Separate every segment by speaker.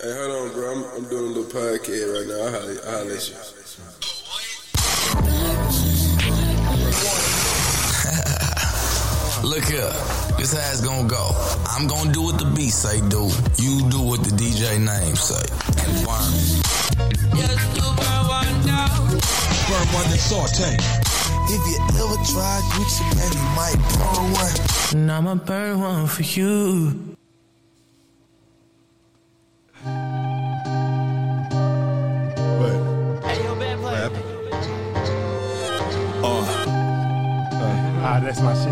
Speaker 1: Hey, hold on, bro. I'm, I'm doing a little podcast right now. I'll holler, I'll holler at you.
Speaker 2: Look here, this how it's gonna go. I'm gonna do what the beat say do. You do what the DJ name say. And burn.
Speaker 3: burn one and saute.
Speaker 4: If you ever try Gucci, man, you might burn one.
Speaker 2: And I'ma burn one for you.
Speaker 5: What? What happened? Oh,
Speaker 6: Ah, that's my shit.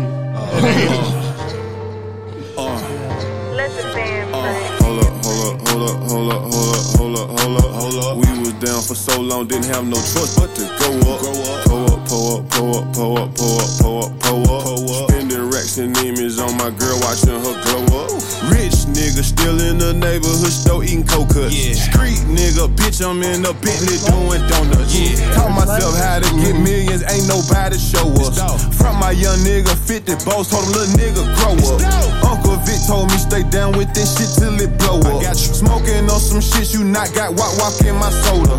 Speaker 5: oh,
Speaker 7: Listen, fam.
Speaker 5: oh. Hold up, hold up, hold up, hold up, hold up, hold up, hold up, hold up. We was down for so long, didn't have no choice but to go up. Go up, pull up, pull up, pull up, pull up, pull up, pull up. Pull up. Spending racks and image on my girl, watching her glow up. Rich nigga still in the neighborhood, still eating coke cuts.
Speaker 2: Yeah.
Speaker 5: Street nigga, bitch, I'm in a Bentley doing donuts. Yeah. Taught myself how to get millions, ain't nobody show us. From my young nigga, 50 boss, told him little nigga grow up. Uncle Vic told me stay down with this shit till it blow up. Smoking on some shit you not got, wop wop in my soda.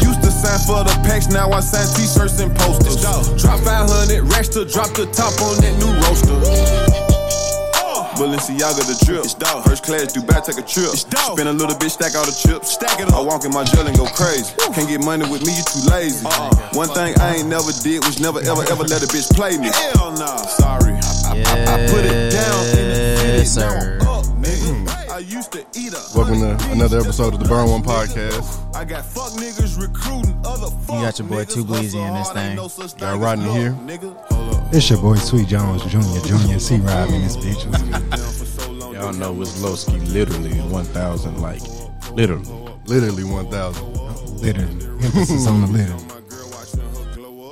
Speaker 5: Used to sign for the packs, now I sign t-shirts and posters. Drop 500 racks to drop the top on that new roaster. Balenciaga the drip. Uh. It's dog. First class, Dubai take a trip. It's dog. Spend a little bit, stack all the chips. Stack it up. I walk in my jail and go crazy. Can't get money with me, you too lazy. One thing I ain't never did was never ever ever let a bitch play me. Hell nah. Sorry. I, I, I put it down. in the city,
Speaker 2: Yes, sir.
Speaker 5: now I'm up, nigga. I used to eat a
Speaker 6: Mm. Welcome to
Speaker 5: hundred
Speaker 6: another
Speaker 5: bitches
Speaker 6: episode of the
Speaker 5: just
Speaker 6: Burn One
Speaker 5: like a nigga.
Speaker 6: Podcast.
Speaker 5: I got fuck niggas recruiting other fuck
Speaker 8: got your boy
Speaker 5: niggas.
Speaker 8: Too Bleezy in this
Speaker 5: Hustle hard, ain't
Speaker 8: thing.
Speaker 5: no such
Speaker 6: Got
Speaker 5: thing
Speaker 6: Rodney
Speaker 5: as luck,
Speaker 6: here.
Speaker 5: nigga. Hold up.
Speaker 9: It's your boy Sweet Jones Jr. Junior C. Rob in this bitch. What's good?
Speaker 5: Down for so long,
Speaker 8: Y'all know Wislowski literally 1,000, like, literally.
Speaker 6: Literally 1,000.
Speaker 9: Litter. Emphasis on the litter.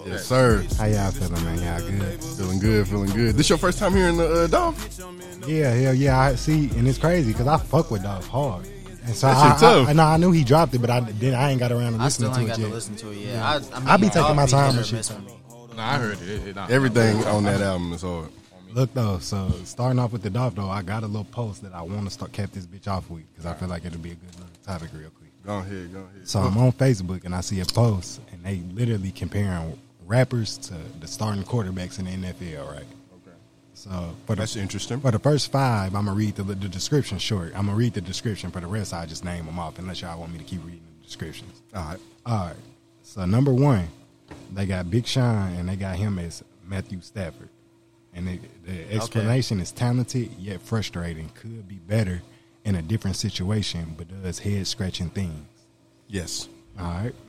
Speaker 6: Yes, sir.
Speaker 9: How y'all feeling, man? Y'all good?
Speaker 6: Feeling good, feeling good. This your first time here in the uh, Dolph?
Speaker 9: Yeah, hell yeah. I see, and it's crazy because I fuck with Dolph hard. And so
Speaker 6: That
Speaker 9: I,
Speaker 6: shit tough.
Speaker 9: I, I, know I knew he dropped it, but I then I ain't got around to
Speaker 8: I
Speaker 9: listening
Speaker 8: still
Speaker 9: to
Speaker 8: ain't
Speaker 9: it
Speaker 8: got to
Speaker 9: yet.
Speaker 8: listen to it yet. I, I, mean,
Speaker 9: I be taking
Speaker 8: y'all
Speaker 9: my
Speaker 8: be
Speaker 9: time
Speaker 8: better
Speaker 9: and shit.
Speaker 8: messing with me.
Speaker 10: Nah, I heard it. it, it nah.
Speaker 6: Everything on that album is hard.
Speaker 9: Look though, so starting off with the Dolph though, I got a little post that I want to start cap this bitch off with because I feel like it'll be a good little topic real quick.
Speaker 6: Go ahead, go ahead.
Speaker 9: So I'm on Facebook and I see a post and they literally comparing rappers to the starting quarterbacks in the NFL, right? So for the,
Speaker 6: That's interesting.
Speaker 9: For the first five, I'm gonna read the, the description short. I'm gonna read the description. For the rest, I just name them off unless y'all want me to keep reading the descriptions.
Speaker 6: All right.
Speaker 9: All right. So number one, they got Big Sean and they got him as Matthew Stafford. And the the explanation is talented yet frustrating. Could be better in a different situation, but does head scratching things.
Speaker 6: Yes.
Speaker 9: All right.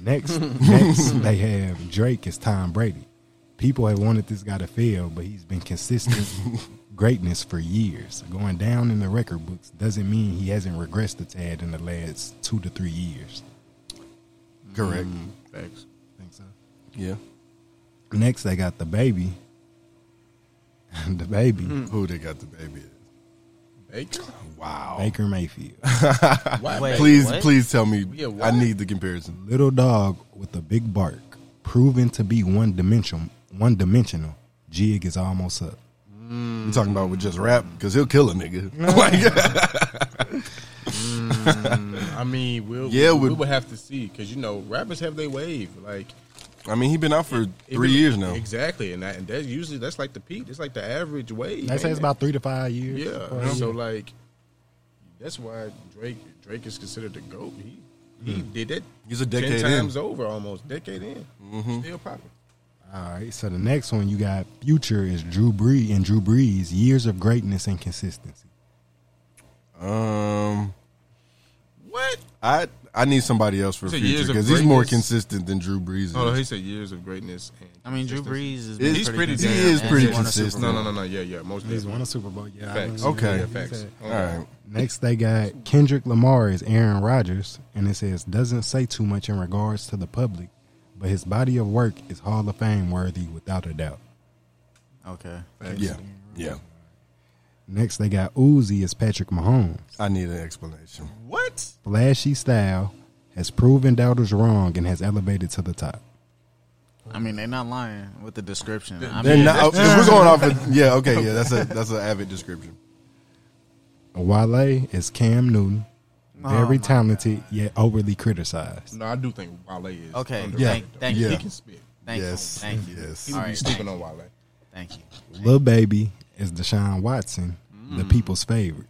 Speaker 9: Next, next they have Drake as Tom Brady. People have wanted this guy to fail, but he's been consistent greatness for years. Going down in the record books doesn't mean he hasn't regressed a tad in the last two to three years.
Speaker 6: Correct.
Speaker 10: Facts.
Speaker 9: Think so.
Speaker 6: Yeah.
Speaker 9: Next, they got the baby. the baby,
Speaker 6: Who they got the baby? at?
Speaker 10: Baker?
Speaker 6: Wow.
Speaker 9: Baker Mayfield,
Speaker 10: Why,
Speaker 8: Wait,
Speaker 6: Please,
Speaker 8: what?
Speaker 6: please tell me.
Speaker 10: Yeah, what?
Speaker 6: I need the comparison.
Speaker 9: little dog with a big bark, proven to be one dimensional. One dimensional. Jig is almost up.
Speaker 6: You talking about with just rap? Because he'll kill a nigga. like,
Speaker 10: I mean, we'll,
Speaker 6: Yeah,
Speaker 10: we,
Speaker 6: we-
Speaker 10: we would have to see because, you know, rappers have their wave. Like,
Speaker 6: I mean, he been out for
Speaker 10: it
Speaker 6: three
Speaker 10: really-
Speaker 6: years now.
Speaker 10: Exactly. And, that, and that's usually, that's like the peak. That's like the average wave.
Speaker 9: They say
Speaker 10: ain't
Speaker 9: it's
Speaker 10: it?
Speaker 9: about three to five years.
Speaker 10: Yeah.
Speaker 9: Or-
Speaker 10: So, like, that's why Drake Drake is considered the GOAT. He, he did that
Speaker 6: He's a Hmm. decade
Speaker 10: 10
Speaker 6: in. Mm-hmm.
Speaker 10: times over almost. Decade in. Still popping.
Speaker 9: All right. So the next one you got future is Drew Brees and Drew Brees years of greatness and consistency.
Speaker 6: Um,
Speaker 10: What?
Speaker 6: I I need somebody else for
Speaker 10: It's a
Speaker 6: future
Speaker 10: years of
Speaker 6: because he's more
Speaker 10: greatness.
Speaker 6: consistent than Drew Brees.
Speaker 10: Oh, he
Speaker 6: is.
Speaker 10: said years of greatness. And
Speaker 8: I mean, Drew
Speaker 10: consistency.
Speaker 8: Brees is
Speaker 6: He's
Speaker 8: pretty,
Speaker 10: pretty- he
Speaker 8: consistent,
Speaker 6: is
Speaker 8: man.
Speaker 6: pretty
Speaker 8: He won a Super
Speaker 6: consistent.
Speaker 10: No,
Speaker 8: Bowl.
Speaker 10: no, no, no. Yeah, yeah. Most
Speaker 9: He's
Speaker 10: definitely.
Speaker 9: won a Super Bowl. Yeah. I
Speaker 10: Facts.
Speaker 9: don't know.
Speaker 6: Okay.
Speaker 10: Yeah, facts.
Speaker 6: All right.
Speaker 9: Next they got Kendrick Lamar is Aaron Rodgers, and it says doesn't say too much in regards to the public, but his body of work is Hall of Fame worthy without a doubt.
Speaker 8: Okay.
Speaker 6: Yeah, yeah.
Speaker 9: Next they got Uzi is Patrick Mahomes.
Speaker 6: I need an explanation.
Speaker 10: What?
Speaker 9: Flashy style has proven doubters wrong and has elevated to the top.
Speaker 8: I mean, they're not lying with the description. I
Speaker 6: They're
Speaker 8: mean,
Speaker 6: not- oh, if we're going off. Of, yeah, okay, yeah. That's a that's an avid description.
Speaker 9: Wale is Cam Newton. Very talented, yet overly criticized.
Speaker 10: No, I do think Wale is
Speaker 8: Okay,
Speaker 10: Underrated.
Speaker 8: thank, thank
Speaker 5: yeah.
Speaker 8: you.
Speaker 10: He can spit.
Speaker 8: Thank
Speaker 5: Yes,
Speaker 8: you. Thank you.
Speaker 5: yes.
Speaker 10: He
Speaker 8: All
Speaker 10: would be
Speaker 8: right,
Speaker 10: sleeping
Speaker 8: thank,
Speaker 10: on Wale.
Speaker 8: thank you.
Speaker 9: Lil Baby is Deshaun Watson, the people's favorite.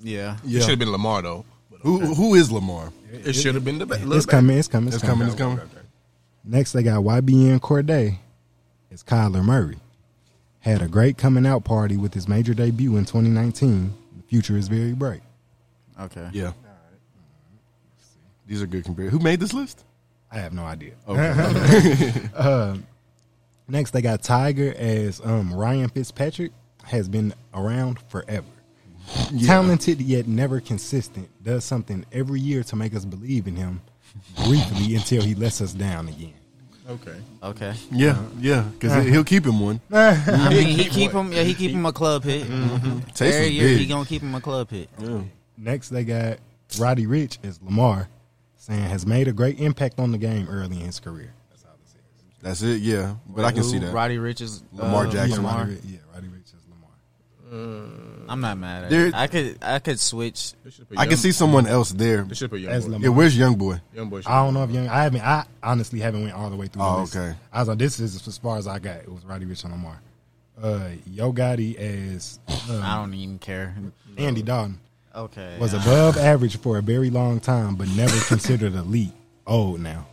Speaker 8: Yeah.
Speaker 10: It should
Speaker 5: Yeah.
Speaker 10: have been Lamar though. But
Speaker 5: Who who is Lamar?
Speaker 10: it should have been the best.
Speaker 9: It's coming, it's coming, it's,
Speaker 5: It's
Speaker 9: coming.
Speaker 5: coming. It's coming.
Speaker 9: Next, they got YBN Corday. It's Kyler Murray. Had a great coming out party with his major debut in 2019. The future is very bright.
Speaker 8: Okay.
Speaker 5: Yeah. These are good compare. Who made this list?
Speaker 9: I have no idea. Uh,
Speaker 5: Okay.
Speaker 9: Next, they got Tiger as um, Ryan Fitzpatrick has been around forever. Talented yet never consistent, does something every year to make us believe in him briefly until he lets us down again.
Speaker 10: Okay.
Speaker 8: Okay.
Speaker 5: yeah, yeah. Because he'll keep him one.
Speaker 8: I mean, he keep him. Yeah, he keep him a club hit. Mm-hmm.
Speaker 5: Tastes
Speaker 8: Every year he
Speaker 5: big.
Speaker 8: gonna keep him a club hit.
Speaker 9: Next, they got Roddy Rich as Lamar, saying has made a great impact on the game early in his career.
Speaker 5: That's it. Yeah, but I can
Speaker 8: Who?
Speaker 5: see that.
Speaker 8: Roddy Rich is uh,
Speaker 5: Lamar Jackson.
Speaker 8: Lamar.
Speaker 9: Roddy Rich, yeah, Roddy Rich is Lamar.
Speaker 8: I'm not mad at
Speaker 5: There-
Speaker 8: it. I could I could switch.
Speaker 10: They should've put
Speaker 5: I can
Speaker 10: Young-
Speaker 5: see someone else there.
Speaker 10: They should put young
Speaker 9: As
Speaker 10: boy.
Speaker 9: Lamar.
Speaker 5: Yeah, where's Young Boy?
Speaker 10: Young boy.
Speaker 9: I don't know if young. I haven't. I honestly haven't went all the way through. the
Speaker 5: Oh,
Speaker 9: list.
Speaker 5: okay.
Speaker 9: I was like, this is as far as I got. It was Roddy Rich and Lamar. Uh, Yo Gotti as
Speaker 8: I
Speaker 9: uh,
Speaker 8: don't even care.
Speaker 9: Andy Dalton
Speaker 8: Okay.
Speaker 9: was above average for a very long time, but never considered elite. Old now.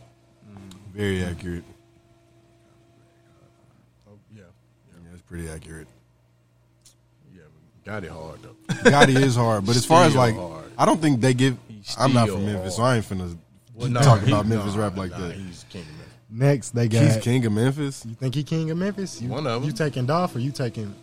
Speaker 5: Very accurate.
Speaker 10: Oh, Yeah.
Speaker 5: Yeah, it's pretty accurate.
Speaker 10: Yeah. Got it hard though.
Speaker 5: Gotti is hard, but as far as
Speaker 10: Still
Speaker 5: like,
Speaker 10: hard.
Speaker 5: I don't think they give. I'm not
Speaker 10: still
Speaker 5: from Memphis, so
Speaker 10: hard.
Speaker 5: I ain't finna
Speaker 10: Well, nah,
Speaker 5: talk
Speaker 10: he-
Speaker 5: about Memphis
Speaker 10: nah,
Speaker 5: rap like
Speaker 10: nah,
Speaker 5: that.
Speaker 10: He's king of Memphis.
Speaker 9: Next, they got.
Speaker 5: He's king of Memphis.
Speaker 9: You think he king of Memphis? You,
Speaker 10: One of 'em.
Speaker 9: You taking Dolph or you taking?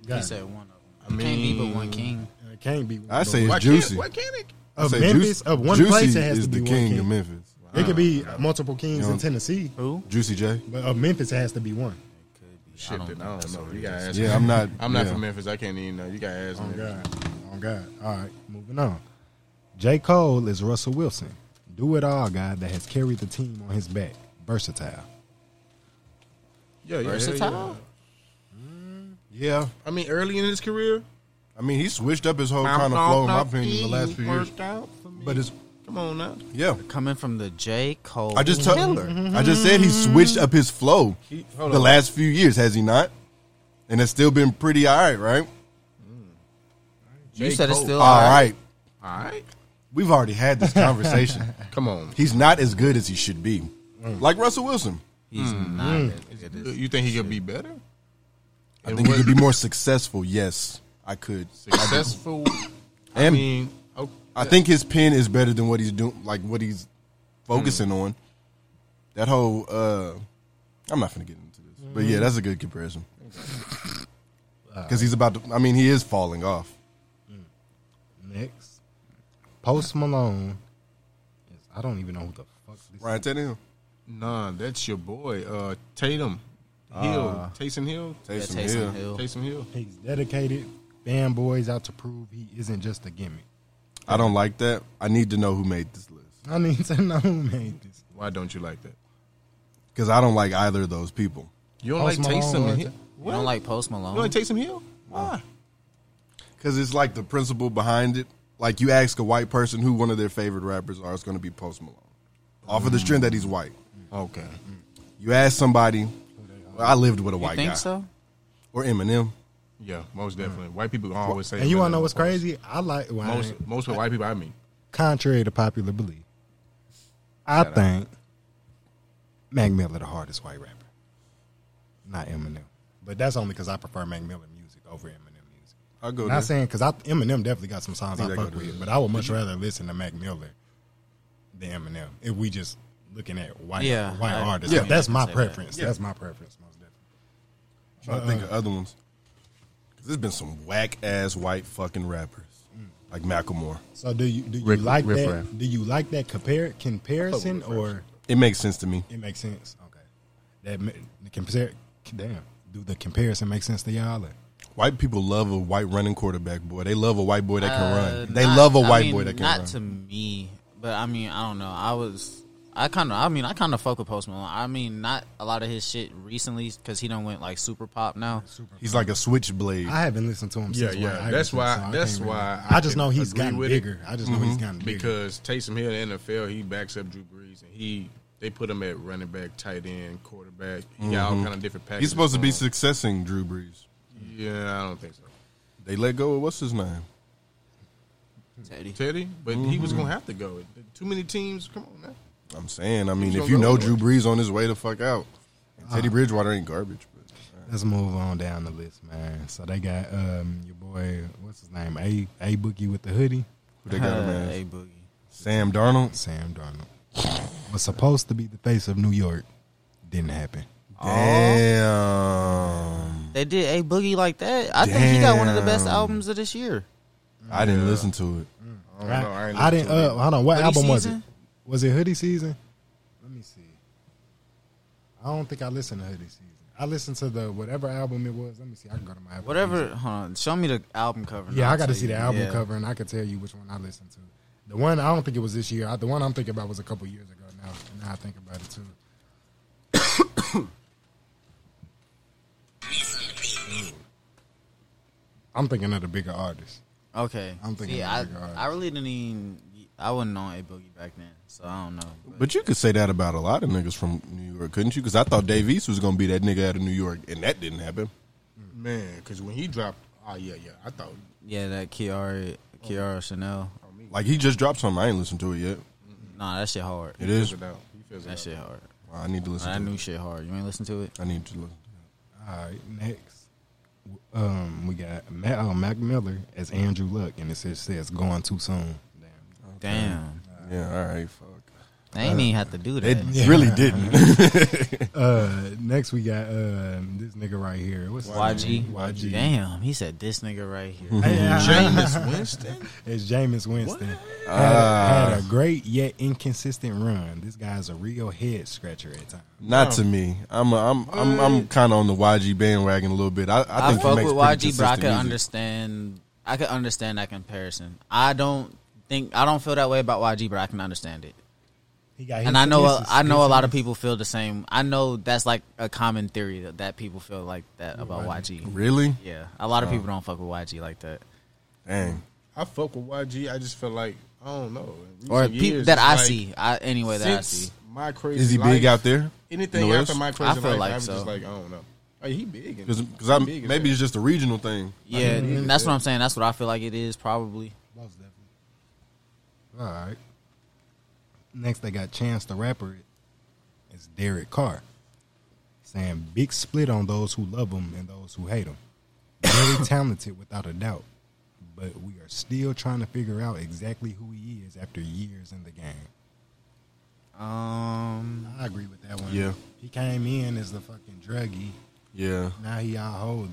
Speaker 8: He
Speaker 9: God,
Speaker 8: said one of them. can't be but one king.
Speaker 9: it Uh, can't be.
Speaker 5: I say
Speaker 10: Why
Speaker 5: it's juicy.
Speaker 10: Can't, why can't it?
Speaker 5: I
Speaker 9: of
Speaker 5: say
Speaker 9: Memphis
Speaker 5: Juicy-
Speaker 9: of one
Speaker 5: Juicy
Speaker 9: place. It has
Speaker 5: is
Speaker 9: to be
Speaker 5: the
Speaker 9: one
Speaker 5: king
Speaker 9: king.
Speaker 5: of Memphis. Uh,
Speaker 9: It could be multiple kings
Speaker 5: You know-
Speaker 9: in Tennessee,
Speaker 8: Who?
Speaker 5: Juicy J.
Speaker 9: but of Memphis it has to be one.
Speaker 10: Shit, then I don't know. You gotta ask.
Speaker 5: Yeah, I'm not.
Speaker 10: I'm not
Speaker 5: yeah.
Speaker 10: from Memphis. I can't even know. You gotta ask
Speaker 9: Oh
Speaker 10: me.
Speaker 9: God. Oh God. All right. Moving on. J. Cole is Russell Wilson. Do it all guy that has carried the team on his back. Versatile.
Speaker 10: Yeah, yeah,
Speaker 8: Versatile?
Speaker 10: yeah.
Speaker 5: Mm, Yeah,
Speaker 10: I mean, early in his career,
Speaker 5: I mean he switched up his whole kind of flow in my opinion in the last few years.
Speaker 10: Worked out for me.
Speaker 5: But it's
Speaker 10: Come on now.
Speaker 5: yeah.
Speaker 8: Coming from the J Cole.
Speaker 5: I just told
Speaker 8: Miller.
Speaker 5: I just said he switched up his flow
Speaker 10: He-
Speaker 5: the
Speaker 10: hold on.
Speaker 5: last few years, has he not? And it's still been pretty all right, right?
Speaker 8: you said it's still
Speaker 5: All right.
Speaker 10: All right.
Speaker 5: We've already had this conversation.
Speaker 10: Come on.
Speaker 5: He's not as good as he should be. Like Russell Wilson.
Speaker 8: He's not. as good as-
Speaker 10: Mm. You think he could be better?
Speaker 5: Mm. I
Speaker 10: It
Speaker 5: think he
Speaker 10: was-
Speaker 5: could be more successful. Yes, I could.
Speaker 10: Successful. I
Speaker 5: And-
Speaker 10: mean, oh,
Speaker 5: I think his pen is better than what he's doing, like what he's focusing
Speaker 8: Hmm.
Speaker 5: on. That whole, uh I'm not gonna get into this, but
Speaker 8: Mm-hmm.
Speaker 5: yeah, that's a good comparison. Because he's about to. I mean, he is falling off.
Speaker 9: Next. Post Malone. is- I don't even know who the fuck this
Speaker 5: Ryan Tannehill,
Speaker 10: nah, that's your boy, uh, Tatum Hill,
Speaker 5: Ah.
Speaker 10: Taysom Hill,
Speaker 8: Yeah,
Speaker 5: Taysom
Speaker 8: Taysom
Speaker 5: Hill.
Speaker 8: Hill.
Speaker 10: Taysom Hill.
Speaker 9: is. He's dedicated. Fanboys out to prove he isn't just a gimmick.
Speaker 5: I don't like that. I need to know who made this list
Speaker 9: I need to know who made this.
Speaker 10: Why don't you like that?
Speaker 5: because I don't like either of those people.
Speaker 10: You don't
Speaker 9: Post
Speaker 10: like
Speaker 9: Malone or
Speaker 10: Taysom Hill?
Speaker 9: Ta-
Speaker 8: You don't like Post Malone?
Speaker 10: You don't like Taysom Hill? Why?
Speaker 5: Because it's like the principle behind it. Like you ask a white person who one of their favorite rappers are, it's going to be Post Malone, off of the strength that he's white.
Speaker 10: Okay.
Speaker 5: You ask somebody. well, I lived with a
Speaker 8: You
Speaker 5: white
Speaker 8: think
Speaker 5: guy
Speaker 8: so?
Speaker 5: or Eminem.
Speaker 10: Yeah, most definitely. White people always say.
Speaker 9: And you
Speaker 10: better
Speaker 9: wanna know
Speaker 10: than
Speaker 9: what's
Speaker 10: most-
Speaker 9: crazy? I like well, I ain't-
Speaker 10: Most most of the white people I meet.
Speaker 9: contrary to popular belief. I think Mac Miller the hardest white rapper, not Eminem. But that's only because I prefer Mac Miller music over Eminem music.
Speaker 5: I go. there.
Speaker 9: Not saying because Eminem definitely got some songs
Speaker 5: Think
Speaker 9: I
Speaker 5: I
Speaker 9: fuck
Speaker 5: go to
Speaker 9: with,
Speaker 5: that.
Speaker 9: but I would much rather listen to Mac Miller than Eminem. If we just looking at white
Speaker 8: Yeah,
Speaker 9: white
Speaker 8: I-
Speaker 9: artists,
Speaker 5: yeah.
Speaker 9: that's my
Speaker 8: I can say that.
Speaker 9: preference. That's my preference most definitely.
Speaker 5: trying to think
Speaker 9: uh,
Speaker 5: of other ones. 'Cause there's been some whack ass white fucking rappers like Macklemore.
Speaker 9: So do you do you
Speaker 5: Rick-
Speaker 9: like
Speaker 5: Riff
Speaker 9: that?
Speaker 5: Raff.
Speaker 9: Do you like that compare comparison or?
Speaker 5: It makes sense to me.
Speaker 9: It makes sense. Okay. That ma- the compare. Damn. Do the comparison make sense to y'all? Or?
Speaker 5: White people love a white running quarterback boy. They love a white boy that can
Speaker 8: Uh,
Speaker 5: run. They
Speaker 8: not-
Speaker 5: love a
Speaker 8: I
Speaker 5: white
Speaker 8: mean,
Speaker 5: boy that can
Speaker 8: Not
Speaker 5: run.
Speaker 8: to me, but I mean, I don't know. I was I kind of, I mean, I kind of fuck with Post Malone. I mean, not a lot of his shit recently because he don't went like super pop now.
Speaker 5: He's like a switchblade.
Speaker 9: I haven't listened to him.
Speaker 10: Yeah,
Speaker 9: since White
Speaker 10: yeah. That's
Speaker 9: Iverson,
Speaker 10: why-
Speaker 9: so I
Speaker 10: that's
Speaker 9: can't really-
Speaker 10: why I
Speaker 9: I, just
Speaker 10: can
Speaker 9: know he's
Speaker 10: agree
Speaker 9: gotten
Speaker 10: with it. Mm-hmm.
Speaker 9: bigger. I just know he's gotten bigger.
Speaker 10: because Taysom Hill in the NFL he backs up Drew Brees and he they put him at running back, tight end, quarterback. He got all kind of different packages.
Speaker 5: Mm-hmm. He's supposed to be
Speaker 10: on.
Speaker 5: successing Drew Brees.
Speaker 10: Yeah, I don't think so.
Speaker 5: They let go of what's his name?
Speaker 8: Teddy.
Speaker 10: Teddy, but he was gonna have to go. Too many teams. Come on, man.
Speaker 5: Mm-hmm. I'm saying. I mean,
Speaker 10: He's
Speaker 5: if
Speaker 10: gonna
Speaker 5: you
Speaker 10: go
Speaker 5: know
Speaker 10: with
Speaker 5: Drew Brees on his way to fuck out, and Teddy Bridgewater ain't garbage. But
Speaker 9: Let's move on down the list, man. So they got um your boy, what's his name? A A Boogie with the hoodie,
Speaker 5: who they got him
Speaker 8: Uh,
Speaker 5: as?
Speaker 8: hey Boogie.
Speaker 5: Sam Darnold.
Speaker 9: Sam Darnold. Was supposed to be the face of New York. Didn't happen.
Speaker 5: Damn.
Speaker 8: They did a boogie like that. I think he got one of the best
Speaker 5: Damn.
Speaker 8: albums of this year.
Speaker 5: I didn't listen to it.
Speaker 10: Mm, I
Speaker 8: Oh,
Speaker 10: don't know. I,
Speaker 9: I,
Speaker 10: ain't
Speaker 9: I didn't uh hold on, what
Speaker 8: Hoodie
Speaker 9: album was it?
Speaker 8: season?
Speaker 9: Was it hoodie season? Let me see. I don't think I listened to hoodie season. I listened to the whatever album it was. Let me see. I can go to my Apple
Speaker 8: Whatever. Hold on. Show me the album cover. and
Speaker 9: Yeah,
Speaker 8: I'll
Speaker 9: I got to
Speaker 8: tell
Speaker 9: see the
Speaker 8: you.
Speaker 9: album
Speaker 8: Yeah.
Speaker 9: cover, and I can tell you which one I listened to. The one I don't think it was this year. I- The one I'm thinking about was a couple years ago now. And now I think about it too. I'm thinking of the bigger artist.
Speaker 8: Okay.
Speaker 9: I'm thinking
Speaker 8: See,
Speaker 9: of
Speaker 8: I,
Speaker 9: Big Eyes.
Speaker 8: I really didn't even. I wasn't on a boogie back then, so I don't know. But,
Speaker 5: But you could say that about a lot of niggas from New York, couldn't you? Because I thought Dave East was gonna be that nigga out of New York, and that didn't happen.
Speaker 10: man, because when he dropped, oh yeah, yeah. I thought
Speaker 8: yeah, that Kiara Kiara Chanel. Mm-hmm.
Speaker 5: Like he just dropped something. I ain't listened to it yet.
Speaker 8: Nah, that shit hard.
Speaker 5: It is.
Speaker 10: it out. He feels it
Speaker 8: That
Speaker 10: out.
Speaker 8: shit hard.
Speaker 5: I need to listen.
Speaker 8: That
Speaker 5: to
Speaker 8: new
Speaker 5: it.
Speaker 8: shit hard. You ain't listen to it?
Speaker 5: I need to listen.
Speaker 9: All right, next. Um, we got Mac, oh, Mac Miller as Andrew Luck, and it says, says "Gone Too Soon."
Speaker 8: Damn.
Speaker 5: Yeah. All right. Fuck.
Speaker 8: They ain't even have to do
Speaker 5: They
Speaker 8: that.
Speaker 5: really didn't.
Speaker 9: Uh, next we got uh, this nigga right here. What's his
Speaker 8: YG.
Speaker 9: name? YG.
Speaker 8: Damn, he said this nigga right here.
Speaker 9: Hey, I-
Speaker 10: Jameis Winston.
Speaker 9: It's Jameis Winston. Had,
Speaker 8: Ah.
Speaker 9: a, had a great yet inconsistent run. This guy's a real head scratcher at times.
Speaker 5: Not to me. I'm a, I'm I'm I'm kind of on the YG bandwagon a little bit. I I,
Speaker 8: I,
Speaker 5: think he
Speaker 8: fuck
Speaker 5: makes
Speaker 8: with
Speaker 5: pretty
Speaker 8: YG, but I
Speaker 5: consistent
Speaker 8: can
Speaker 5: music.
Speaker 8: understand. I can understand that comparison. I don't think I don't feel that way about YG, but I can understand it.
Speaker 9: He got
Speaker 8: and I know I know a lot of people feel the same. I know that's like a common theory that, that people feel like that about YG.
Speaker 5: Really?
Speaker 8: Yeah, a lot of people don't fuck with YG like that,
Speaker 5: Dang.
Speaker 10: I fuck with YG. I just feel like I don't know. In
Speaker 8: or
Speaker 10: recent
Speaker 8: people
Speaker 10: years,
Speaker 8: that
Speaker 10: it's
Speaker 8: I
Speaker 10: like,
Speaker 8: see. I anyway that I see.
Speaker 10: Since my crazy
Speaker 5: Is he big
Speaker 10: life,
Speaker 5: out there?
Speaker 10: Anything
Speaker 5: Lewis?
Speaker 10: after my crazy
Speaker 8: I feel
Speaker 10: life,
Speaker 8: like
Speaker 10: I'm
Speaker 8: so.
Speaker 10: just like I don't know. Like, he big and-
Speaker 5: Because I'm
Speaker 10: big as
Speaker 5: maybe
Speaker 10: hell.
Speaker 5: it's just a regional thing.
Speaker 8: Yeah, and that's what I'm saying. That's what I feel like it is probably.
Speaker 9: Most definitely. All right. Next, they got Chance the Rapper. It's Derek Carr saying big split on those who love him and those who hate him. Very talented, without a doubt. But we are still trying to figure out exactly who he is after years in the game.
Speaker 8: Um,
Speaker 9: I agree with that one.
Speaker 5: Yeah.
Speaker 9: He came in as the fucking druggie.
Speaker 5: Yeah.
Speaker 9: Now he all holy.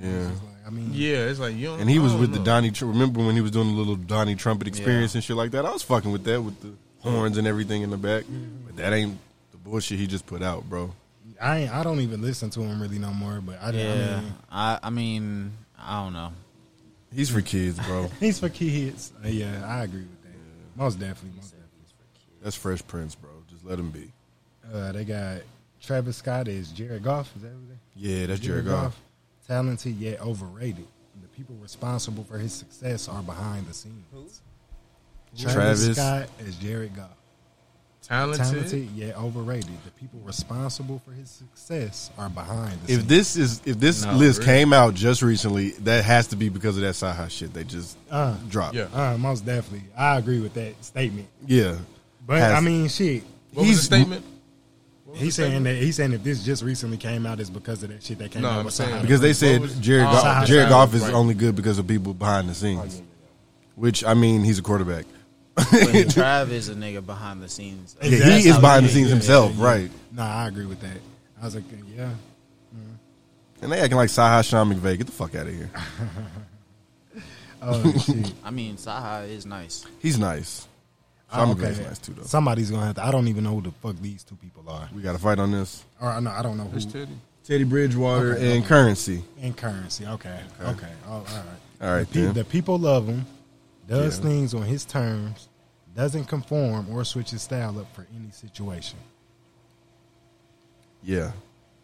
Speaker 5: Yeah.
Speaker 9: It's like, I mean,
Speaker 10: Yeah, it's like you. Don't,
Speaker 5: And he
Speaker 10: I
Speaker 5: was
Speaker 10: don't
Speaker 5: with
Speaker 10: know.
Speaker 5: the Donnie. Tr- Remember when he was doing the little Donnie Trumpet experience and shit like that? I was fucking with that with the horns and everything in the back. But that ain't the bullshit he just put out, bro.
Speaker 9: I ain't, I don't even listen to him really no more. But I, yeah.
Speaker 8: yeah,
Speaker 9: I mean,
Speaker 8: I I mean I don't know.
Speaker 5: He's for kids, bro.
Speaker 9: he's for kids. Uh, yeah, I agree with that. Most definitely. Most
Speaker 5: That's Fresh Prince, bro. Just let him be.
Speaker 9: definitely. Uh, they got Travis Scott as Jared Goff. Is that what they?
Speaker 5: Yeah, that's Jared Goff.
Speaker 9: talented yet overrated. The people responsible for his success are behind the scenes.
Speaker 5: Travis.
Speaker 9: Scott as Jared Goff.
Speaker 10: talented.
Speaker 9: Talented yet overrated. The people responsible for his success are behind the
Speaker 5: If
Speaker 9: scenes.
Speaker 5: this is if this
Speaker 10: Nah,
Speaker 5: list
Speaker 10: really.
Speaker 5: came out just recently, that has to be because of that Saha shit they just
Speaker 9: Uh,
Speaker 5: dropped.
Speaker 10: Yeah.
Speaker 9: Uh, most definitely. I agree with that statement.
Speaker 5: yeah.
Speaker 9: But
Speaker 5: Has-
Speaker 9: I mean, shit.
Speaker 10: What was
Speaker 5: He's-
Speaker 10: the statement? What was
Speaker 9: He's
Speaker 10: the
Speaker 9: saying
Speaker 10: statement?
Speaker 9: that he's saying if this just recently came out, it's because of that shit that came
Speaker 10: No,
Speaker 9: out
Speaker 10: I'm
Speaker 9: with
Speaker 10: saying-
Speaker 9: Sahara.
Speaker 5: Because they said
Speaker 10: was-
Speaker 5: Jared
Speaker 10: Oh,
Speaker 5: Goff,
Speaker 9: Saha-
Speaker 5: Jared
Speaker 10: Saha,
Speaker 5: Goff is
Speaker 10: right.
Speaker 5: only good because of people behind the scenes, which I mean he's a quarterback.
Speaker 8: But Trav is a nigga behind the scenes.
Speaker 5: Yeah,
Speaker 9: Exactly.
Speaker 5: he is behind the
Speaker 9: Yeah,
Speaker 5: scenes
Speaker 9: yeah,
Speaker 5: himself,
Speaker 9: yeah, yeah.
Speaker 5: right?
Speaker 9: Nah, I agree with that. I was like, yeah.
Speaker 5: And they acting like Saha Sean McVay. Get the fuck out of here.
Speaker 9: Oh shit.
Speaker 8: I mean, Saha is nice.
Speaker 5: He's nice. Sean
Speaker 9: Oh, Okay.
Speaker 5: McVay's nice too, though.
Speaker 9: Somebody's gonna have to. I don't even know who the fuck these two people are.
Speaker 5: We got to fight on this.
Speaker 9: Or I know I don't know who.
Speaker 10: Who's Teddy?
Speaker 5: Teddy Bridgewater
Speaker 9: Okay,
Speaker 5: and
Speaker 9: okay.
Speaker 5: Currency.
Speaker 9: In currency. Okay. Okay. Oh, all right.
Speaker 5: All right,
Speaker 9: The, pe-
Speaker 5: then.
Speaker 9: the people love him. Does
Speaker 5: Yeah.
Speaker 9: things on his terms. Doesn't conform or switch his style up for any situation.
Speaker 5: Yeah,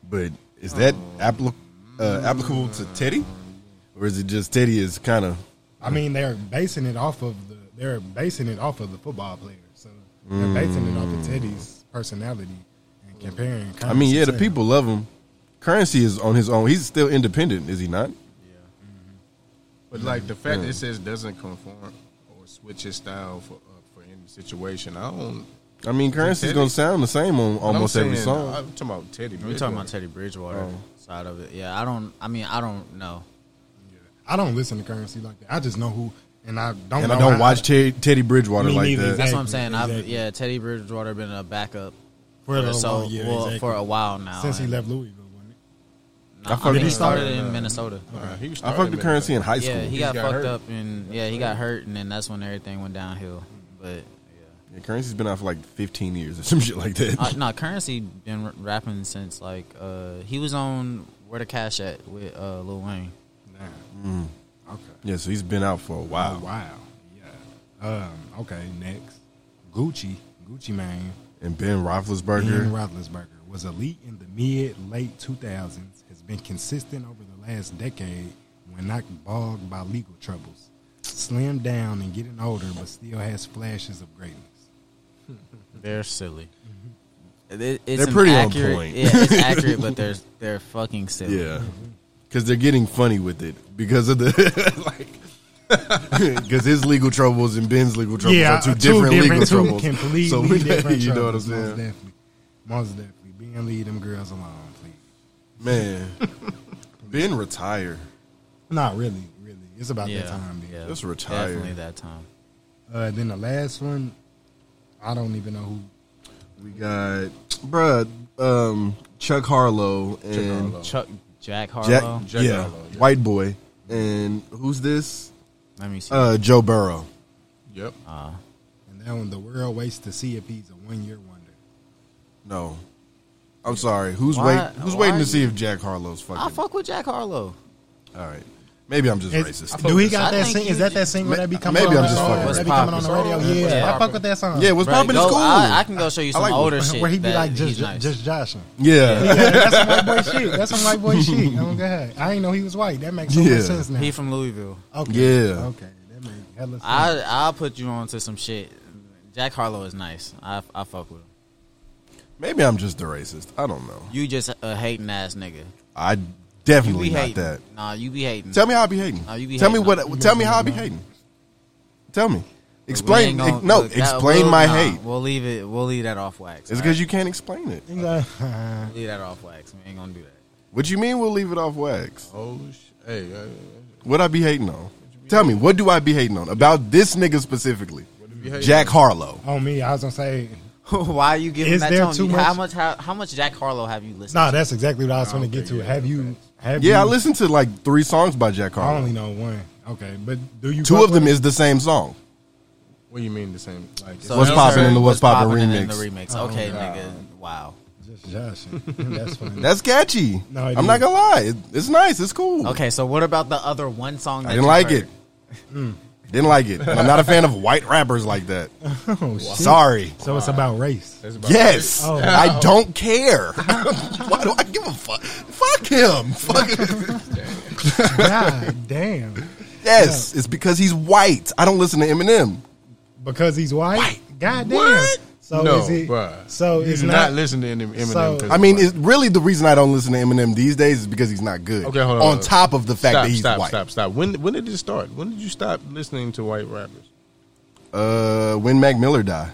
Speaker 5: but is that applic- uh, applicable to Teddy, or is it just Teddy is kind of
Speaker 9: I mean, they're basing it off of the they're basing it off of the football player, so they're basing it off of Teddy's personality and comparing.
Speaker 5: Mm. I mean, yeah, the
Speaker 9: comparing.
Speaker 5: people love him. Currency is on his own. He's still independent, is he not?
Speaker 10: Mm-hmm. But like the fact
Speaker 5: Mm.
Speaker 10: that it says doesn't conform or switch his style for uh, for any situation, I don't.
Speaker 5: I mean, Currency's
Speaker 10: Teddy?
Speaker 5: gonna sound the same on
Speaker 10: I'm
Speaker 5: almost every
Speaker 10: saying-
Speaker 5: song.
Speaker 10: I'm talking about Teddy.
Speaker 8: We talking about Teddy Bridgewater Oh. side of it. Yeah, I don't. I mean, I don't know.
Speaker 9: I don't listen to currency like that. I just know who, and I don't.
Speaker 5: and
Speaker 9: know
Speaker 5: I don't
Speaker 9: how-
Speaker 5: watch Te- Teddy Bridgewater
Speaker 9: Me
Speaker 5: like
Speaker 9: neither,
Speaker 5: that.
Speaker 8: That's
Speaker 9: exactly.
Speaker 8: what I'm saying. I've
Speaker 9: exactly.
Speaker 8: yeah, Teddy Bridgewater been a backup
Speaker 9: For a
Speaker 8: so
Speaker 9: long- yeah,
Speaker 8: well,
Speaker 9: exactly.
Speaker 8: for a while now.
Speaker 9: since he
Speaker 8: and-
Speaker 9: left Louisville. wasn't it?
Speaker 8: No, I
Speaker 5: fucked-
Speaker 8: mean,
Speaker 5: Did
Speaker 8: he
Speaker 5: he
Speaker 8: started in Minnesota.
Speaker 10: He was
Speaker 5: I fucked the currency in high school.
Speaker 8: Yeah, he
Speaker 10: He
Speaker 8: got,
Speaker 10: got
Speaker 8: fucked
Speaker 10: hurt.
Speaker 8: up and yeah, he got hurt, and then that's when everything went downhill. But yeah,
Speaker 5: Yeah, Currency's been out for like 15 years or some shit like that.
Speaker 8: uh, no, currency been r- rapping since like uh he was on Where the Cash at with uh Lil Wayne.
Speaker 9: Mm.
Speaker 5: Mm. yeah, so he's been out for a
Speaker 9: Oh,
Speaker 5: while.
Speaker 9: wow. Yeah. Um, okay. Next, Gucci. Gucci man.
Speaker 5: And Ben
Speaker 9: Ben
Speaker 5: Roethlisberger,
Speaker 9: Roethlisberger was elite in the mid late 2000s. Has been consistent over the last decade when not bogged by legal troubles. Slimmed down and getting older, but still has flashes of greatness.
Speaker 8: They're silly. It, it's
Speaker 5: They're pretty on
Speaker 8: inaccurate-
Speaker 5: point.
Speaker 8: Yeah, it's accurate, but they're they're fucking silly.
Speaker 5: yeah, because they're getting funny with it because of the like. Because his legal troubles and Ben's legal troubles
Speaker 9: Yeah,
Speaker 5: are two,
Speaker 9: uh,
Speaker 5: different, legal
Speaker 9: two
Speaker 5: troubles.
Speaker 9: Completely
Speaker 5: so we-
Speaker 9: different
Speaker 5: you know what I'm
Speaker 9: troubles, Most
Speaker 5: saying,
Speaker 9: definitely. Most definitely. Ben, leave them girls alone, please.
Speaker 5: man. ben retire.
Speaker 9: Not really, really. It's about
Speaker 8: yeah,
Speaker 9: that time, Ben.
Speaker 8: yeah,
Speaker 5: Just retire.
Speaker 8: Definitely that time.
Speaker 9: Uh, then the last one, I don't even know who.
Speaker 5: We got bruh, um, Chuck Harlow and
Speaker 8: Chuck Jack
Speaker 5: Jack,
Speaker 8: Harlow.
Speaker 5: yeah, white boy, and who's this?
Speaker 8: Let me see.
Speaker 5: Uh, Joe Burrow.
Speaker 10: Yep.
Speaker 9: And that one, the world waits to see if he's a one year wonder.
Speaker 5: No, I'm sorry. Who's
Speaker 8: Why-
Speaker 5: wait? Who's
Speaker 8: why
Speaker 5: waiting
Speaker 8: are
Speaker 5: to see if Jack Harlow's fucking?
Speaker 8: I fuck with Jack Harlow.
Speaker 5: All right, maybe I'm just racist.
Speaker 9: Do he got
Speaker 8: I
Speaker 9: that?
Speaker 8: think
Speaker 9: Sing,
Speaker 8: you-
Speaker 9: is that that single that be coming?
Speaker 5: Maybe
Speaker 9: on
Speaker 5: I'm
Speaker 9: the-
Speaker 5: just
Speaker 9: oh,
Speaker 5: fucking
Speaker 9: That be
Speaker 8: racist.
Speaker 9: coming on the radio.
Speaker 8: It's
Speaker 9: Yeah, I
Speaker 8: popping.
Speaker 9: fuck with that song.
Speaker 5: yeah, what's
Speaker 8: Bruh,
Speaker 5: popping
Speaker 8: go-
Speaker 5: is cool.
Speaker 8: I, I can go show you some
Speaker 5: like
Speaker 8: older shit.
Speaker 9: where he be
Speaker 8: that
Speaker 9: like just
Speaker 8: he's nice.
Speaker 9: just joshing.
Speaker 5: yeah,
Speaker 9: Yeah, that's some white boy shit. That's some white boy shit. Oh god, I ain't know he was white. That makes so
Speaker 5: Yeah.
Speaker 9: much sense now.
Speaker 8: He from Louisville.
Speaker 9: okay.
Speaker 5: Yeah.
Speaker 9: Okay. That makes hella sense.
Speaker 8: I I'll put you on to some shit. Jack Harlow is nice. I I fuck with him.
Speaker 5: maybe I'm just a racist. I don't know.
Speaker 8: You just a hating ass nigga.
Speaker 5: I
Speaker 8: You
Speaker 5: definitely
Speaker 8: be
Speaker 5: not
Speaker 8: hating.
Speaker 5: that.
Speaker 8: Nah, you be hating.
Speaker 5: Tell me how I be hating.
Speaker 8: Oh, you be
Speaker 5: tell me
Speaker 8: hating
Speaker 5: what.
Speaker 8: on-
Speaker 5: tell me how I be hating. Tell me.
Speaker 8: We
Speaker 5: Explain.
Speaker 8: ain't gonna-
Speaker 5: ex- no,
Speaker 8: look, that-
Speaker 5: explain
Speaker 8: we'll-
Speaker 5: my
Speaker 8: nah,
Speaker 5: hate.
Speaker 8: We'll leave it. We'll leave that off wax.
Speaker 5: It's
Speaker 8: all right?
Speaker 5: because you can't explain it.
Speaker 9: He's like,
Speaker 8: We'll leave that off wax. We ain't gonna do that.
Speaker 5: What you mean? We'll leave it off wax.
Speaker 10: Oh sh- hey, uh,
Speaker 5: What I be hating on? Tell me, what do I be hating on about this nigga specifically?
Speaker 10: you be hating
Speaker 5: Jack Harlow.
Speaker 9: on me, I was gonna say,
Speaker 8: Why are you giving
Speaker 9: Is
Speaker 8: that
Speaker 9: there
Speaker 8: tone?
Speaker 9: too
Speaker 8: You- How
Speaker 9: much-
Speaker 8: much? How, how much Jack Harlow have you listened?
Speaker 9: nah,
Speaker 8: to?
Speaker 9: that's exactly what I was gonna get to. Have you? Have
Speaker 5: Yeah, I
Speaker 9: you-
Speaker 5: listened to like three songs by Jack
Speaker 9: I
Speaker 5: Harlow.
Speaker 9: only know one. Okay, but do you?
Speaker 5: Two
Speaker 9: fuck
Speaker 5: of them
Speaker 9: with
Speaker 5: is the same song.
Speaker 10: what do you mean the same? Like
Speaker 8: So
Speaker 5: What's
Speaker 8: those
Speaker 5: Poppin'
Speaker 8: are-
Speaker 5: in the What's Poppin'
Speaker 8: Poppin' in the
Speaker 5: remix.
Speaker 8: remix. Okay, nigga. Wow.
Speaker 9: Just joshing. That's funny.
Speaker 5: That's catchy.
Speaker 9: No, it
Speaker 5: I'm
Speaker 9: is.
Speaker 5: not gonna lie. It, it's nice. It's cool.
Speaker 8: Okay, so what about the other one song? That
Speaker 5: I didn't
Speaker 8: you
Speaker 5: like
Speaker 8: heard?
Speaker 5: it. Didn't like it. And I'm not a fan of white rappers like that.
Speaker 9: oh, shit.
Speaker 5: Sorry.
Speaker 9: So it's about race.
Speaker 5: Yes,
Speaker 9: Oh.
Speaker 5: I don't care. Why do I give a fuck? Fuck him. Fuck.
Speaker 9: God damn.
Speaker 5: yes, it's because he's white. I don't listen to Eminem.
Speaker 9: Because he's white. God damn.
Speaker 5: What?
Speaker 9: So
Speaker 10: No,
Speaker 9: is it?
Speaker 10: bruh.
Speaker 9: So
Speaker 10: you
Speaker 9: it's
Speaker 10: do
Speaker 9: not.
Speaker 10: not, listen to Eminem.
Speaker 9: So-
Speaker 10: 'cause
Speaker 5: I mean,
Speaker 10: of-
Speaker 5: it's really the reason I don't listen to Eminem these days is because he's not good.
Speaker 10: Okay, hold on,
Speaker 5: on
Speaker 10: hold on.
Speaker 5: top of the fact
Speaker 10: stop,
Speaker 5: that he's
Speaker 10: stop,
Speaker 5: white.
Speaker 10: stop, stop. When when did this start? When did you stop listening to white rappers?
Speaker 5: Uh, when Mac Miller died,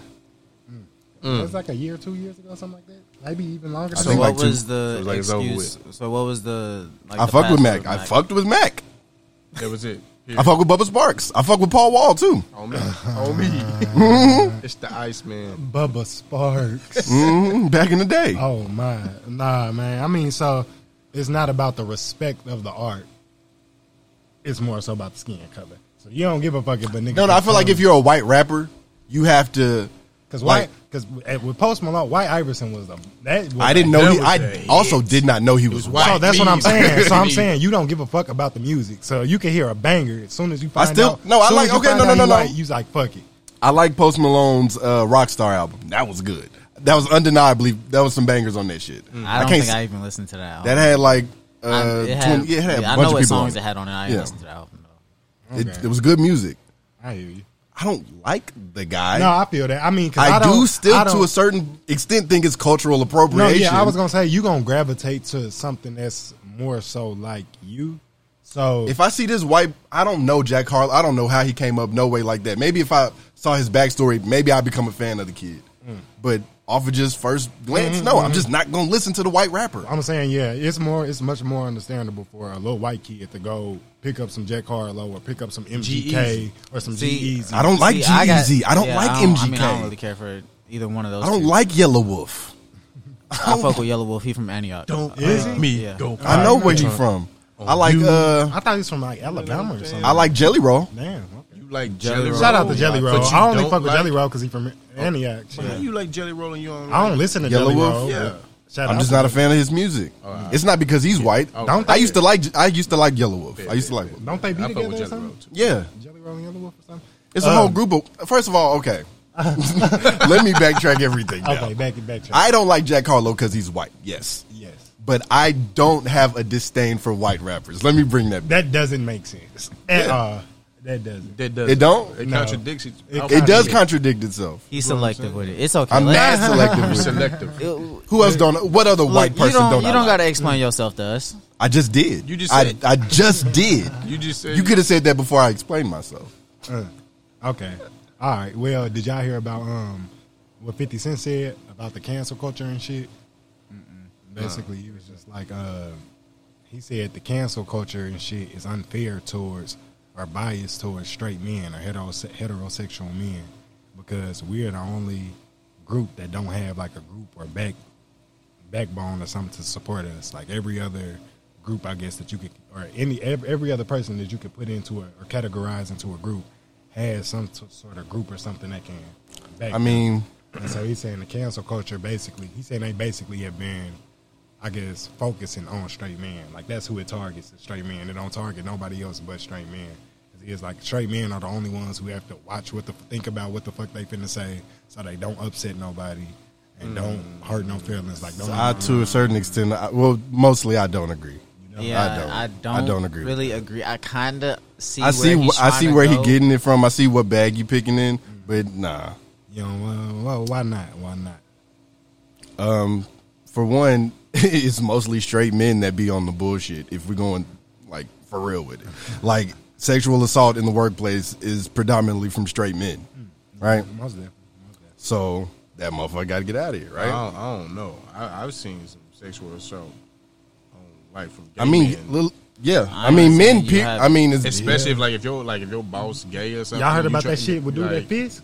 Speaker 9: It's like a year, two years ago, something like that. Maybe even longer.
Speaker 8: So
Speaker 5: think
Speaker 8: what
Speaker 5: like two-
Speaker 8: was the
Speaker 10: it was like it's over
Speaker 8: excuse? So what was the? Like
Speaker 5: I
Speaker 8: the
Speaker 5: fucked with
Speaker 8: password
Speaker 5: Mac. I fucked with Mac.
Speaker 10: That was it. Here,
Speaker 5: I fuck with Bubba Sparks. I fuck with Paul Wall too.
Speaker 10: on me, on me. it's the Iceman.
Speaker 9: Bubba Sparks.
Speaker 5: Mhm, back in the day,
Speaker 9: oh my, nah, man. I mean, so it's not about the respect of the art. It's more so about the skin color. So you don't give a fuck if a nigga.
Speaker 5: no, no. I feel like if you're a white rapper, you have to.
Speaker 9: because
Speaker 5: like-
Speaker 9: white because eh, with Post Malone, White Iverson was the that. Was
Speaker 5: I didn't
Speaker 9: the-
Speaker 5: know. He,
Speaker 10: was
Speaker 5: I
Speaker 10: a
Speaker 5: also did not know he was white.
Speaker 9: So that's what I'm saying. So I'm
Speaker 10: Please.
Speaker 9: saying you don't give a fuck about the music. So you can hear a banger as soon as you
Speaker 5: I
Speaker 9: find
Speaker 5: still-
Speaker 9: out.
Speaker 5: no, I
Speaker 9: soon
Speaker 5: like-
Speaker 9: as you
Speaker 5: okay,
Speaker 9: find
Speaker 5: no,
Speaker 9: out
Speaker 5: no,
Speaker 9: he
Speaker 5: no, no.
Speaker 9: white, You like fuck it.
Speaker 10: I like Post Malone's uh, Rockstar album. That was good. That was undeniably. That was some bangers on that shit.
Speaker 8: Mm. I don't
Speaker 10: can't
Speaker 8: think
Speaker 10: s-
Speaker 8: I even listened to that album.
Speaker 10: that had like uh,
Speaker 8: I- it had-
Speaker 10: 20, yeah, it had
Speaker 8: yeah,
Speaker 10: a
Speaker 8: I
Speaker 10: bunch
Speaker 8: know
Speaker 10: of
Speaker 8: what
Speaker 10: people. on
Speaker 8: songs
Speaker 10: it.
Speaker 8: it had on it. I didn't
Speaker 10: Yeah.
Speaker 8: listen to the album. though.
Speaker 10: It, it was good music.
Speaker 5: I hear you.
Speaker 10: I don't like the guy.
Speaker 9: No, I feel that. I mean, 'cause
Speaker 10: I,
Speaker 9: I,
Speaker 10: do
Speaker 9: don't-
Speaker 10: still
Speaker 9: I
Speaker 10: to
Speaker 9: don't-
Speaker 10: a certain extent think it's cultural
Speaker 9: No,
Speaker 10: appropriation.
Speaker 9: yeah, I was gonna say you gonna gravitate to something that's more so like you. So
Speaker 10: if I see this white, I don't know Jack Harlow. I don't know how he came up no way like that. Maybe if I saw his backstory, maybe I'd become a fan of the kid.
Speaker 9: Hmm.
Speaker 10: But off of just first glance, no, I'm just not gonna listen to the white rapper.
Speaker 9: I'm saying, yeah, it's more, it's much more understandable for a little white kid to go pick up some Jack Harlow or pick up some MGK or some G
Speaker 8: See,
Speaker 9: Easy.
Speaker 10: I don't like
Speaker 8: See, I got-
Speaker 10: G Easy. I don't
Speaker 8: yeah,
Speaker 10: like
Speaker 8: I mean, I don't
Speaker 10: MGK.
Speaker 8: really care for either one of those.
Speaker 10: I don't
Speaker 8: two.
Speaker 10: like Yellow Wolf.
Speaker 8: I fuck with Yellow Wolf. He from Antioch.
Speaker 9: Don't-
Speaker 8: Uh,
Speaker 9: is he?
Speaker 8: me? Yeah.
Speaker 10: I know where he from. I like uh
Speaker 9: Oh, I thought he was from like Alabama or something.
Speaker 10: I like Jelly Roll.
Speaker 9: Damn. okay.
Speaker 5: You like Jelly Roll? Oh,
Speaker 9: Shout out to Jelly Roll.
Speaker 5: But you
Speaker 9: I only
Speaker 5: don't
Speaker 9: fuck with
Speaker 5: like-
Speaker 9: Jelly Roll because he's from Antioch. shit.
Speaker 10: Oh,
Speaker 5: Why You like Jelly Roll and you don't
Speaker 9: I
Speaker 5: like
Speaker 9: don't listen to
Speaker 10: Yellow
Speaker 9: Jelly
Speaker 10: Wolf?
Speaker 9: Roll.
Speaker 5: Yeah.
Speaker 9: but Shout
Speaker 10: I'm
Speaker 9: out
Speaker 10: just
Speaker 9: to
Speaker 10: not a
Speaker 9: him.
Speaker 10: fan of his music. It's not because he's white.
Speaker 9: Don't
Speaker 10: I
Speaker 9: they-
Speaker 10: used to like I used to like Yellow Wolf. I used to like
Speaker 9: Don't they be
Speaker 5: I fuck
Speaker 9: together
Speaker 5: with
Speaker 9: or
Speaker 5: Jelly Roll
Speaker 9: something?
Speaker 5: too.
Speaker 10: Yeah.
Speaker 9: Jelly Roll and Yellow Wolf or something?
Speaker 10: It's a whole
Speaker 9: Um,
Speaker 10: group of first of all, okay. Let me backtrack everything. now.
Speaker 9: Okay, back it back.
Speaker 10: I don't like Jack Harlow because he's white, yes.
Speaker 9: yes.
Speaker 10: But I don't have a disdain for white rappers. Let me bring that back.
Speaker 9: That doesn't make sense at all. That doesn't.
Speaker 5: That does
Speaker 10: It don't?
Speaker 5: It
Speaker 9: No.
Speaker 5: contradicts it.
Speaker 9: It-
Speaker 10: It does contradict itself.
Speaker 8: He's selective with it. It's okay.
Speaker 10: I'm
Speaker 8: Like,
Speaker 10: mad selective.
Speaker 5: You're
Speaker 10: with it.
Speaker 5: selective.
Speaker 8: it-
Speaker 10: Who else don't what other
Speaker 8: look,
Speaker 10: white
Speaker 8: you
Speaker 10: person
Speaker 8: don't,
Speaker 10: don't,
Speaker 8: you
Speaker 10: I
Speaker 8: don't
Speaker 10: like?
Speaker 8: got to explain yourself to us.
Speaker 10: I just did.
Speaker 5: You just
Speaker 10: I,
Speaker 5: said it.
Speaker 10: I just did.
Speaker 5: You just said
Speaker 10: You could have said that before I explained myself.
Speaker 9: Uh, okay. All right. Well, did y'all hear about um what Fifty Cent said about the cancel culture and shit? Basically, he was just like, uh, he said the cancel culture and shit is unfair towards or biased towards straight men or heterose- heterosexual men because we're the only group that don't have like a group or back backbone or something to support us. Like every other group, I guess that you could, or any ev- every other person that you could put into a, or categorize into a group has some t- sort of group or something that can. Back
Speaker 10: I mean,
Speaker 9: and so he's saying the cancel culture basically, he's saying they basically have been, I guess, focusing on straight men. Like that's who it targets, is straight men. It don't target nobody else but straight men. 'Cause It's like straight men are the only ones who have to watch what the think about what the fuck they finna say, so they don't upset nobody and don't hurt no feelings. Like don't
Speaker 10: I to a certain extent, I, well, mostly I don't agree.
Speaker 8: Yeah,
Speaker 10: don't.
Speaker 8: I don't.
Speaker 10: I don't agree with
Speaker 8: Really agree. I kind of see.
Speaker 10: I see,
Speaker 8: Where
Speaker 10: wh-
Speaker 8: he's
Speaker 10: I see
Speaker 8: tryna
Speaker 10: where he
Speaker 8: go.
Speaker 10: getting it from. I see what bag you picking in, but nah.
Speaker 9: You know, well, well, why not? Why not?
Speaker 10: For one, it's mostly straight men that be on the bullshit. If we're going like for real with it, like sexual assault in the workplace is predominantly from straight men, right?
Speaker 9: Most definitely.
Speaker 10: So that motherfucker got to get out of here,
Speaker 5: I
Speaker 10: right?
Speaker 5: don't, I don't know. I, I've seen some sexual assault on like from. Gay
Speaker 10: I mean,
Speaker 5: men.
Speaker 10: little, yeah. I,
Speaker 8: I
Speaker 10: mean,
Speaker 8: understand
Speaker 10: men.
Speaker 8: you
Speaker 10: Pe-
Speaker 8: have-
Speaker 10: I mean, it's,
Speaker 5: especially if like if your like if your boss gay or something.
Speaker 9: Y'all heard
Speaker 5: you
Speaker 9: about
Speaker 5: try-
Speaker 9: that shit with dude that
Speaker 5: like,
Speaker 9: fish?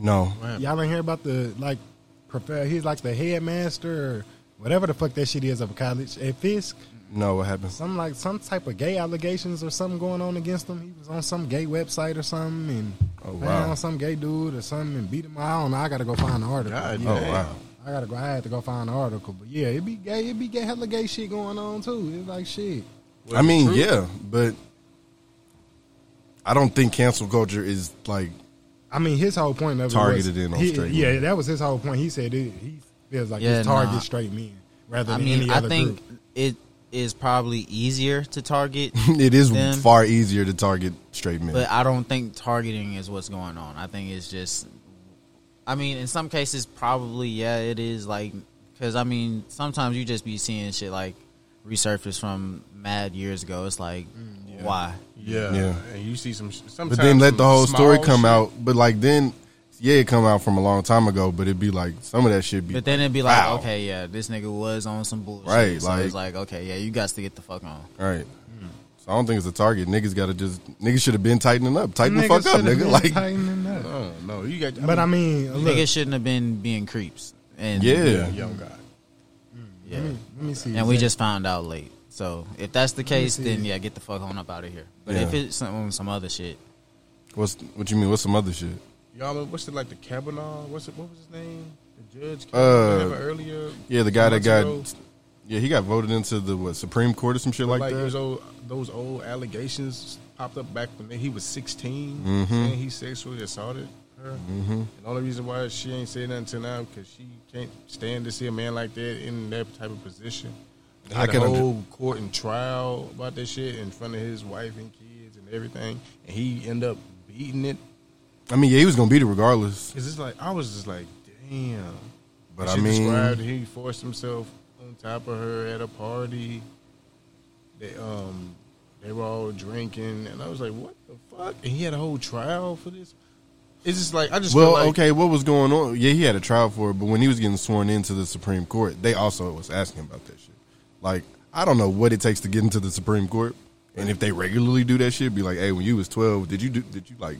Speaker 10: no.
Speaker 9: Y'all ain't hear about the like prof- he's like the headmaster or whatever the fuck that shit is of college at Fisk.
Speaker 10: No, what happens?
Speaker 9: Some like some type of gay allegations or something going on against him. He was on some gay website or something and
Speaker 10: Oh,
Speaker 9: found
Speaker 10: wow.
Speaker 9: some gay dude or something and beat him. I don't know. I gotta go find the article.
Speaker 5: God
Speaker 9: Yeah.
Speaker 10: Oh
Speaker 5: damn.
Speaker 10: wow,
Speaker 9: I gotta go. I had to go find the article, but yeah, it be gay. It be gay, hella gay shit going on too. It's like shit.
Speaker 10: I mean, yeah, but I don't think cancel culture is like
Speaker 9: I mean, his whole point of it
Speaker 10: Targeted
Speaker 9: was,
Speaker 10: in on
Speaker 9: he-
Speaker 10: straight
Speaker 9: Yeah,
Speaker 10: men.
Speaker 9: that was his whole point. He said it, he feels like
Speaker 8: Yeah,
Speaker 9: it's target
Speaker 8: nah.
Speaker 9: straight men rather
Speaker 8: I
Speaker 9: than
Speaker 8: mean,
Speaker 9: any
Speaker 8: I
Speaker 9: other
Speaker 8: think
Speaker 9: group.
Speaker 8: it is probably easier to target,
Speaker 10: it is
Speaker 8: Them.
Speaker 10: far e- easier to target straight men.
Speaker 8: but I don't think targeting is what's going on. I think it's just. I mean, in some cases, probably yeah, it is like because I mean, sometimes you just be seeing shit like resurface from mad years ago. It's like,
Speaker 9: Mm,
Speaker 8: why?
Speaker 5: Yeah.
Speaker 10: Yeah.
Speaker 5: And you see some. sh- Sometimes
Speaker 10: but then let
Speaker 5: some
Speaker 10: the whole
Speaker 5: small
Speaker 10: story come
Speaker 5: shit.
Speaker 10: out. But like then, yeah, it come out from a long time ago. But it'd be like some of that shit be.
Speaker 8: But then it'd be like,
Speaker 10: Wow.
Speaker 8: okay, yeah, this nigga was on some bullshit.
Speaker 10: Right,
Speaker 8: so
Speaker 10: like-
Speaker 8: it's like, okay, yeah, you got to get the fuck on.
Speaker 10: right. So I don't think it's a target. Niggas got to just niggas should have been tightening up, tighten the fuck up,
Speaker 9: shoulda
Speaker 10: nigga.
Speaker 9: been
Speaker 10: Like
Speaker 9: tightening up.
Speaker 5: Oh no, you got.
Speaker 9: But I mean, look,
Speaker 8: Niggas shouldn't have been being creeps. And
Speaker 10: yeah,
Speaker 5: young guy.
Speaker 8: yeah.
Speaker 9: let me see.
Speaker 8: And we just found out late. So if that's the case, then yeah, get the fuck on up out of here. But
Speaker 10: Yeah.
Speaker 8: if it's some some other shit,
Speaker 10: What's what you mean? What's some other shit?
Speaker 5: Y'all, what's it like the Kavanaugh? What's it? What was his name? The judge.
Speaker 10: Uh,
Speaker 5: Kavanaugh, earlier.
Speaker 10: Yeah, the guy that
Speaker 5: months
Speaker 10: got
Speaker 5: ago.
Speaker 10: yeah he got voted into the what Supreme Court or some shit like,
Speaker 5: like
Speaker 10: that.
Speaker 5: those old those
Speaker 10: Mm-hmm.
Speaker 5: old allegations popped up back when he was 16 saying he sexually assaulted
Speaker 10: her. And the only reason why she ain't saying nothing till now because she can't stand to see a man like that in that type of position. They
Speaker 5: I
Speaker 10: had
Speaker 5: can
Speaker 10: a
Speaker 5: under-
Speaker 10: whole court and trial about that shit in front of his wife and kids and everything, and he end up beating it.
Speaker 5: I mean, yeah, he was gonna beat it regardless.
Speaker 10: Cause it's like I was just like, damn.
Speaker 5: But
Speaker 10: She
Speaker 5: I mean,
Speaker 10: described he forced himself on top of her at a party. They um they were all drinking, and I was like, what the fuck? And he had a whole trial for this. It's just like I just
Speaker 5: well,
Speaker 10: felt like,
Speaker 5: okay, what was going on? Yeah, he had a trial for it, but when he was getting sworn into the Supreme Court, they also was asking about that shit. Like, I don't know what it takes to get into the Supreme Court, and if they regularly do that shit, be like, hey, when you was twelve, did you do? Did you like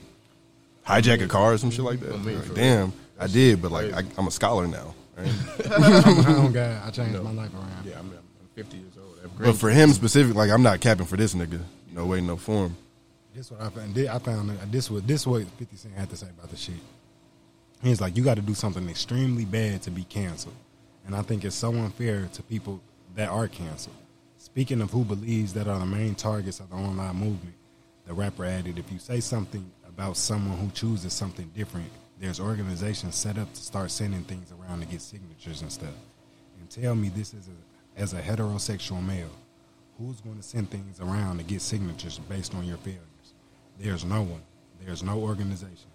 Speaker 5: hijack a car or some shit like that?
Speaker 10: On me,
Speaker 5: Like,
Speaker 10: for
Speaker 5: Damn, I did, but like, I,
Speaker 10: crazy.
Speaker 5: I'm a scholar now. Right?
Speaker 9: oh God, I changed my life around.
Speaker 10: Yeah, I mean, I'm 50 years old. I have
Speaker 5: but
Speaker 10: great.
Speaker 5: for him specific, like, I'm not capping for this nigga. No way, no form.
Speaker 9: This what I found. thi- I found that this was this what Fifty Cent had to say about the shit. He's like, you got to do something extremely bad to be canceled, and I think it's so unfair to people that are canceled. Speaking of who believes that are the main targets of the online movement, the rapper added, if you say something about someone who chooses something different, there's organizations set up to start sending things around to get signatures and stuff. And tell me this is a, as a heterosexual male. Who's going to send things around to get signatures based on your failures? There's no one. There's no organization.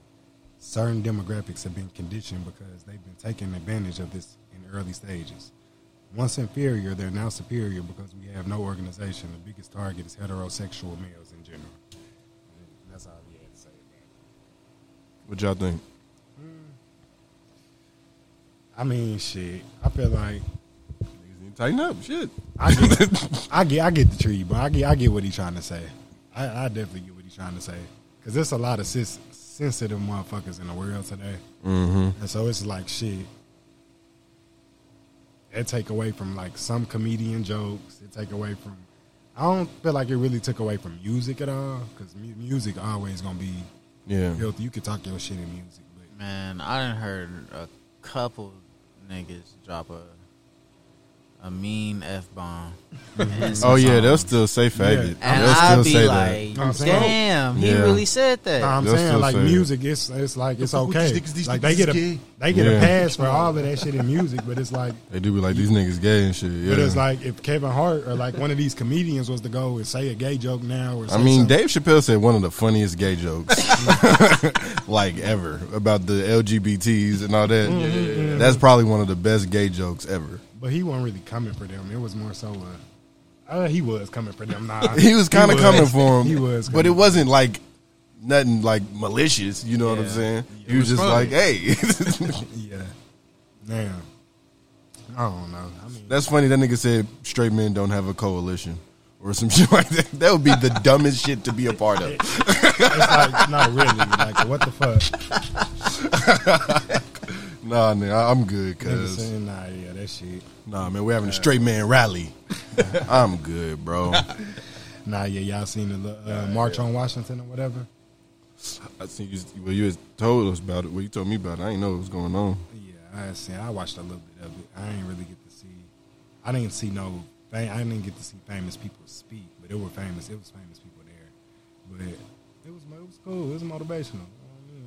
Speaker 9: Certain demographics have been conditioned because they've been taking advantage of this in early stages. Once inferior, they're now superior because we have no organization. The biggest target is heterosexual males in general. And That's all we had to say about
Speaker 5: What y'all think?
Speaker 9: it. I mean, shit. I feel like
Speaker 5: Tighten up, shit.
Speaker 9: I get, I get, I get the tree, but I get, I get what he's trying to say. I, I definitely get what he's trying to say because there's a lot of sis, sensitive motherfuckers in the world today, mm-hmm. and so it's like shit. It take away from like some comedian jokes. It take away from. I don't feel like it really took away from music at all because mu- music always gonna be
Speaker 5: Yeah,
Speaker 9: filthy. You could talk your shit in music, but
Speaker 8: Man, I done heard a couple niggas drop a a mean f bomb.
Speaker 5: Oh yeah, they'll still say faggot.
Speaker 8: And
Speaker 5: They'll
Speaker 8: I'd
Speaker 5: still
Speaker 8: be
Speaker 5: say that.
Speaker 8: like,
Speaker 9: I'm saying-
Speaker 8: damn, he
Speaker 5: Yeah.
Speaker 8: really said that.
Speaker 9: Nah, I'm
Speaker 5: They'll
Speaker 9: saying
Speaker 5: still
Speaker 9: like
Speaker 5: say it.
Speaker 9: music, it's it's like it's
Speaker 5: fuck with
Speaker 9: okay.
Speaker 5: these niggas, these
Speaker 9: like
Speaker 5: niggas
Speaker 9: they get a
Speaker 5: is gay.
Speaker 9: they get a
Speaker 5: Yeah.
Speaker 9: pass for all of that shit in music, but it's like
Speaker 5: They do be like these niggas gay and shit. Yeah.
Speaker 9: but it's like if Kevin Hart or like one of these comedians was to go and say a gay joke now or
Speaker 5: I
Speaker 9: say
Speaker 5: mean,
Speaker 9: something,
Speaker 5: Dave Chappelle said one of the funniest gay jokes, like ever, about the LGBTs and all that. That's probably one of the best gay jokes ever.
Speaker 9: but he wasn't really coming for them. It was more so uh, uh he was coming for them. Nah,
Speaker 5: He was kind of coming for him,
Speaker 9: He was,
Speaker 5: but it
Speaker 9: coming.
Speaker 5: wasn't like nothing like malicious. You know what I'm saying? He was, just like, hey,
Speaker 9: yeah. Damn, I don't know. I mean,
Speaker 5: that's funny. That nigga said straight men don't have a coalition. Or some shit like that. That would be the dumbest shit to be a part of.
Speaker 9: it's like not really. Like what the fuck?
Speaker 5: Nah, nigga, I- I'm good,
Speaker 9: Niggas
Speaker 5: cuz.
Speaker 9: saying nah, yeah, that shit.
Speaker 5: Nah, man, we're having a straight man rally. I'm good, bro.
Speaker 9: Nah, yeah, y'all seen the little, uh, march on Washington or whatever.
Speaker 5: I think you, well, you had told us about it. Well, you told me about it. I didn't know what was going on.
Speaker 9: Yeah, I seen. I watched a little bit of it. I didn't really get to see. I didn't see no. fam- I didn't get to see famous people speak, but it were famous. It was famous people there, but it was it was cool. It was motivational.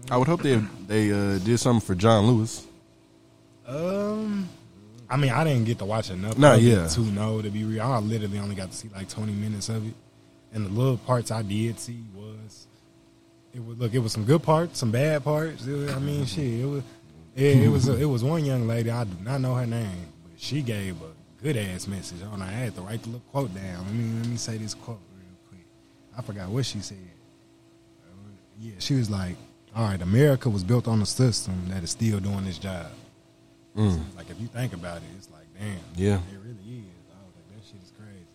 Speaker 5: I would hope they they uh, did something for John Lewis.
Speaker 9: Um, I mean, I didn't get to watch enough.
Speaker 5: Nah,
Speaker 9: of it
Speaker 5: yeah.
Speaker 9: To know to be real, I literally only got to see like twenty minutes of it, and the little parts I did see was it was look. It was some good parts, some bad parts. It was- I
Speaker 5: Mm-hmm.
Speaker 9: mean, shit. It was. Yeah, it was. it was one young lady. I do not know her name, but she gave a good ass message. On I had to write the little quote down. Let me let me say this quote real quick. I forgot what she said. Yeah, she was like, "All right, America was built on a system that is still doing this job." So, like if you think about it, it's like, damn,
Speaker 5: Yeah.
Speaker 9: it really is. I was like, that shit is crazy.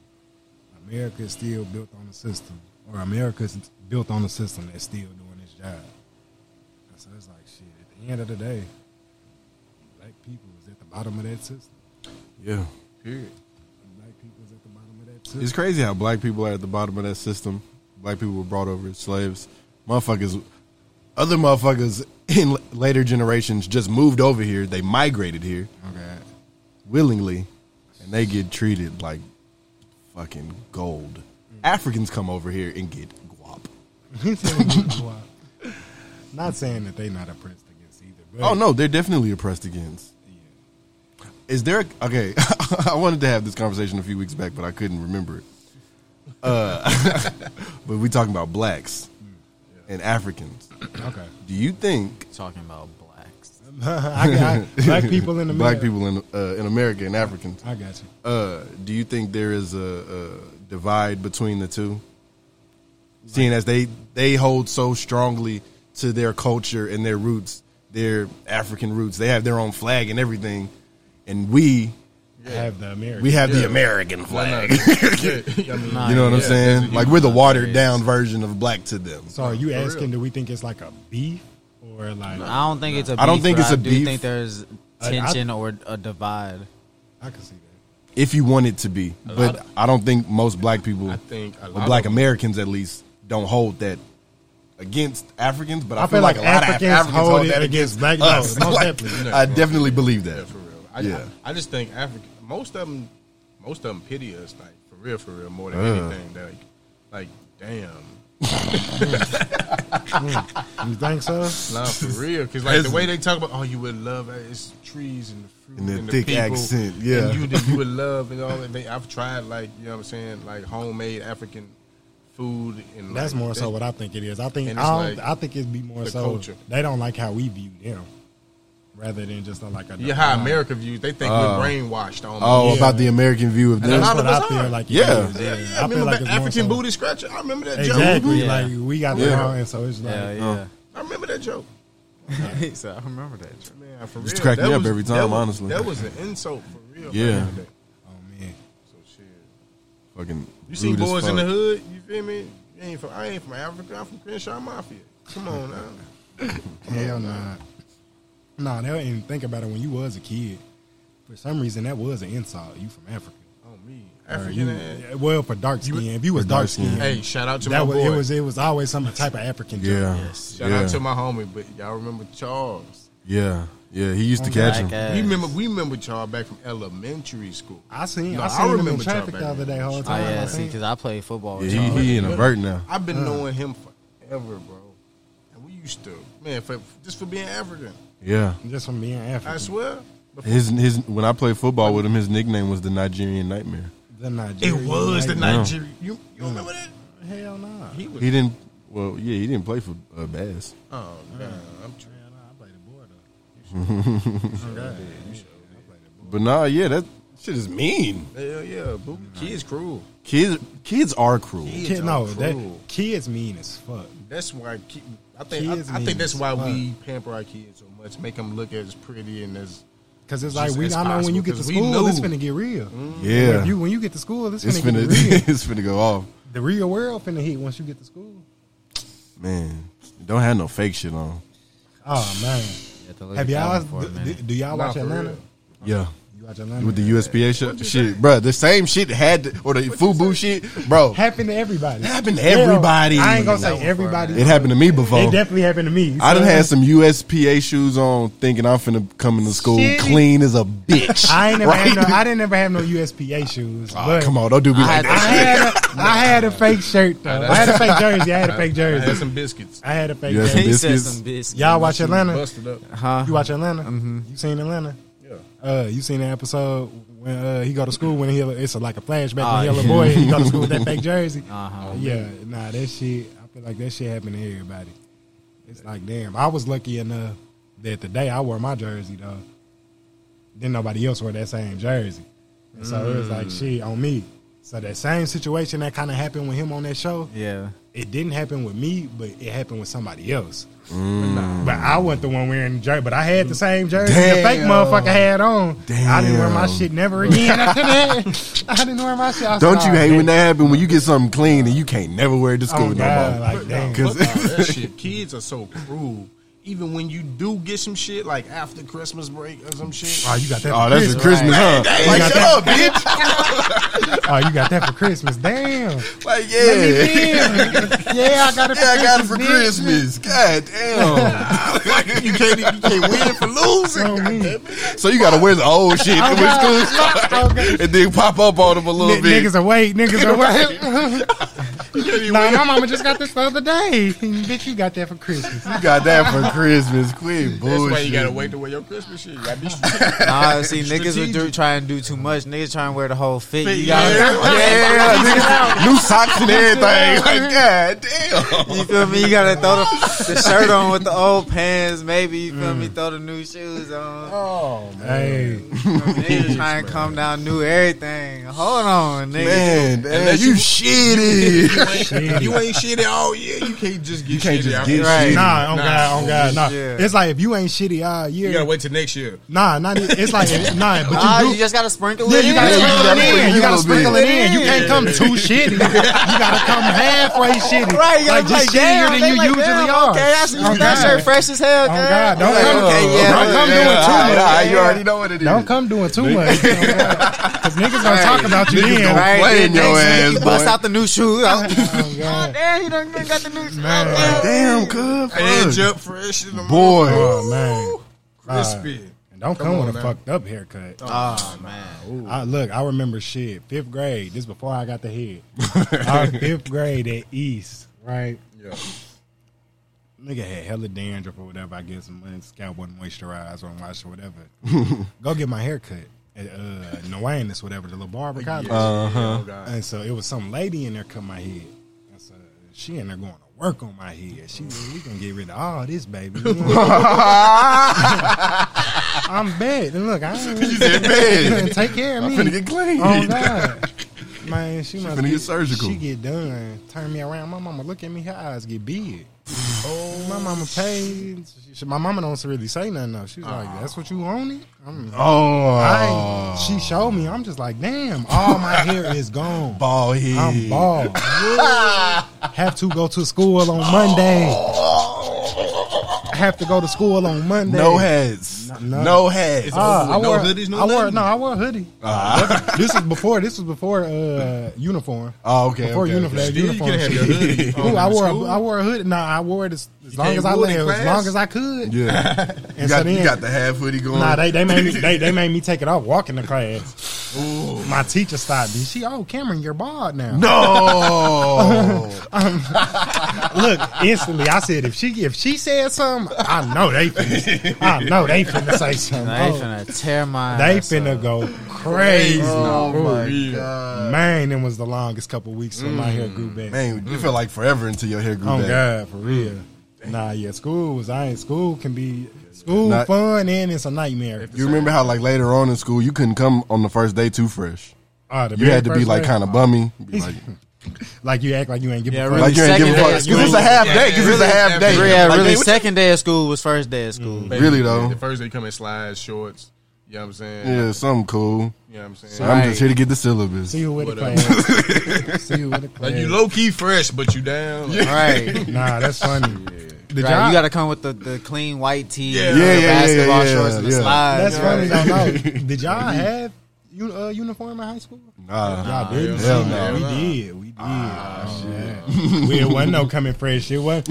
Speaker 9: America is still built on a system, or America is built on a system that's still doing its job. And so it's like, shit. At the end of the day, black people is at the bottom of that system.
Speaker 5: Yeah,
Speaker 9: Black people is at the bottom of that
Speaker 5: it's
Speaker 9: system.
Speaker 5: crazy how black people are at the bottom of that system. Black people were brought over as slaves. Motherfuckers, other motherfuckers in l- later generations just moved over here. They migrated here
Speaker 9: Okay,
Speaker 5: willingly, and they get treated like fucking gold. Africans come over here and get guap.
Speaker 9: He said, "Wow." Not saying that they not oppressed against either. But
Speaker 10: Oh no, they're definitely oppressed against. Is there a- okay? I wanted to have this conversation a few weeks back, but I couldn't remember it. Uh, but we talking about blacks and Africans.
Speaker 9: Okay.
Speaker 10: Do you think
Speaker 8: Talking about blacks.
Speaker 9: I got black people in the
Speaker 10: black people in uh, in America and Africans?
Speaker 9: I got you.
Speaker 10: Uh, do you think there is a, a divide between the two? Seeing as they they hold so strongly to their culture and their roots, their African roots, they have their own flag and everything, and we
Speaker 9: I have the American.
Speaker 10: we have the American flag.
Speaker 8: Nah,
Speaker 10: You know what I'm
Speaker 8: yeah.
Speaker 10: saying? Like we're the watered down version of black to them.
Speaker 9: so are you asking? Do we think it's like a beef or like?
Speaker 8: I don't think it's a. Beef,
Speaker 10: I don't think
Speaker 8: but
Speaker 10: it's
Speaker 8: I
Speaker 10: a
Speaker 8: do
Speaker 10: beef.
Speaker 8: think there's
Speaker 9: I- I-
Speaker 8: tension or a divide.
Speaker 9: I can see that.
Speaker 10: If you want it to be, but I don't think most black people,
Speaker 7: I think a
Speaker 10: or
Speaker 7: lot
Speaker 10: black
Speaker 7: of
Speaker 10: Americans at least, don't hold that against Africans. But I,
Speaker 9: I, feel like,
Speaker 10: a lot
Speaker 9: Africans,
Speaker 10: of Africans
Speaker 9: hold it
Speaker 10: that
Speaker 9: against black us.
Speaker 10: us.
Speaker 9: No, most
Speaker 10: Like,
Speaker 9: definitely.
Speaker 10: I definitely believe that.
Speaker 7: for real. I,
Speaker 10: Yeah.
Speaker 7: I, I just think Africa. Most of them, most of them pity us, like for real, for real, more than anything. They're Like, like damn,
Speaker 9: Mm. You think so?
Speaker 7: nah, for real. Because like the way they talk about, oh, you would love uh, it's trees and the fruit
Speaker 10: And
Speaker 7: and
Speaker 10: their
Speaker 7: the,
Speaker 10: thick
Speaker 7: people,
Speaker 10: accent, yeah.
Speaker 7: and you that you would love and all. And they, I've tried like you know what I'm saying, like homemade African food and
Speaker 9: That's
Speaker 7: like,
Speaker 9: more so
Speaker 7: that-
Speaker 9: what I think it is. I think I,
Speaker 7: And it's
Speaker 9: don't,
Speaker 7: like
Speaker 9: I think it'd be more
Speaker 7: the
Speaker 9: so
Speaker 7: culture.
Speaker 9: they don't like how we view them, rather than just like a
Speaker 7: yeah, how America views. They think
Speaker 10: Oh.
Speaker 7: we're brainwashed almost.
Speaker 10: Oh,
Speaker 9: Yeah.
Speaker 10: about the American view of
Speaker 7: And a
Speaker 10: them.
Speaker 7: lot of
Speaker 9: But I
Speaker 7: us
Speaker 9: feel
Speaker 7: are.
Speaker 9: like it
Speaker 10: Yeah.
Speaker 9: is,
Speaker 7: yeah, yeah. I
Speaker 9: I feel
Speaker 7: remember
Speaker 9: like
Speaker 7: that
Speaker 9: it's more
Speaker 7: African
Speaker 9: so-
Speaker 7: booty scratcher. I remember that joke.
Speaker 9: Exactly.
Speaker 8: Yeah.
Speaker 9: Like we got the
Speaker 10: Yeah.
Speaker 9: wrong, and so it's like
Speaker 8: Yeah,
Speaker 10: Oh,
Speaker 5: Oh.
Speaker 8: yeah.
Speaker 7: I remember that joke.
Speaker 8: He said, I remember that.
Speaker 7: Man, for real.
Speaker 10: Used to crack
Speaker 7: that
Speaker 10: me up
Speaker 7: was-
Speaker 10: every
Speaker 7: that
Speaker 10: time,
Speaker 7: was-
Speaker 10: honestly.
Speaker 7: That was an insult for real.
Speaker 10: Yeah.
Speaker 7: back in the day.
Speaker 9: oh man,
Speaker 7: So shit.
Speaker 10: Fucking
Speaker 7: You see
Speaker 10: rude as
Speaker 7: boys in the
Speaker 10: fuck.
Speaker 7: hood, you feel me? You ain't from, I ain't from Africa, I'm from Crenshaw Mafia. Come on now.
Speaker 9: hell nah. Nah, they didn't even think about it when you was a kid. For some reason, that was an insult. You from Africa?
Speaker 7: On me.
Speaker 9: Or you-
Speaker 7: African ass.
Speaker 9: well, for dark skin. if you was dark skin,
Speaker 7: Hey, shout out to
Speaker 9: that
Speaker 7: my
Speaker 9: was
Speaker 7: boy.
Speaker 9: it. Was it was always some type of African? joke.
Speaker 10: Yeah.
Speaker 7: shout
Speaker 10: Yeah.
Speaker 7: out to my homie, but y'all remember Charles.
Speaker 10: yeah. Yeah. He used to catch
Speaker 8: Black
Speaker 10: him.
Speaker 8: ass.
Speaker 7: We remember we remember Charles back from elementary school.
Speaker 9: I seen.
Speaker 7: No,
Speaker 9: I
Speaker 7: I
Speaker 9: seen him in
Speaker 7: remember
Speaker 9: traffic
Speaker 7: Charback.
Speaker 9: the other day. Whole
Speaker 8: Oh
Speaker 9: time.
Speaker 8: yeah,
Speaker 9: I
Speaker 8: see,
Speaker 9: seen-
Speaker 8: because I played football.
Speaker 10: Yeah,
Speaker 8: With
Speaker 10: he,
Speaker 8: y'all.
Speaker 10: he in a vert now.
Speaker 7: I've been knowing him forever, bro. And we used to man, for, just for being African.
Speaker 10: Yeah.
Speaker 9: just from being African.
Speaker 7: I swear.
Speaker 10: His his when I played football with him, his nickname was the Nigerian Nightmare.
Speaker 9: the
Speaker 7: It
Speaker 9: Nigerian
Speaker 7: was the
Speaker 9: Nightmare.
Speaker 7: Nigeria. You, you remember that?
Speaker 9: Hell nah.
Speaker 7: Mm. He was.
Speaker 10: He didn't. Well, yeah, he didn't play for uh, Bass.
Speaker 7: Oh no, I'm
Speaker 9: Hell
Speaker 7: trying.
Speaker 9: nah, I played the board though.
Speaker 10: But nah, yeah, that shit is mean.
Speaker 7: Hell yeah, boo. Kids cruel.
Speaker 10: Kids, kids are cruel.
Speaker 7: Kids
Speaker 9: Kid,
Speaker 7: are
Speaker 9: no,
Speaker 7: cruel.
Speaker 9: that kids mean as fuck.
Speaker 7: That's why. Ki- I think. I,
Speaker 9: Kids
Speaker 7: I
Speaker 9: mean
Speaker 7: think that's why
Speaker 9: smart.
Speaker 7: we pamper our kids so much, make them look as pretty and as.
Speaker 9: Cause it's
Speaker 7: Just
Speaker 9: like we.
Speaker 7: as
Speaker 9: I know when you
Speaker 7: possible,
Speaker 9: get to
Speaker 7: 'cause we
Speaker 9: school, it's
Speaker 7: knew.
Speaker 9: finna get real.
Speaker 10: Yeah,
Speaker 9: If you when you get to school, it's
Speaker 10: it's
Speaker 9: finna,
Speaker 10: finna,
Speaker 9: get real.
Speaker 10: it's finna go off,
Speaker 9: The real world finna hit once you get to school.
Speaker 10: man. Don't have no fake shit on.
Speaker 9: Oh man,
Speaker 8: You have to look
Speaker 9: have
Speaker 8: at that
Speaker 9: y'all?
Speaker 8: one for a
Speaker 9: Do,
Speaker 8: minute.
Speaker 9: do y'all
Speaker 7: Nah,
Speaker 9: watch
Speaker 7: for
Speaker 9: Atlanta?
Speaker 7: real.
Speaker 10: Yeah,
Speaker 9: You watch Atlanta
Speaker 10: with the USPA shit, shit, bro. The same shit had to, or the FUBU shit, bro.
Speaker 9: Happened to everybody.
Speaker 10: Happened to everybody.
Speaker 9: I ain't gonna
Speaker 10: That
Speaker 9: say everybody.
Speaker 10: It happened to me before.
Speaker 9: It definitely happened to me.
Speaker 10: I done
Speaker 9: So,
Speaker 10: had some USPA shoes on, thinking I'm finna come into school
Speaker 9: Shit.
Speaker 10: clean as a bitch.
Speaker 9: I ain't never
Speaker 10: right?
Speaker 9: had no. I didn't never have no USPA shoes.
Speaker 10: Aw,
Speaker 9: but
Speaker 10: come on, don't do me
Speaker 8: I
Speaker 10: like
Speaker 8: had-
Speaker 9: I
Speaker 10: that.
Speaker 9: had a, I had a fake shirt though. I had a fake jersey. I had a fake
Speaker 7: I had
Speaker 9: jersey.
Speaker 7: some biscuits.
Speaker 9: I had a fake
Speaker 10: Yes,
Speaker 9: jersey.
Speaker 8: he said
Speaker 10: biscuits.
Speaker 8: some biscuits.
Speaker 9: Y'all watch Atlanta?
Speaker 7: Busted up.
Speaker 8: Huh?
Speaker 9: You watch Atlanta? Mm-hmm. You seen Atlanta?
Speaker 7: Yeah.
Speaker 9: Uh, you seen the episode when uh, he go to school when he it's a, like a flashback
Speaker 8: Ah,
Speaker 9: when he a little
Speaker 8: yeah.
Speaker 9: boy he go to school with that fake jersey.
Speaker 8: Uh-huh.
Speaker 9: Yeah, nah, that shit. I feel like that shit happened to everybody. It's like damn, I was lucky enough that the day I wore my jersey though, then nobody else wore that same jersey, and so it was like shit on me. So that same situation that kind of happened with him on that show,
Speaker 8: Yeah.
Speaker 9: it didn't happen with me, but it happened with somebody else.
Speaker 10: Mm.
Speaker 9: But I wasn't the one wearing the jersey, but I had the same jersey the fake
Speaker 10: Damn.
Speaker 9: motherfucker had on. I didn't wear my
Speaker 10: Damn.
Speaker 9: shit never again after that. I didn't wear my shit. I
Speaker 10: Don't
Speaker 9: said,
Speaker 10: you
Speaker 9: "Oh,
Speaker 10: hate
Speaker 9: man."
Speaker 10: when that happen when you get something clean and you can't never wear it to
Speaker 9: Oh,
Speaker 10: school no
Speaker 9: God,
Speaker 10: more?
Speaker 9: like, damn.
Speaker 7: Fuck all
Speaker 10: Because
Speaker 7: that shit. Kids are so cruel. even when you do get some shit, like after Christmas break or some shit.
Speaker 9: Oh, you got that.
Speaker 10: Oh,
Speaker 9: for
Speaker 10: that's a
Speaker 9: Christmas.
Speaker 10: Christmas, huh?
Speaker 9: You got that.
Speaker 10: bitch.
Speaker 9: Oh, you got that for Christmas. Damn.
Speaker 10: Like, yeah.
Speaker 9: yeah, I got it. For
Speaker 10: Yeah, I got it for
Speaker 9: bitch.
Speaker 10: Christmas. God damn. you can't you can't win for losing.
Speaker 9: Oh, me.
Speaker 10: So you gotta wear the old shit
Speaker 9: Oh,
Speaker 10: when
Speaker 9: God.
Speaker 10: school starts, and then pop up on them a little
Speaker 9: N-
Speaker 10: bit.
Speaker 9: niggas awake. Niggas awake. nah, my mama just got this the other day. Bitch, you got that for Christmas.
Speaker 10: You got that for Christmas. Quit
Speaker 7: That's
Speaker 10: bullshit.
Speaker 7: why you gotta wait to wear your Christmas shit. You gotta be strategic.
Speaker 8: Nah, see, niggas would do, try and do too much. Niggas try and wear the whole fit. You got
Speaker 10: Yeah, niggas, new socks and everything. Like, god damn.
Speaker 8: You feel me? You gotta throw the, the shirt on with the old pants, maybe. You feel me? Throw the new shoes on.
Speaker 9: Hey,
Speaker 8: Niggas try and come down new everything. Hold on, nigga.
Speaker 10: Man, damn, you shitty.
Speaker 7: you ain't shitty all year. You can't just get
Speaker 10: You can't
Speaker 7: shitty
Speaker 10: just
Speaker 7: out
Speaker 10: get
Speaker 7: right.
Speaker 10: shitty.
Speaker 9: nah, on God, on God, nah.
Speaker 8: Yeah.
Speaker 9: It's like if you ain't shitty all
Speaker 7: You gotta
Speaker 9: year,
Speaker 7: wait till next year.
Speaker 9: nah, not. e- It's like nah,
Speaker 8: Ah,
Speaker 9: but you
Speaker 8: you
Speaker 9: do.
Speaker 8: just gotta sprinkle
Speaker 9: Yeah,
Speaker 8: it
Speaker 9: you
Speaker 8: in.
Speaker 9: gotta
Speaker 10: Yeah, you
Speaker 9: sprinkle
Speaker 10: gotta
Speaker 9: it in. You
Speaker 10: sprinkle
Speaker 9: gotta
Speaker 10: it in.
Speaker 9: sprinkle it in. You can't come too shitty. You gotta come halfway shitty.
Speaker 8: Right, you gotta
Speaker 9: Like
Speaker 8: be like,
Speaker 9: just shittier
Speaker 8: damn,
Speaker 9: than
Speaker 8: they
Speaker 9: you
Speaker 8: like,
Speaker 9: usually
Speaker 8: damn,
Speaker 9: are.
Speaker 8: Okay, that's,
Speaker 9: On
Speaker 8: that
Speaker 9: God.
Speaker 8: shirt fresh as hell,
Speaker 9: On
Speaker 8: girl.
Speaker 9: God, don't
Speaker 8: Like,
Speaker 9: come-
Speaker 8: okay, yeah,
Speaker 9: don't come doing too
Speaker 10: Ah,
Speaker 9: much.
Speaker 10: nah, you already know what it is.
Speaker 9: Don't come doing too much. Because niggas gonna talk about you
Speaker 10: Niggas
Speaker 9: then.
Speaker 10: gonna
Speaker 9: Right.
Speaker 10: play
Speaker 8: then
Speaker 10: in your
Speaker 8: next week
Speaker 10: ass,
Speaker 8: You bust
Speaker 10: boy.
Speaker 8: out the new shoe. Oh,
Speaker 9: Oh, God.
Speaker 8: damn, he done done got the new shoe.
Speaker 10: Damn, good.
Speaker 7: Edge up fresh in the
Speaker 10: Boy.
Speaker 9: Oh, man.
Speaker 7: crispy.
Speaker 9: And don't come, with a fucked up haircut.
Speaker 8: Oh, man.
Speaker 9: I, look, I remember shit. Fifth grade. This before I got the head. Our fifth grade at East, right?
Speaker 7: Yeah.
Speaker 9: Nigga had hella dandruff or whatever. I guess my scalp wasn't moisturized or washed or whatever. Go get my haircut at uh, Nuanis, whatever, the little barber college.
Speaker 7: Uh-huh.
Speaker 9: And so it was some lady in there cut my head. And so she in there going to work on my head. She said, we going to get rid of all this, baby. You know what I'm I'm bad. And look, I
Speaker 10: You
Speaker 9: ain't
Speaker 10: said, man,
Speaker 9: take care of
Speaker 10: I'm
Speaker 9: me.
Speaker 10: finna get clean.
Speaker 9: Oh God, man, she, must
Speaker 10: finna get surgical.
Speaker 9: She get done, turn me around. My mama look at me, her eyes get big. Oh, my mama paid. She, my mama don't really say nothing though. She's like, "That's what you wanted." I'm,
Speaker 10: Oh,
Speaker 9: I, she showed me. I'm just like, "Damn, all my hair is gone.
Speaker 10: ball head.
Speaker 9: I'm bald. Have to go to school on Monday. Have to go to school on Monday.
Speaker 10: No hats. No,
Speaker 9: no.
Speaker 10: hats.
Speaker 9: Ah, I
Speaker 7: no
Speaker 9: wore
Speaker 7: hoodies, no
Speaker 9: I wore
Speaker 7: nothing? Ah.
Speaker 9: no, I wore a hoodie. this is before. This was before uh, uniform.
Speaker 7: Ah,
Speaker 10: Oh, okay,
Speaker 9: Before
Speaker 10: okay,
Speaker 9: uniform.
Speaker 10: okay.
Speaker 9: that
Speaker 7: Still, you
Speaker 9: uniform
Speaker 7: can have
Speaker 9: shit.
Speaker 7: your hoodie.
Speaker 9: Ooh,
Speaker 7: on
Speaker 9: I
Speaker 7: in
Speaker 9: wore
Speaker 7: school.
Speaker 9: a, I wore a hood. Nah, I wore it as, as long
Speaker 7: can't
Speaker 9: as I
Speaker 7: rule in
Speaker 9: lived, as
Speaker 7: class?
Speaker 9: long as I could.
Speaker 10: yeah.
Speaker 9: And so
Speaker 10: You got,
Speaker 9: then,
Speaker 10: you got the half hoodie going.
Speaker 9: nah, they, they made me they, they made me take it off walking to class. My teacher stopped me. She, oh, Cameron, you're bald now.
Speaker 10: no.
Speaker 9: Look, instantly, I said if she if she said something, I know they finna, I know they finna say something.
Speaker 8: They
Speaker 9: Oh,
Speaker 8: finna tear my
Speaker 9: They
Speaker 8: ass up.
Speaker 9: finna go crazy.
Speaker 10: oh my
Speaker 7: real.
Speaker 10: god.
Speaker 9: Man, it was the longest couple weeks when my hair grew back.
Speaker 10: Man, you feel like forever until your hair grew
Speaker 9: oh
Speaker 10: back.
Speaker 9: God, for real. Nah, yeah, school was I ain't school can be school
Speaker 10: Not-
Speaker 9: fun and it's a nightmare.
Speaker 10: You remember how like later on in school you couldn't come on the first day too fresh.
Speaker 9: Ah, the
Speaker 10: You
Speaker 9: very
Speaker 10: had to be
Speaker 9: first
Speaker 10: like
Speaker 9: day,
Speaker 10: kind of bummy. Be Like,
Speaker 9: like you act like you ain't giving
Speaker 8: Yeah,
Speaker 9: a fuck.
Speaker 8: really.
Speaker 10: like you ain't giving
Speaker 8: second
Speaker 10: a fuck.
Speaker 8: day
Speaker 10: Cause
Speaker 8: at school.
Speaker 10: it's a half day. Cause it's a half day.
Speaker 8: Yeah,
Speaker 10: Like,
Speaker 8: really.
Speaker 10: man, what-
Speaker 8: Second day of school was first day of school.
Speaker 7: Mm.
Speaker 10: Really, though.
Speaker 7: The first they come in slides, shorts. You know what I'm saying?
Speaker 10: Yeah, something cool.
Speaker 7: You know what I'm saying?
Speaker 10: I'm just here to get the syllabus.
Speaker 9: See you with the
Speaker 7: Whatever.
Speaker 9: class. See you with the class.
Speaker 7: like you low key fresh, but you down. Like,
Speaker 8: Right. right.
Speaker 9: Nah, that's funny. The job,
Speaker 8: You gotta come with the, the clean white tee,
Speaker 7: Yeah.
Speaker 8: and
Speaker 7: Yeah,
Speaker 8: the
Speaker 10: yeah, yeah,
Speaker 8: basketball
Speaker 10: yeah,
Speaker 8: shorts, and the
Speaker 10: yeah.
Speaker 9: that's
Speaker 8: slides. you know?
Speaker 9: funny. Y'all know. Did y'all have u- uh, uniform in high school?
Speaker 10: Nah.
Speaker 9: Y'all didn't.
Speaker 10: hell
Speaker 9: See,
Speaker 7: no.
Speaker 9: We
Speaker 7: Hell no.
Speaker 9: did. We did.
Speaker 10: Ah,
Speaker 9: Yeah. we, it wasn't no coming fresh. It wasn't.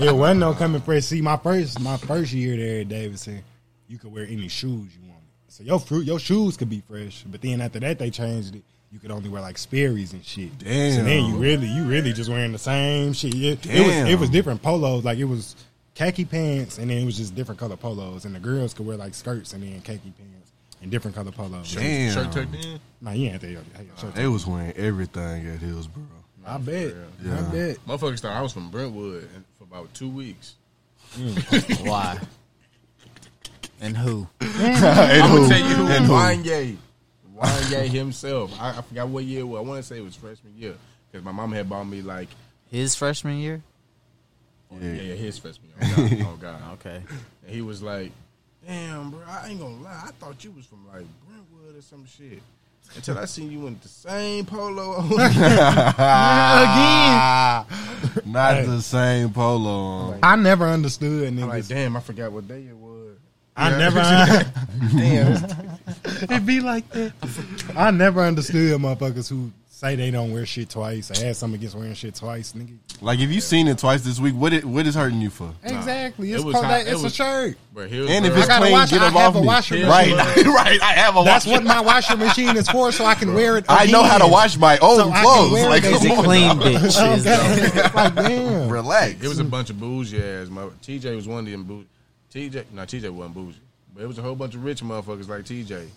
Speaker 9: It wasn't no coming fresh. See, my first my first year there at Davidson, you could wear any shoes you wanted. So your fruit, your shoes could be fresh. But then after that, they changed it. You could only wear like Sperry's and shit.
Speaker 10: Damn.
Speaker 9: So then you really, you really just wearing the same shit. It, it was
Speaker 10: Damn.
Speaker 9: it was different polos. Like it was khaki pants, and then it was just different color polos. And the girls could wear like skirts and then khaki pants and different color polos.
Speaker 10: Damn.
Speaker 7: Shirt tucked in.
Speaker 9: Nah, you ain't there. yet. Hey, shirt
Speaker 10: They was wearing everything at Hillsboro.
Speaker 9: I bet.
Speaker 10: Yeah.
Speaker 9: I bet.
Speaker 7: Motherfuckers thought I was from Brentwood for about two weeks.
Speaker 8: Why? And who?
Speaker 10: and
Speaker 7: I'm
Speaker 10: who?
Speaker 7: gonna tell you
Speaker 10: And
Speaker 7: who.
Speaker 10: who?
Speaker 7: Wanye. Wanye himself. I, I forgot what year it was. I want to say it was freshman year because my mom had bought me like
Speaker 8: His freshman year?
Speaker 7: Oh, yeah, yeah his freshman year. Oh god. Oh, God.
Speaker 8: Okay.
Speaker 7: And he was like, "Damn, bro, I ain't gonna lie. I thought you was from like Brentwood or some shit." until I seen you in the same polo. Ah.
Speaker 10: Not the same polo. On.
Speaker 9: I never understood
Speaker 7: I'm like,
Speaker 9: niggas.
Speaker 7: damn, I forgot what day it was.
Speaker 9: I never. it be like that. I never understood motherfuckers who say they don't wear shit twice. I had something against wearing shit twice, nigga.
Speaker 10: Like if you seen it twice this week, what it, what is hurting you for?
Speaker 9: Exactly.
Speaker 7: It
Speaker 9: It's
Speaker 7: was
Speaker 9: pro-
Speaker 7: hot.
Speaker 9: that-
Speaker 7: It
Speaker 9: it's
Speaker 7: was-
Speaker 9: a shirt.
Speaker 7: But here,
Speaker 10: And if
Speaker 7: bro,
Speaker 10: it's
Speaker 9: gotta
Speaker 10: clean,
Speaker 9: wash-
Speaker 10: get
Speaker 9: I
Speaker 10: them
Speaker 9: have
Speaker 10: off
Speaker 9: a
Speaker 10: me.
Speaker 9: washer machine.
Speaker 10: Right, right. I have a
Speaker 9: That's
Speaker 10: washer.
Speaker 9: what my washer machine is for, so I can wear it.
Speaker 10: I know how to
Speaker 9: again.
Speaker 10: wash my own
Speaker 9: So I can
Speaker 10: clothes.
Speaker 9: wear
Speaker 10: Like,
Speaker 9: it
Speaker 8: He's
Speaker 10: come
Speaker 8: a
Speaker 10: on,
Speaker 8: clean
Speaker 10: now.
Speaker 8: bitch. is, though.
Speaker 9: Okay. like damn.
Speaker 10: relax.
Speaker 7: it was a bunch of bougie ass. My TJ was one of them bougie. TJ, no, TJ wasn't bougie, but it was a whole bunch of rich motherfuckers like TJ.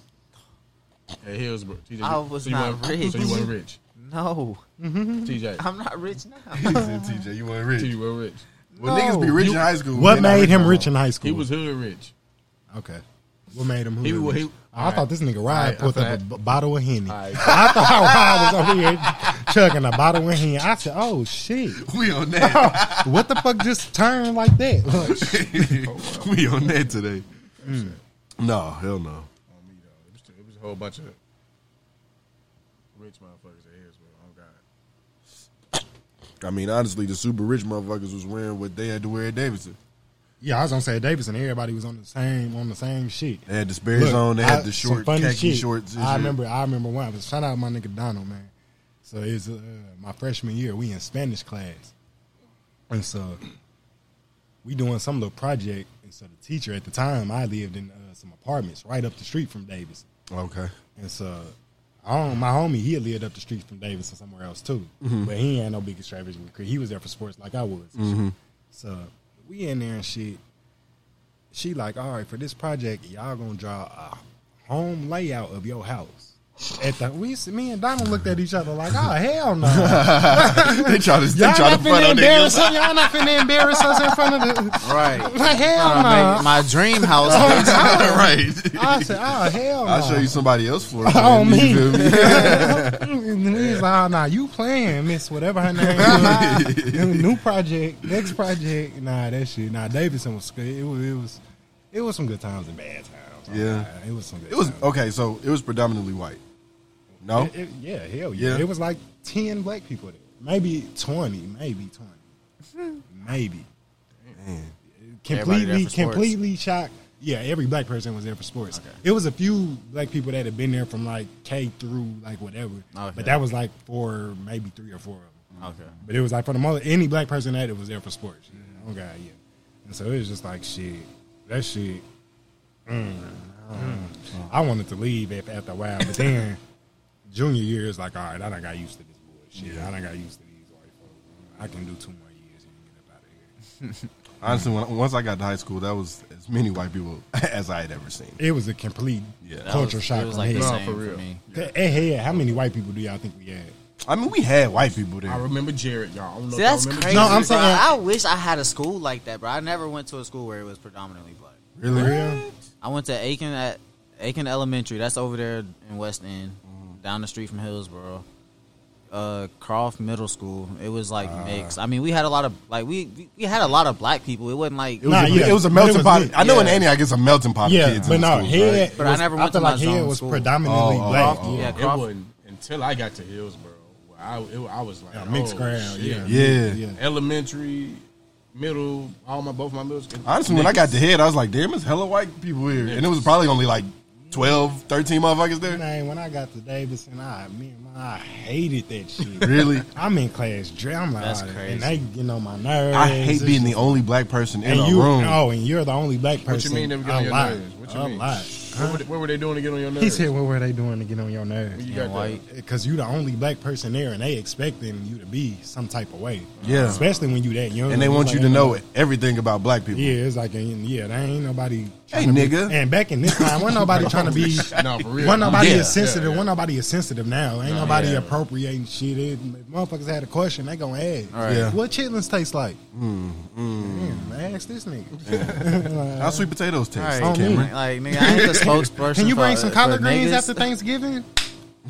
Speaker 7: At Hillsborough, TJ,
Speaker 8: I was
Speaker 7: so you
Speaker 8: not
Speaker 7: weren't-
Speaker 8: rich.
Speaker 7: So you weren't rich,
Speaker 8: No,
Speaker 7: TJ.
Speaker 8: I'm not rich now.
Speaker 10: He said, TJ, you weren't rich.
Speaker 7: TJ were rich.
Speaker 10: Well, niggas be rich in high school.
Speaker 9: What
Speaker 10: They "Oh, not
Speaker 9: made him
Speaker 10: no
Speaker 9: rich
Speaker 10: more.
Speaker 9: in high school?
Speaker 7: He was hood rich.
Speaker 9: okay. What made him? Who
Speaker 7: He
Speaker 9: the
Speaker 7: was-
Speaker 9: rich?
Speaker 7: he-
Speaker 9: I thought this nigga Ryan put
Speaker 7: I
Speaker 9: up a
Speaker 7: thought-
Speaker 9: b- bottle of henny. I thought Ryan was over here chugging a bottle of henny. I said, "Oh shit,
Speaker 10: We on
Speaker 9: Oh,
Speaker 10: that.
Speaker 9: what the fuck just turned like that?" Look,
Speaker 10: we on that today. No, hell no.
Speaker 7: It was, it was a whole bunch of rich motherfuckers at Hillsborough. Oh God,
Speaker 10: I mean, honestly, the super rich motherfuckers was wearing what they had to wear at Davidson.
Speaker 9: yeah, I was gonna say Davidson. Everybody was on the same on the same shit.
Speaker 10: They had the spares
Speaker 9: Look,
Speaker 10: on. They had
Speaker 9: I-
Speaker 10: the
Speaker 9: some
Speaker 10: short
Speaker 9: funny
Speaker 10: khaki
Speaker 9: shit.
Speaker 10: shorts. and
Speaker 9: I
Speaker 10: shit.
Speaker 9: remember. I remember one. But shout out my nigga Donald, man. So it's uh, my freshman year. We in Spanish class, and so we doing some little project. And so the teacher at the time, I lived in uh, some apartments right up the street from Davis.
Speaker 10: Okay.
Speaker 9: And so I don't my homie, he had lived up the street from Davidson somewhere else too.
Speaker 10: Mm-hmm.
Speaker 9: But he ain't no big extravagant with Creed. He was there for sports like I was. and
Speaker 10: Mm-hmm.
Speaker 9: shit. So we in there and shit. She like, all right, for this project, y'all gonna draw a home layout of your house. At the we me and Donald looked at each other like, oh hell no.
Speaker 10: they try to they
Speaker 9: Y'all
Speaker 10: try
Speaker 9: not
Speaker 10: to front
Speaker 9: finna
Speaker 10: on
Speaker 9: embarrass
Speaker 10: niggas.
Speaker 9: us. Y'all not finna embarrass us in front of the
Speaker 10: Right.
Speaker 9: like hell
Speaker 8: Uh, my,
Speaker 9: no.
Speaker 8: my dream house. bitch.
Speaker 10: right.
Speaker 9: I said, oh hell no.
Speaker 10: I'll show you somebody else floor.
Speaker 9: Oh,
Speaker 10: plan.
Speaker 9: me.
Speaker 10: You feel me?
Speaker 9: and then he's like, oh, nah, you playing, Miss whatever her name is. New project, next project. Nah, that shit. Nah, Davidson was good. It was, it was, it was some good times and bad times. I'm
Speaker 10: Yeah.
Speaker 9: not- It was some good
Speaker 10: It was
Speaker 9: times.
Speaker 10: okay. So it was predominantly white. No,
Speaker 9: It- it- yeah, hell yeah.
Speaker 10: Yeah.
Speaker 9: It was like 10 black people there. Maybe 20, maybe 20. maybe.
Speaker 8: Everybody there
Speaker 9: Completely,
Speaker 8: for sports.
Speaker 9: completely shocked. Yeah, every black person was there for sports. It was a few black people that had been there from like K through like whatever.
Speaker 8: Okay.
Speaker 9: But that was like four, maybe three or four of them.
Speaker 8: Okay.
Speaker 9: But it was like for the most any black person that it was there for sports. Oh god, yeah. And so it was just like shit. That shit. mm, mm. I wanted to leave af- after a while, but then junior year is like, all right, I done got used to this bullshit. I done got used to these white folks. I can do two more years and get up out of here.
Speaker 10: honestly, when, once I got to high school, that was as many white people as I had ever seen.
Speaker 9: It was a complete
Speaker 10: Yeah. That
Speaker 9: culture
Speaker 8: was-
Speaker 9: shock.
Speaker 8: It was
Speaker 9: on
Speaker 8: like
Speaker 9: me.
Speaker 8: the
Speaker 7: No,
Speaker 8: same for
Speaker 7: for real.
Speaker 8: me.
Speaker 9: Hey, hey, how many white people do y'all think we had?
Speaker 10: I mean, we had white people there.
Speaker 7: I remember Jared, y'all. I don't know
Speaker 8: See,
Speaker 7: if y'all
Speaker 8: that's
Speaker 7: remember
Speaker 8: crazy.
Speaker 9: No, I'm saying-
Speaker 8: bro. I wish I had a school like that, bro. I never went to a school where it was predominantly black.
Speaker 9: Really?
Speaker 8: I went to Aiken at Aiken Elementary. That's over there in West End,
Speaker 10: Mm-hmm.
Speaker 8: down the street from Hillsboro. Uh, Croft Middle School. It was like
Speaker 10: Ah.
Speaker 8: mixed. I mean, we had a lot of like we we- we had a lot of black people. It wasn't like
Speaker 10: It was,
Speaker 9: Nah,
Speaker 10: a,
Speaker 9: yeah.
Speaker 10: it was a
Speaker 9: But
Speaker 10: melting
Speaker 9: it was
Speaker 10: pot.
Speaker 9: lit.
Speaker 10: I know in
Speaker 8: Yeah.
Speaker 10: Antioch I a melting pot of
Speaker 9: Yeah,
Speaker 10: kids.
Speaker 9: but
Speaker 10: in
Speaker 9: no,
Speaker 10: schools,
Speaker 9: head.
Speaker 10: right?
Speaker 8: But I
Speaker 9: was-
Speaker 8: never
Speaker 9: I
Speaker 8: went
Speaker 9: feel
Speaker 8: to
Speaker 9: like
Speaker 8: my
Speaker 9: head
Speaker 8: zone
Speaker 9: was
Speaker 8: school.
Speaker 9: predominantly
Speaker 10: Oh, oh,
Speaker 9: black.
Speaker 8: oh,
Speaker 9: yeah.
Speaker 8: yeah.
Speaker 7: It wasn't until I got to Hillsborough. where I it, I was like
Speaker 9: Yeah, mixed
Speaker 7: oh,
Speaker 9: crowd.
Speaker 7: shit.
Speaker 9: Yeah.
Speaker 10: Yeah.
Speaker 7: elementary, middle, all my both my middle school.
Speaker 10: Honestly, when I got to head, I was like, damn, it's hella white people here. And it was probably only like 12, 13 motherfuckers there.
Speaker 9: Man, when I got to Davidson, I me and my I hated that shit.
Speaker 10: Really?
Speaker 9: I'm in class drill. I'm like,
Speaker 8: That's
Speaker 9: "Oh,
Speaker 8: crazy.
Speaker 9: and they getting on my nerves.
Speaker 10: I hate
Speaker 9: It's
Speaker 10: being the
Speaker 9: just-
Speaker 10: only black person in
Speaker 9: and
Speaker 10: a
Speaker 9: you,
Speaker 10: room.
Speaker 9: Oh, and you're the only black
Speaker 7: what you
Speaker 9: person.
Speaker 7: mean they were getting on
Speaker 9: a
Speaker 7: your
Speaker 9: lot.
Speaker 7: nerves? What you
Speaker 9: a
Speaker 7: mean?
Speaker 9: Lot.
Speaker 7: What were, they, what were they doing to get on your nerves?
Speaker 9: He said, "What were they doing to get on your
Speaker 7: When
Speaker 9: nerves?
Speaker 7: you got
Speaker 8: and white.
Speaker 9: Because you the only black person there, and they expecting you to be some type of way.
Speaker 10: Yeah.
Speaker 9: especially when you that young.
Speaker 10: and they
Speaker 9: It's
Speaker 10: want you
Speaker 9: like,
Speaker 10: to
Speaker 9: ain't
Speaker 10: know
Speaker 9: no-
Speaker 10: everything about black people.
Speaker 9: Yeah, it's like and, yeah, there ain't nobody.
Speaker 10: Hey,
Speaker 9: tryna be-
Speaker 10: nigga.
Speaker 9: and back in this time, wasn't nobody trying to be.
Speaker 7: there. no, for real.
Speaker 9: One nobody
Speaker 10: Yeah.
Speaker 9: is sensitive.
Speaker 7: Yeah, yeah.
Speaker 9: One nobody is sensitive now. Ain't nobody
Speaker 7: yeah.
Speaker 9: appropriating shit. It, if motherfuckers had a question, they gonna ask.
Speaker 8: All right.
Speaker 10: Yeah.
Speaker 9: What chitlins taste like? Damn, ask this nigga.
Speaker 10: How sweet potatoes taste.
Speaker 9: on
Speaker 8: All right,
Speaker 9: me.
Speaker 10: Cameron.
Speaker 8: like nigga, I ain't the spokesperson.
Speaker 9: Can you bring
Speaker 8: for-
Speaker 9: some
Speaker 8: for
Speaker 9: collard greens
Speaker 8: niggas.
Speaker 9: after Thanksgiving?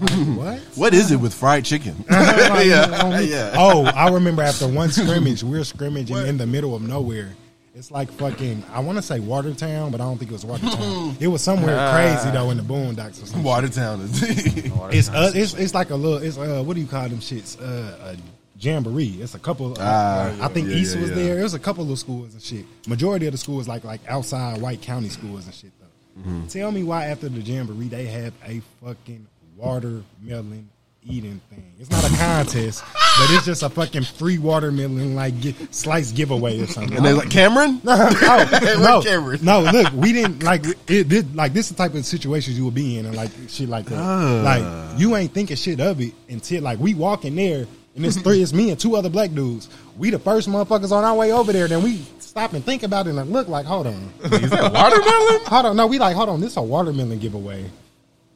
Speaker 9: Like, what?
Speaker 10: What is it with fried chicken?
Speaker 9: Like,
Speaker 10: yeah.
Speaker 9: you know, on me.
Speaker 10: yeah.
Speaker 9: Oh, I remember after one scrimmage, we're scrimmaging in the middle of nowhere, It's like fucking. I want to say Watertown, but I don't think it was Watertown. it was somewhere crazy though in the Boondocks or something.
Speaker 10: Watertown is.
Speaker 9: It's uh, it's it's like a little. It's uh, what do you call them shits? Uh, a jamboree. It's a couple. Uh,
Speaker 10: Ah,
Speaker 9: I think
Speaker 10: yeah,
Speaker 9: East
Speaker 10: yeah,
Speaker 9: was
Speaker 10: yeah.
Speaker 9: there. It was a couple of schools and shit. Majority of the schools like like outside white county schools and shit though.
Speaker 10: Mm-hmm.
Speaker 9: Tell me why after the jamboree they have a fucking watermelon eating thing. It's not a contest, but it's just a fucking free watermelon like get, slice giveaway or something.
Speaker 10: and they like Cameron.
Speaker 9: no,
Speaker 10: Wait, Cameron.
Speaker 9: no, look, we didn't like it. Did, like this is the type of situations you would be in, and like shit like that. Like you ain't thinking shit of it until like we walk in there, and it's three, it's me and two other black dudes. We the first motherfuckers on our way over there. Then we stop and think about it and look like, hold on, is that watermelon? hold on, no, we like, hold on, this a watermelon giveaway.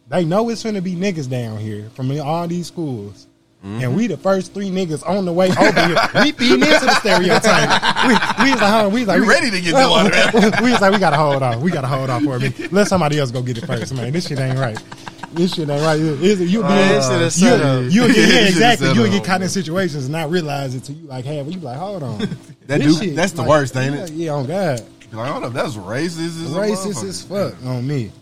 Speaker 9: They know it's gonna be niggas down here from all these schools.
Speaker 10: Mm-hmm.
Speaker 9: And we the first three niggas on the way over here. We feeding into the stereotype. We, we was like, hold on, we was like,
Speaker 10: We ready to get the watermelon.
Speaker 9: we was like, we gotta hold on. We gotta hold on for a minute. Let somebody else go get it first, man. This shit ain't right. This shit ain't right. It's- you be,
Speaker 10: Oh, this shit is set up.
Speaker 9: you, will get,
Speaker 10: Yeah, this shit
Speaker 9: yeah,
Speaker 10: is
Speaker 9: exactly.
Speaker 10: set
Speaker 9: You'll
Speaker 10: up.
Speaker 9: get caught in situations and not realize it till you like have. You like, hold on.
Speaker 10: That
Speaker 9: This
Speaker 10: dude- that's the worst, ain't it?
Speaker 9: Yeah, yeah, on God
Speaker 10: Like, hold up, that's racist. as a
Speaker 9: racist
Speaker 10: motherfucker.
Speaker 9: as fuck on me.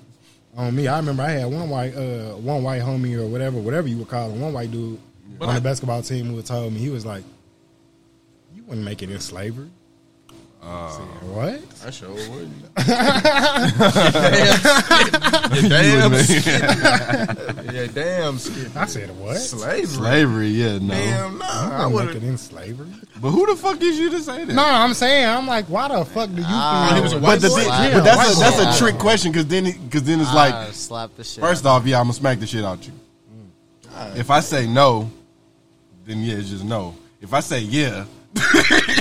Speaker 9: On me, I remember I had one white, uh, one white homie or whatever, whatever you would call him, one white dude on the basketball team who told me he was like, "You wouldn't make it in slavery."
Speaker 10: Uh,
Speaker 9: I said, what?
Speaker 7: I sure would.
Speaker 10: You
Speaker 7: damn,
Speaker 10: would make-
Speaker 7: yeah, damn, skip
Speaker 9: I said what?
Speaker 7: slavery.
Speaker 10: Slavery, yeah, no.
Speaker 7: Damn, no,
Speaker 9: You
Speaker 7: I
Speaker 9: wouldn't
Speaker 7: would
Speaker 9: make
Speaker 7: have.
Speaker 9: it in slavery.
Speaker 10: But who the fuck is you to say that?
Speaker 9: No, I'm saying I'm like, why the fuck do you?
Speaker 8: Ah,
Speaker 9: think
Speaker 8: he was a
Speaker 10: but, the
Speaker 8: boy?
Speaker 10: thing,
Speaker 8: Yeah,
Speaker 10: but
Speaker 8: white
Speaker 10: that's a,
Speaker 8: boy.
Speaker 10: that's a trick question because then because then it's like
Speaker 8: I slap the shit.
Speaker 10: first off, yeah, I'm gonna smack the shit out you. If I say no, then yeah, it's just no. If I say yeah, what?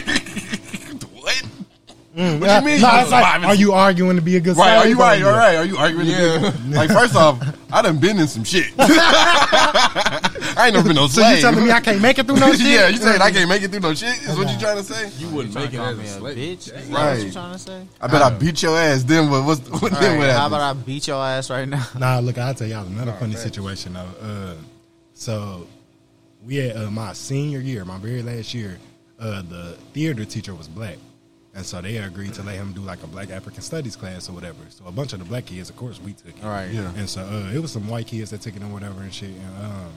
Speaker 10: What you mean?
Speaker 9: No, it's like, are you arguing to be a good?
Speaker 10: Right? Are
Speaker 9: slave
Speaker 10: you
Speaker 9: or
Speaker 10: right?
Speaker 9: you-
Speaker 10: All right? Are you arguing? Yeah. Like first off, I done been in some shit. I ain't never been no
Speaker 9: So you
Speaker 10: slave.
Speaker 9: telling me I can't make it through no shit?
Speaker 10: yeah, you saying I can't make it through no shit? Is what you trying to say?
Speaker 7: You wouldn't
Speaker 8: Trying
Speaker 7: make
Speaker 8: to
Speaker 7: it
Speaker 8: call
Speaker 7: as a
Speaker 8: me a
Speaker 7: slave.
Speaker 8: bitch? Is that
Speaker 10: Right.
Speaker 8: what you trying to say?
Speaker 10: I bet I beat your ass. Then what? What's, what,
Speaker 8: All
Speaker 10: then what
Speaker 8: right, how
Speaker 10: happened?
Speaker 8: about I beat your ass right now?
Speaker 9: Nah, look, I'll tell y'all another funny situation though. Uh, so we had uh, my senior year, my very last year, uh, the theater teacher was black. And so they agreed to let him do like a black African studies class or whatever. So a bunch of the black kids, of course, we took it.
Speaker 8: Right.
Speaker 10: Yeah.
Speaker 9: And so uh, it was some white kids that took it and whatever and shit. And um,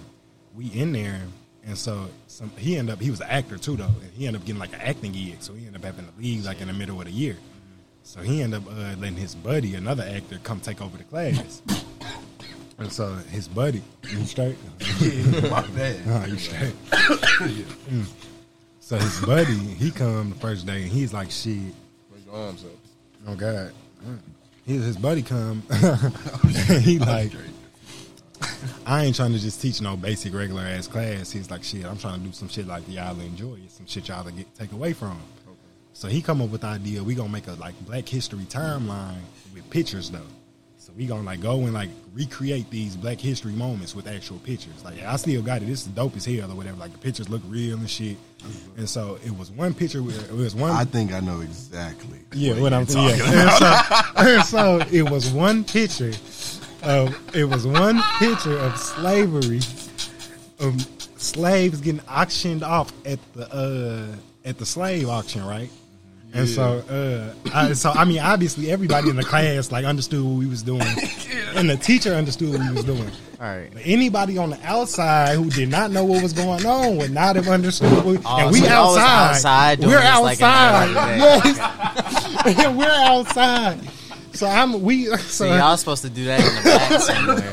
Speaker 9: we in there, and so some he ended up he was an actor too though, and he ended up getting like an acting gig. So he ended up having to leave like in the middle of the year. So he ended up uh, letting his buddy, another actor, come take over the class. and so his buddy, you straight?
Speaker 10: My bad.
Speaker 9: Nah, you straight. Mm. So his buddy, he come the first day, and he's like, shit.
Speaker 7: Put your arms up.
Speaker 9: Oh God. Oh, He, his buddy come. he like, I ain't trying to just teach no basic regular ass class. He's like, shit, I'm trying to do some shit like y'all enjoy, some shit y'all get take away from. So he come up with the idea we gonna make a like Black History timeline with pictures though. So we gonna like go and like recreate these Black History moments with actual pictures. Like I still got it. This is dope as hell or whatever. Like the pictures look real and shit. And so it was one picture. With, it was one.
Speaker 10: I think I know exactly.
Speaker 9: Yeah, what I'm talking And so, and so it was one picture of it was one picture of slavery, um, slaves getting auctioned off at the uh, at the slave auction, right? And so, uh, I, so I mean, obviously, everybody in the class like understood what we was doing, and the teacher understood what we was doing.
Speaker 8: All right.
Speaker 9: But anybody on the outside who did not know what was going on would not have understood. What,
Speaker 8: Oh,
Speaker 9: and
Speaker 8: so
Speaker 9: we
Speaker 8: y'all was
Speaker 9: outside.
Speaker 8: outside doing
Speaker 9: we're
Speaker 8: this like an
Speaker 9: outside.
Speaker 8: hour
Speaker 9: yes. we're outside. So I'm we. So
Speaker 8: So y'all supposed to do that in the back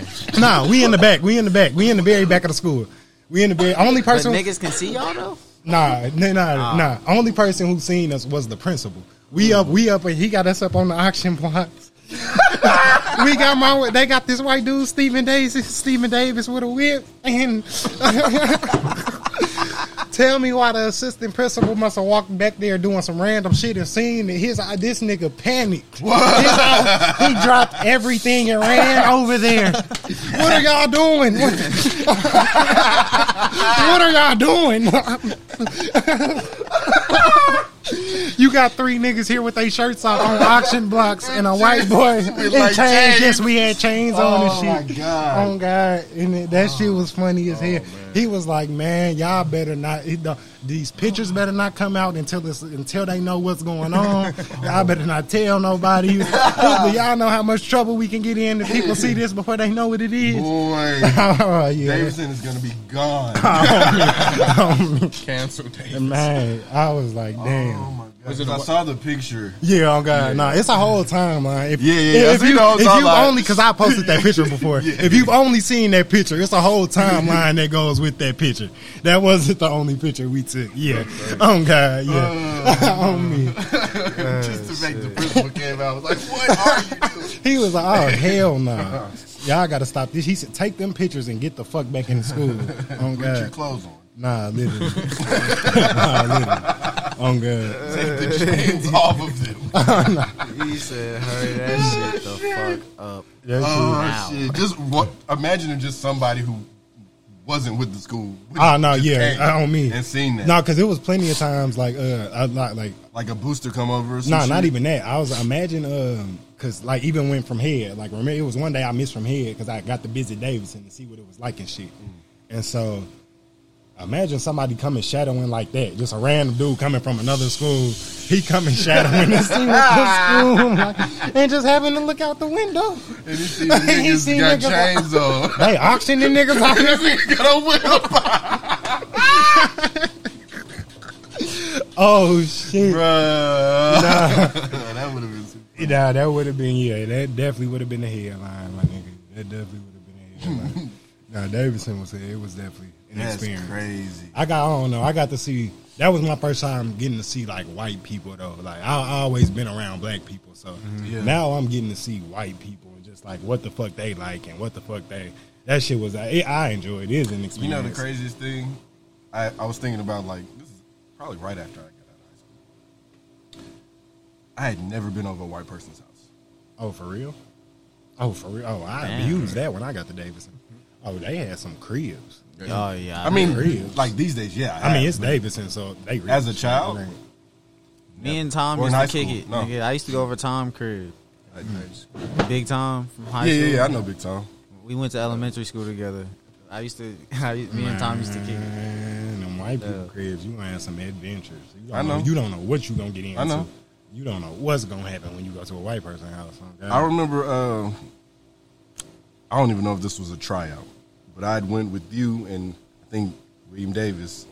Speaker 8: somewhere.
Speaker 9: nah, we in the back. We in the back. We in the very back of the school. We in the very only
Speaker 8: But
Speaker 9: person.
Speaker 8: niggas can see y'all though.
Speaker 9: Nah, nah, nah, nah. Only person who seen us was the principal. We up, we up, and he got us up on the auction blocks. we got my, they got this white dude, Stephen Davis, Stephen Davis with a whip, and tell me why the assistant principal must have walked back there doing some random shit and seen that his this nigga panicked. His- he dropped everything and ran over there. What are y'all doing? What, what are y'all doing? You got three niggas here with their shirts off on auction blocks and a white boy in
Speaker 7: like
Speaker 9: chains.
Speaker 7: chains.
Speaker 9: Yes, we had chains
Speaker 11: Oh,
Speaker 9: on and
Speaker 11: my
Speaker 9: shit.
Speaker 11: God.
Speaker 9: Oh God, and it- that shit was funny as hell. He was like, "Man, y'all better not. he- the- These pictures better not come out until this until they know what's going on. y'all better not tell nobody. He was- "But y'all know how much trouble we can get in if people see this before they know what it is."
Speaker 10: Boy,
Speaker 9: Oh, yeah.
Speaker 10: Davidson is gonna be gone.
Speaker 7: Cancel Davis.
Speaker 9: Man, I was like, damn.
Speaker 10: Oh my god!
Speaker 7: Was it a
Speaker 10: I
Speaker 7: wa-
Speaker 10: saw the picture.
Speaker 9: Yeah, oh god, nah, it's a whole timeline. If,
Speaker 10: Yeah, yeah, I
Speaker 9: If,
Speaker 10: see
Speaker 9: you,
Speaker 10: the whole
Speaker 9: if you
Speaker 10: timeline.
Speaker 9: only because I posted that picture before. If you've only seen that picture, it's a whole timeline that goes with that picture. That wasn't the only picture we took. Yeah, oh god,
Speaker 10: Uh.
Speaker 9: yeah, oh me.
Speaker 10: Just to make the principal came out. I was like, "What are you doing?"
Speaker 9: He was like, oh hell no, nah. y'all got to stop this. He said, take them pictures and get the fuck back in school. Oh
Speaker 10: Put your
Speaker 9: god,
Speaker 10: clothes on.
Speaker 9: nah, literally, nah, literally. Oh god.
Speaker 10: Take the chains off of them.
Speaker 8: He said, hurry that shit the fuck up.
Speaker 10: Oh shit! Just what? Imagine if just somebody who wasn't with the school.
Speaker 9: Oh no,
Speaker 10: Just
Speaker 9: yeah,
Speaker 10: came
Speaker 9: I don't mean
Speaker 10: and seen that.
Speaker 9: No, because it was plenty of times like uh, I like like
Speaker 10: Like a booster come over. Or some
Speaker 9: nah,
Speaker 10: shit.
Speaker 9: not even that. I was imagine um, cause like even went from head. Like remember, it was one day I missed from head because I got to visit Davidson to see what it was like and shit.
Speaker 10: Mm.
Speaker 9: And so, imagine somebody coming shadowing like that, just a random dude coming from another school. He coming shadowing to see what the school like, and just having to look out the window.
Speaker 10: And you see the
Speaker 9: You
Speaker 10: niggas
Speaker 9: see
Speaker 10: got
Speaker 9: niggas
Speaker 10: chains on.
Speaker 9: They auctioning niggas off.
Speaker 10: this nigga got a whip.
Speaker 9: Oh shit!
Speaker 10: Bruh.
Speaker 9: Nah.
Speaker 10: that would have been super.
Speaker 9: Nah, that would have been yeah. That definitely would have been a headline, my nigga. That definitely would have been a headline. nah, Davidson was it. It was definitely an
Speaker 10: That's
Speaker 9: experience.
Speaker 10: crazy.
Speaker 9: I got I don't know. I got to see. That was my first time getting to see like white people though. Like I, I always been around black people, so
Speaker 10: Mm-hmm.
Speaker 9: now I'm getting to see white people and just like what the fuck they like and what the fuck they. That shit was. It, I enjoyed. It is an experience.
Speaker 10: You know the craziest thing? I, I was thinking about like this is probably right after I got out of high school. I had never been over a white person's house.
Speaker 9: Oh, for real? Oh, for real? Oh, I
Speaker 8: Damn.
Speaker 9: abused that when I got to Davidson. Oh, they had some cribs.
Speaker 8: Oh yeah,
Speaker 10: I mean,
Speaker 9: real.
Speaker 10: like these days, yeah.
Speaker 9: I mean,
Speaker 10: have,
Speaker 9: it's
Speaker 10: but
Speaker 9: Davidson, so they really
Speaker 10: As a child?
Speaker 8: me and Tom
Speaker 10: Or in
Speaker 8: used to
Speaker 10: high
Speaker 8: kick
Speaker 10: school,
Speaker 8: it.
Speaker 10: no.
Speaker 8: Nigga, I used to go over Tom crib.
Speaker 10: like,
Speaker 8: Big Tom from high
Speaker 10: yeah,
Speaker 8: school.
Speaker 10: yeah, yeah. I know Big Tom.
Speaker 8: We went to elementary school together. I used to, I, me and Tom used to kick it.
Speaker 9: Man, them white people
Speaker 8: Yeah.
Speaker 9: cribs, you gonna have some adventures. You don't
Speaker 10: I know.
Speaker 9: Know, you don't know what you gonna get into.
Speaker 10: I know.
Speaker 9: You don't know what's gonna happen when you go to a white person's house. huh? God.
Speaker 10: I remember. Uh, I don't even know if this was a tryout, but I had went with you and I think William Davis.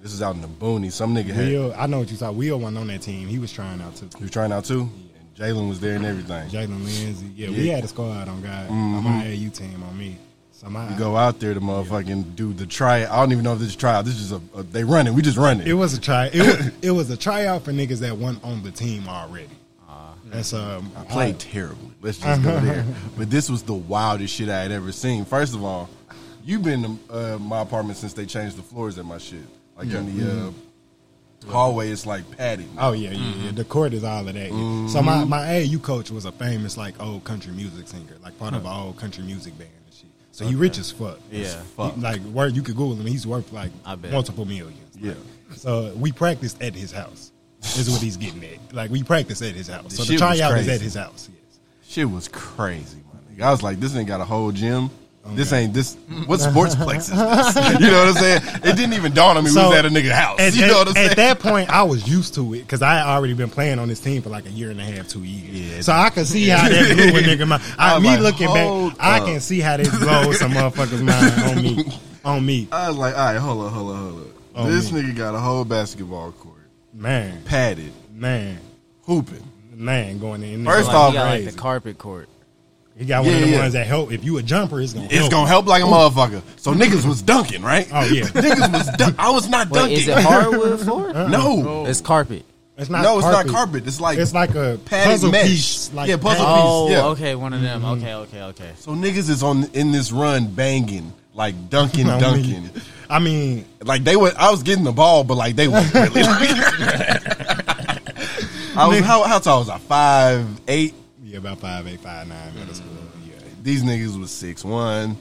Speaker 10: This is out in the boonies. Some nigga had
Speaker 9: Will, I know what you saw. Will wasn't on that team. He was trying out too.
Speaker 10: he was trying out too. And Jalen was there and everything.
Speaker 9: Jalen Lindsey. Yeah, we
Speaker 10: Yeah.
Speaker 9: had a squad on God. On my AU team on me. So my
Speaker 10: You go out there to motherfucking do the tryout. I don't even know if this is tryout. This is a, a they running. We just running.
Speaker 9: It was a try. It was, it was a tryout for niggas that weren't on the team already. That's um.
Speaker 10: Ah. I played terribly. Let's just go there.
Speaker 9: Uh-huh.
Speaker 10: But this was the wildest shit I had ever seen. First of all, you've been to uh, my apartment since they changed the floors at my shit. Like in the
Speaker 9: Mm-hmm.
Speaker 10: uh, hallway, it's like padded.
Speaker 9: Oh yeah, yeah, yeah.
Speaker 10: Mm-hmm.
Speaker 9: The court is all of that. yeah. So my my AU coach was a famous like old country music singer, like part of an old country music band and shit. So he rich as fuck.
Speaker 8: Yeah.
Speaker 9: He- like where you could Google him, he's worth like
Speaker 8: I bet.
Speaker 9: multiple millions.
Speaker 10: Yeah.
Speaker 9: So we practiced at his house. Is what he's getting at. Like we practiced at his house.
Speaker 10: The
Speaker 9: so the
Speaker 10: shit was
Speaker 9: tryout is
Speaker 10: crazy.
Speaker 9: at his house. Yes.
Speaker 10: Shit was crazy, my nigga. I was like, this ain't got a whole gym.
Speaker 9: Oh,
Speaker 10: This ain't this. What sportsplex is this? You know what I'm saying? It didn't even dawn on me we
Speaker 9: So,
Speaker 10: was at a nigga house.
Speaker 9: At,
Speaker 10: you
Speaker 9: at-
Speaker 10: know what I'm saying?
Speaker 9: at that point, I was used to it because I had already been playing on this team for like a year and a half, two years.
Speaker 10: Yeah.
Speaker 9: So I could see how that blew a nigga mind. I,
Speaker 10: I was
Speaker 9: me
Speaker 10: like,
Speaker 9: looking
Speaker 10: hold
Speaker 9: back, I
Speaker 10: up.
Speaker 9: can see how that blows some motherfuckers' mind on me. On me,
Speaker 10: I was like, all right, hold up, hold up, hold up.
Speaker 9: Oh,
Speaker 10: this
Speaker 9: man.
Speaker 10: nigga got a whole basketball court,
Speaker 9: man,
Speaker 10: padded,
Speaker 9: man,
Speaker 10: hooping.
Speaker 9: man, going in.
Speaker 10: First
Speaker 9: like,
Speaker 8: Like,
Speaker 10: off,
Speaker 8: he got like the
Speaker 9: crazy.
Speaker 8: carpet court.
Speaker 9: he got one of
Speaker 10: yeah,
Speaker 9: the
Speaker 10: yeah.
Speaker 9: ones that help. If you a jumper, it's gonna.
Speaker 10: It's
Speaker 9: help.
Speaker 10: gonna help like a motherfucker. So niggas was dunking, right?
Speaker 9: Oh, yeah.
Speaker 10: niggas was. Dun- I was not
Speaker 8: Wait,
Speaker 10: dunking.
Speaker 8: is it hardwood floor?
Speaker 10: No,
Speaker 8: It's carpet.
Speaker 9: It's not.
Speaker 10: no, it's
Speaker 9: carpet.
Speaker 10: not carpet. It's like
Speaker 9: It's like a
Speaker 10: padded
Speaker 9: puzzle
Speaker 10: mesh.
Speaker 9: piece. Like
Speaker 10: Yeah, puzzle
Speaker 9: padded-
Speaker 8: Oh,
Speaker 10: yeah. Mm-hmm.
Speaker 8: okay, one of them. Okay, okay, okay.
Speaker 10: so niggas is on in this run banging like dunking,
Speaker 9: I
Speaker 10: dunking.
Speaker 9: mean, I mean,
Speaker 10: Like they were. I was getting the ball, but like they were really. I was how, how tall was I? Five eight.
Speaker 9: yeah, about five eight five nine middle school. Yeah,
Speaker 10: These niggas was six one.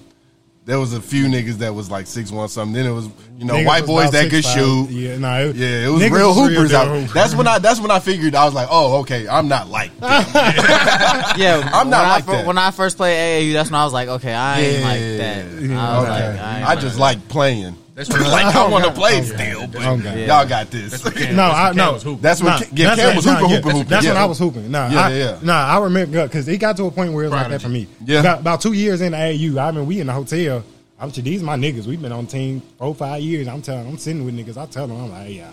Speaker 10: There was a few niggas that was like six one something. Then it was you know
Speaker 9: Niggas
Speaker 10: white
Speaker 9: was
Speaker 10: boys
Speaker 9: about
Speaker 10: that could
Speaker 9: 6'5".
Speaker 10: shoot.
Speaker 9: Yeah, no, it-
Speaker 10: yeah, it was
Speaker 9: niggas
Speaker 10: real
Speaker 9: was real
Speaker 10: hoopers.
Speaker 9: down
Speaker 10: out-
Speaker 9: hoopers.
Speaker 10: that's when I that's when I figured I was like, oh okay, I'm not like
Speaker 8: Yeah,
Speaker 10: I'm not
Speaker 8: when
Speaker 10: like
Speaker 8: I, fir-
Speaker 10: that.
Speaker 8: When I first played AAU, that's when I was like, okay, I ain't like that. I was
Speaker 10: Okay.
Speaker 8: like, I, ain't
Speaker 10: I just like playing.
Speaker 8: That's what-
Speaker 10: like I
Speaker 8: Oh,
Speaker 10: want to
Speaker 8: God.
Speaker 10: play
Speaker 8: Oh,
Speaker 10: still,
Speaker 8: God.
Speaker 10: but
Speaker 8: Oh, God.
Speaker 10: y'all got this.
Speaker 9: no, I no.
Speaker 10: That's
Speaker 9: Nah,
Speaker 10: what Cam- yeah,
Speaker 9: that's
Speaker 10: Cam
Speaker 9: what-
Speaker 10: was
Speaker 9: nah, yeah,
Speaker 10: hooping, hooping,
Speaker 9: that's-
Speaker 10: hooping.
Speaker 9: That's
Speaker 10: yeah.
Speaker 9: when I was hooping. Nah,
Speaker 10: yeah,
Speaker 9: I,
Speaker 10: yeah.
Speaker 9: nah. I remember because it got to a point where it was like that for me.
Speaker 10: Yeah.
Speaker 9: about, about two years in the AU. I mean, we in the hotel. I'm to these my niggas. We've been on team four five years. I'm telling, I'm sitting with niggas. I tell them, I'm like, yeah,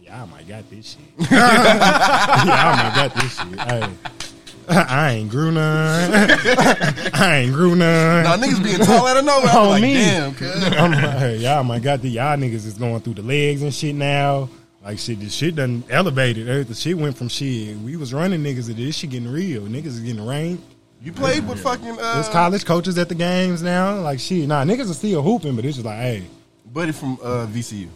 Speaker 9: yeah, I might got this shit. yeah, I might got this shit. Hey. I ain't grew none. I ain't grew none.
Speaker 10: Nah, niggas being tall out of nowhere. I'm
Speaker 9: On
Speaker 10: like,
Speaker 9: Oh, me.
Speaker 10: damn, cuz.
Speaker 9: I'm like, hey, y'all, my God, the- y'all niggas is going through the legs and shit now. Like shit, this shit done elevated. Eh, The shit went from shit. We was running niggas. to This shit getting real. Niggas is getting ranked.
Speaker 10: You played with fucking.
Speaker 9: There's
Speaker 10: Uh,
Speaker 9: college coaches at the games now. Like shit, nah, niggas are still hooping, but it's just like, hey,
Speaker 10: buddy from uh, VCU.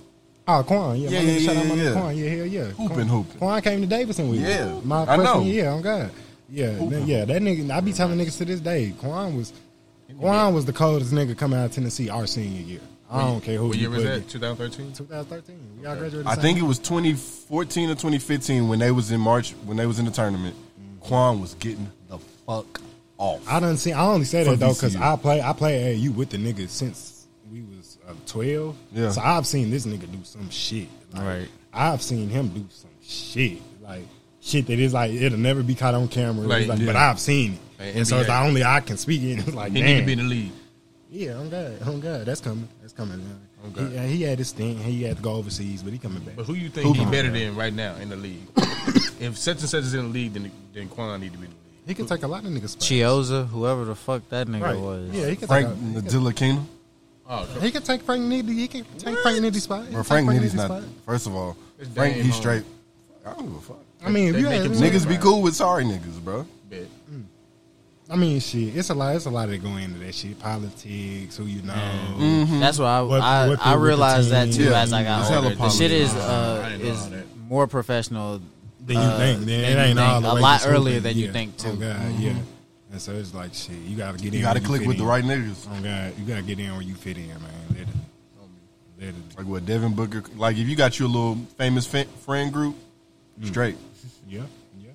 Speaker 9: oh Quan, yeah,
Speaker 10: Yeah,
Speaker 9: my nigga,
Speaker 10: yeah,
Speaker 9: shout
Speaker 10: yeah,
Speaker 9: out my
Speaker 10: yeah.
Speaker 9: nigga Quan, yeah, hell yeah,
Speaker 10: Hooping, hooping.
Speaker 9: Quan came to Davidson with me.
Speaker 10: Yeah,
Speaker 9: my
Speaker 10: I know.
Speaker 9: freshman year. On God, yeah, then, yeah, that nigga. I be telling niggas to this day, Quan was, Quan was the coldest nigga coming out of Tennessee our senior year. I don't care who
Speaker 7: What
Speaker 9: you
Speaker 7: year was
Speaker 9: put it.
Speaker 7: that? 2013.
Speaker 9: 2013. We all graduated. the
Speaker 10: I
Speaker 9: same
Speaker 10: think it was 2014 or 2015 when they was in March when they was in the tournament.
Speaker 9: Mm.
Speaker 10: Quan was getting the fuck off.
Speaker 9: I done see. I only say
Speaker 10: For
Speaker 9: that though because
Speaker 10: VCU.
Speaker 9: I play. I play AU with the niggas since we was uh, twelve.
Speaker 10: Yeah.
Speaker 9: So I've seen this nigga do some shit. Like,
Speaker 8: Right.
Speaker 9: I've seen him do some shit. Like shit that is like it'll never be caught on camera.
Speaker 7: Like,
Speaker 9: It's like, But
Speaker 7: yeah.
Speaker 9: I've seen it,
Speaker 7: Like
Speaker 9: and so it's
Speaker 7: NBA.
Speaker 9: the only I can speak in. It's like
Speaker 7: He need to
Speaker 9: damn.
Speaker 7: be in the league.
Speaker 9: yeah, I'm good. I'm good. That's coming. That's coming. man. He, uh, he had his thing. He had to go overseas, but he coming back.
Speaker 7: But who you think he better than right now in the league? if such and such is in the league, then then Quan need to be in the league.
Speaker 9: He can take a lot of niggas. spots.
Speaker 8: Chioza, whoever the fuck that nigga
Speaker 9: Right.
Speaker 8: was.
Speaker 9: Yeah, he can
Speaker 10: Frank
Speaker 9: take. A,
Speaker 10: Nadilakina.
Speaker 7: Oh,
Speaker 9: he can take Frank Nitty. He can take Frank Nitty's spot. He
Speaker 10: Bro,
Speaker 9: can
Speaker 10: Frank
Speaker 9: take
Speaker 10: Nitty's
Speaker 9: Nitty's
Speaker 10: not.
Speaker 9: spot.
Speaker 10: First of all,
Speaker 7: It's
Speaker 10: Frank
Speaker 7: Dame
Speaker 10: he's
Speaker 7: Home.
Speaker 10: straight. I don't give a fuck.
Speaker 9: I mean, if
Speaker 7: They
Speaker 9: you
Speaker 7: make
Speaker 9: had,
Speaker 7: him
Speaker 10: Niggas be cool with sorry niggas, bro.
Speaker 7: bet.
Speaker 9: I mean, shit, it's a lot. It's a lot that go into that shit. Politics, who you know.
Speaker 8: That's why I,
Speaker 9: What-
Speaker 8: I,
Speaker 9: what
Speaker 8: I
Speaker 9: people
Speaker 8: realized that
Speaker 9: retain.
Speaker 8: too
Speaker 10: Yeah.
Speaker 8: as I
Speaker 10: Mm-hmm. It's
Speaker 8: got
Speaker 10: hella
Speaker 8: older. The
Speaker 10: politics.
Speaker 8: shit is
Speaker 7: I
Speaker 8: uh,
Speaker 7: didn't know
Speaker 8: is
Speaker 7: all that.
Speaker 8: more professional.
Speaker 9: Then you
Speaker 8: uh,
Speaker 9: think. Then
Speaker 8: than
Speaker 9: it ain't
Speaker 8: you
Speaker 9: all
Speaker 8: think.
Speaker 9: the
Speaker 8: a
Speaker 9: way
Speaker 8: lot
Speaker 9: just hooping.
Speaker 8: earlier than you
Speaker 9: Yeah.
Speaker 8: think too. Mm-hmm.
Speaker 9: Oh god, yeah. And so it's like shit. You gotta get in.
Speaker 10: You got to
Speaker 9: where
Speaker 10: click
Speaker 9: fit
Speaker 10: with the
Speaker 9: in.
Speaker 10: right niggas.
Speaker 9: Oh god, you gotta get in where you fit in, man. Let it, let it,
Speaker 10: Like what Devin Booker. Like if you got your little famous fa- friend group, straight.
Speaker 9: yeah, yeah.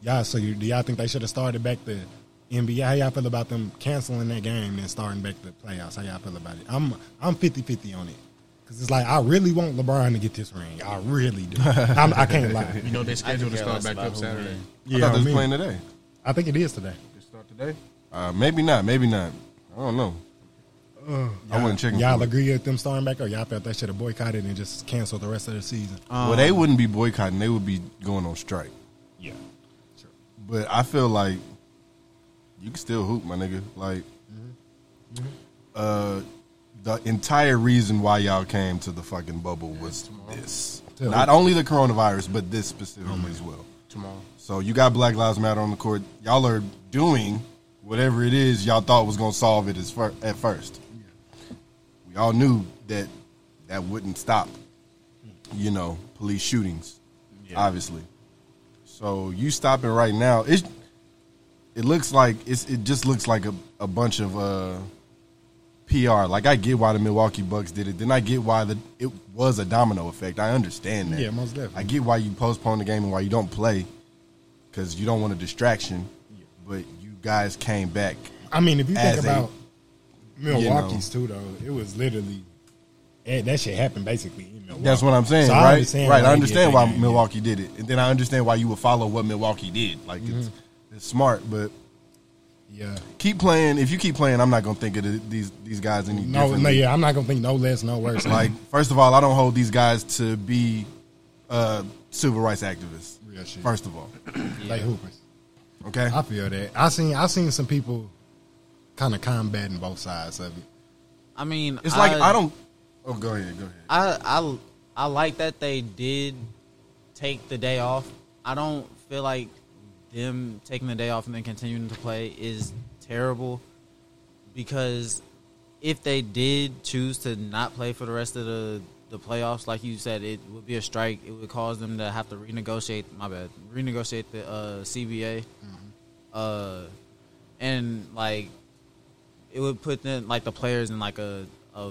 Speaker 9: Y'all, so you, do y'all think they should have started back the NBA? How y'all feel about them canceling that game and starting back the playoffs? How y'all feel about it? I'm I'm 50-50 on it. Cause it's like I really want LeBron to get this ring. I really do. I'm, I can't lie.
Speaker 7: You know they scheduled to
Speaker 8: care
Speaker 7: start
Speaker 8: less
Speaker 7: back
Speaker 8: about
Speaker 7: up
Speaker 8: who
Speaker 7: Saturday.
Speaker 10: I
Speaker 9: Yeah,
Speaker 10: thought
Speaker 9: I,
Speaker 10: they was
Speaker 9: mean,
Speaker 10: playing today.
Speaker 9: I think it is today.
Speaker 7: They start today.
Speaker 10: Uh, maybe not. Maybe not. I don't know. Uh, I wasn't checking.
Speaker 9: Y'all
Speaker 10: for it.
Speaker 9: agree with them starting back, or y'all felt they should have boycotted and just canceled the rest of the season?
Speaker 10: well, they wouldn't be boycotting. They would be going on strike.
Speaker 9: yeah,
Speaker 10: But I feel like you can still hoop, my nigga. Like, uh, the entire reason why y'all came to the fucking bubble was this.
Speaker 9: Yeah.
Speaker 10: Not only the coronavirus, but this specifically as well.
Speaker 7: Tomorrow.
Speaker 10: So you got Black Lives Matter on the court. Y'all are doing whatever it is y'all thought was gonna solve it as fir- at first. We all knew that that wouldn't stop, you know, police shootings, obviously. So you stopping right now? It it looks like it's it just looks like a, a bunch of uh, PR. Like I get why the Milwaukee Bucks did it. Then I get why the it was a domino effect. I understand that.
Speaker 9: Yeah, most definitely.
Speaker 10: I get why you postpone the game and why you don't play because you don't want a distraction. But you guys came back.
Speaker 9: I mean, if you think
Speaker 10: As a-
Speaker 9: about Milwaukee's too, though, it was literally eh, that shit happened basically in Milwaukee.
Speaker 10: That's what I'm saying,
Speaker 9: So I
Speaker 10: right?
Speaker 9: understand
Speaker 10: right.
Speaker 9: why
Speaker 10: I
Speaker 9: they
Speaker 10: understand
Speaker 9: did
Speaker 10: why
Speaker 9: that game, yeah.
Speaker 10: Milwaukee did it, and then I understand why you would follow what Milwaukee did. Like it's
Speaker 9: Mm-hmm.
Speaker 10: it's smart, but
Speaker 9: Yeah,
Speaker 10: keep playing. If you keep playing, I'm not gonna think of the, these these guys any
Speaker 9: no,
Speaker 10: differently.
Speaker 9: no, yeah, I'm not gonna think no less, no worse.
Speaker 10: Like, first of all, I don't hold these guys to be uh, civil rights activists.
Speaker 9: Real shit.
Speaker 10: First of all,
Speaker 9: like Hoopers.
Speaker 10: okay.
Speaker 9: I feel that. I seen I seen some people kind of combating both sides of it.
Speaker 8: I mean,
Speaker 10: It's like I don't. Oh, go ahead, go ahead.
Speaker 8: I I I like that they did take the day off. I don't feel like them taking the day off and then continuing to play is terrible because if they did choose to not play for the rest of the the playoffs, like you said, it would be a strike. It would cause them to have to renegotiate. My bad, renegotiate
Speaker 10: Mm-hmm.
Speaker 8: the uh, CBA, uh, and like it would put them like the players in like a a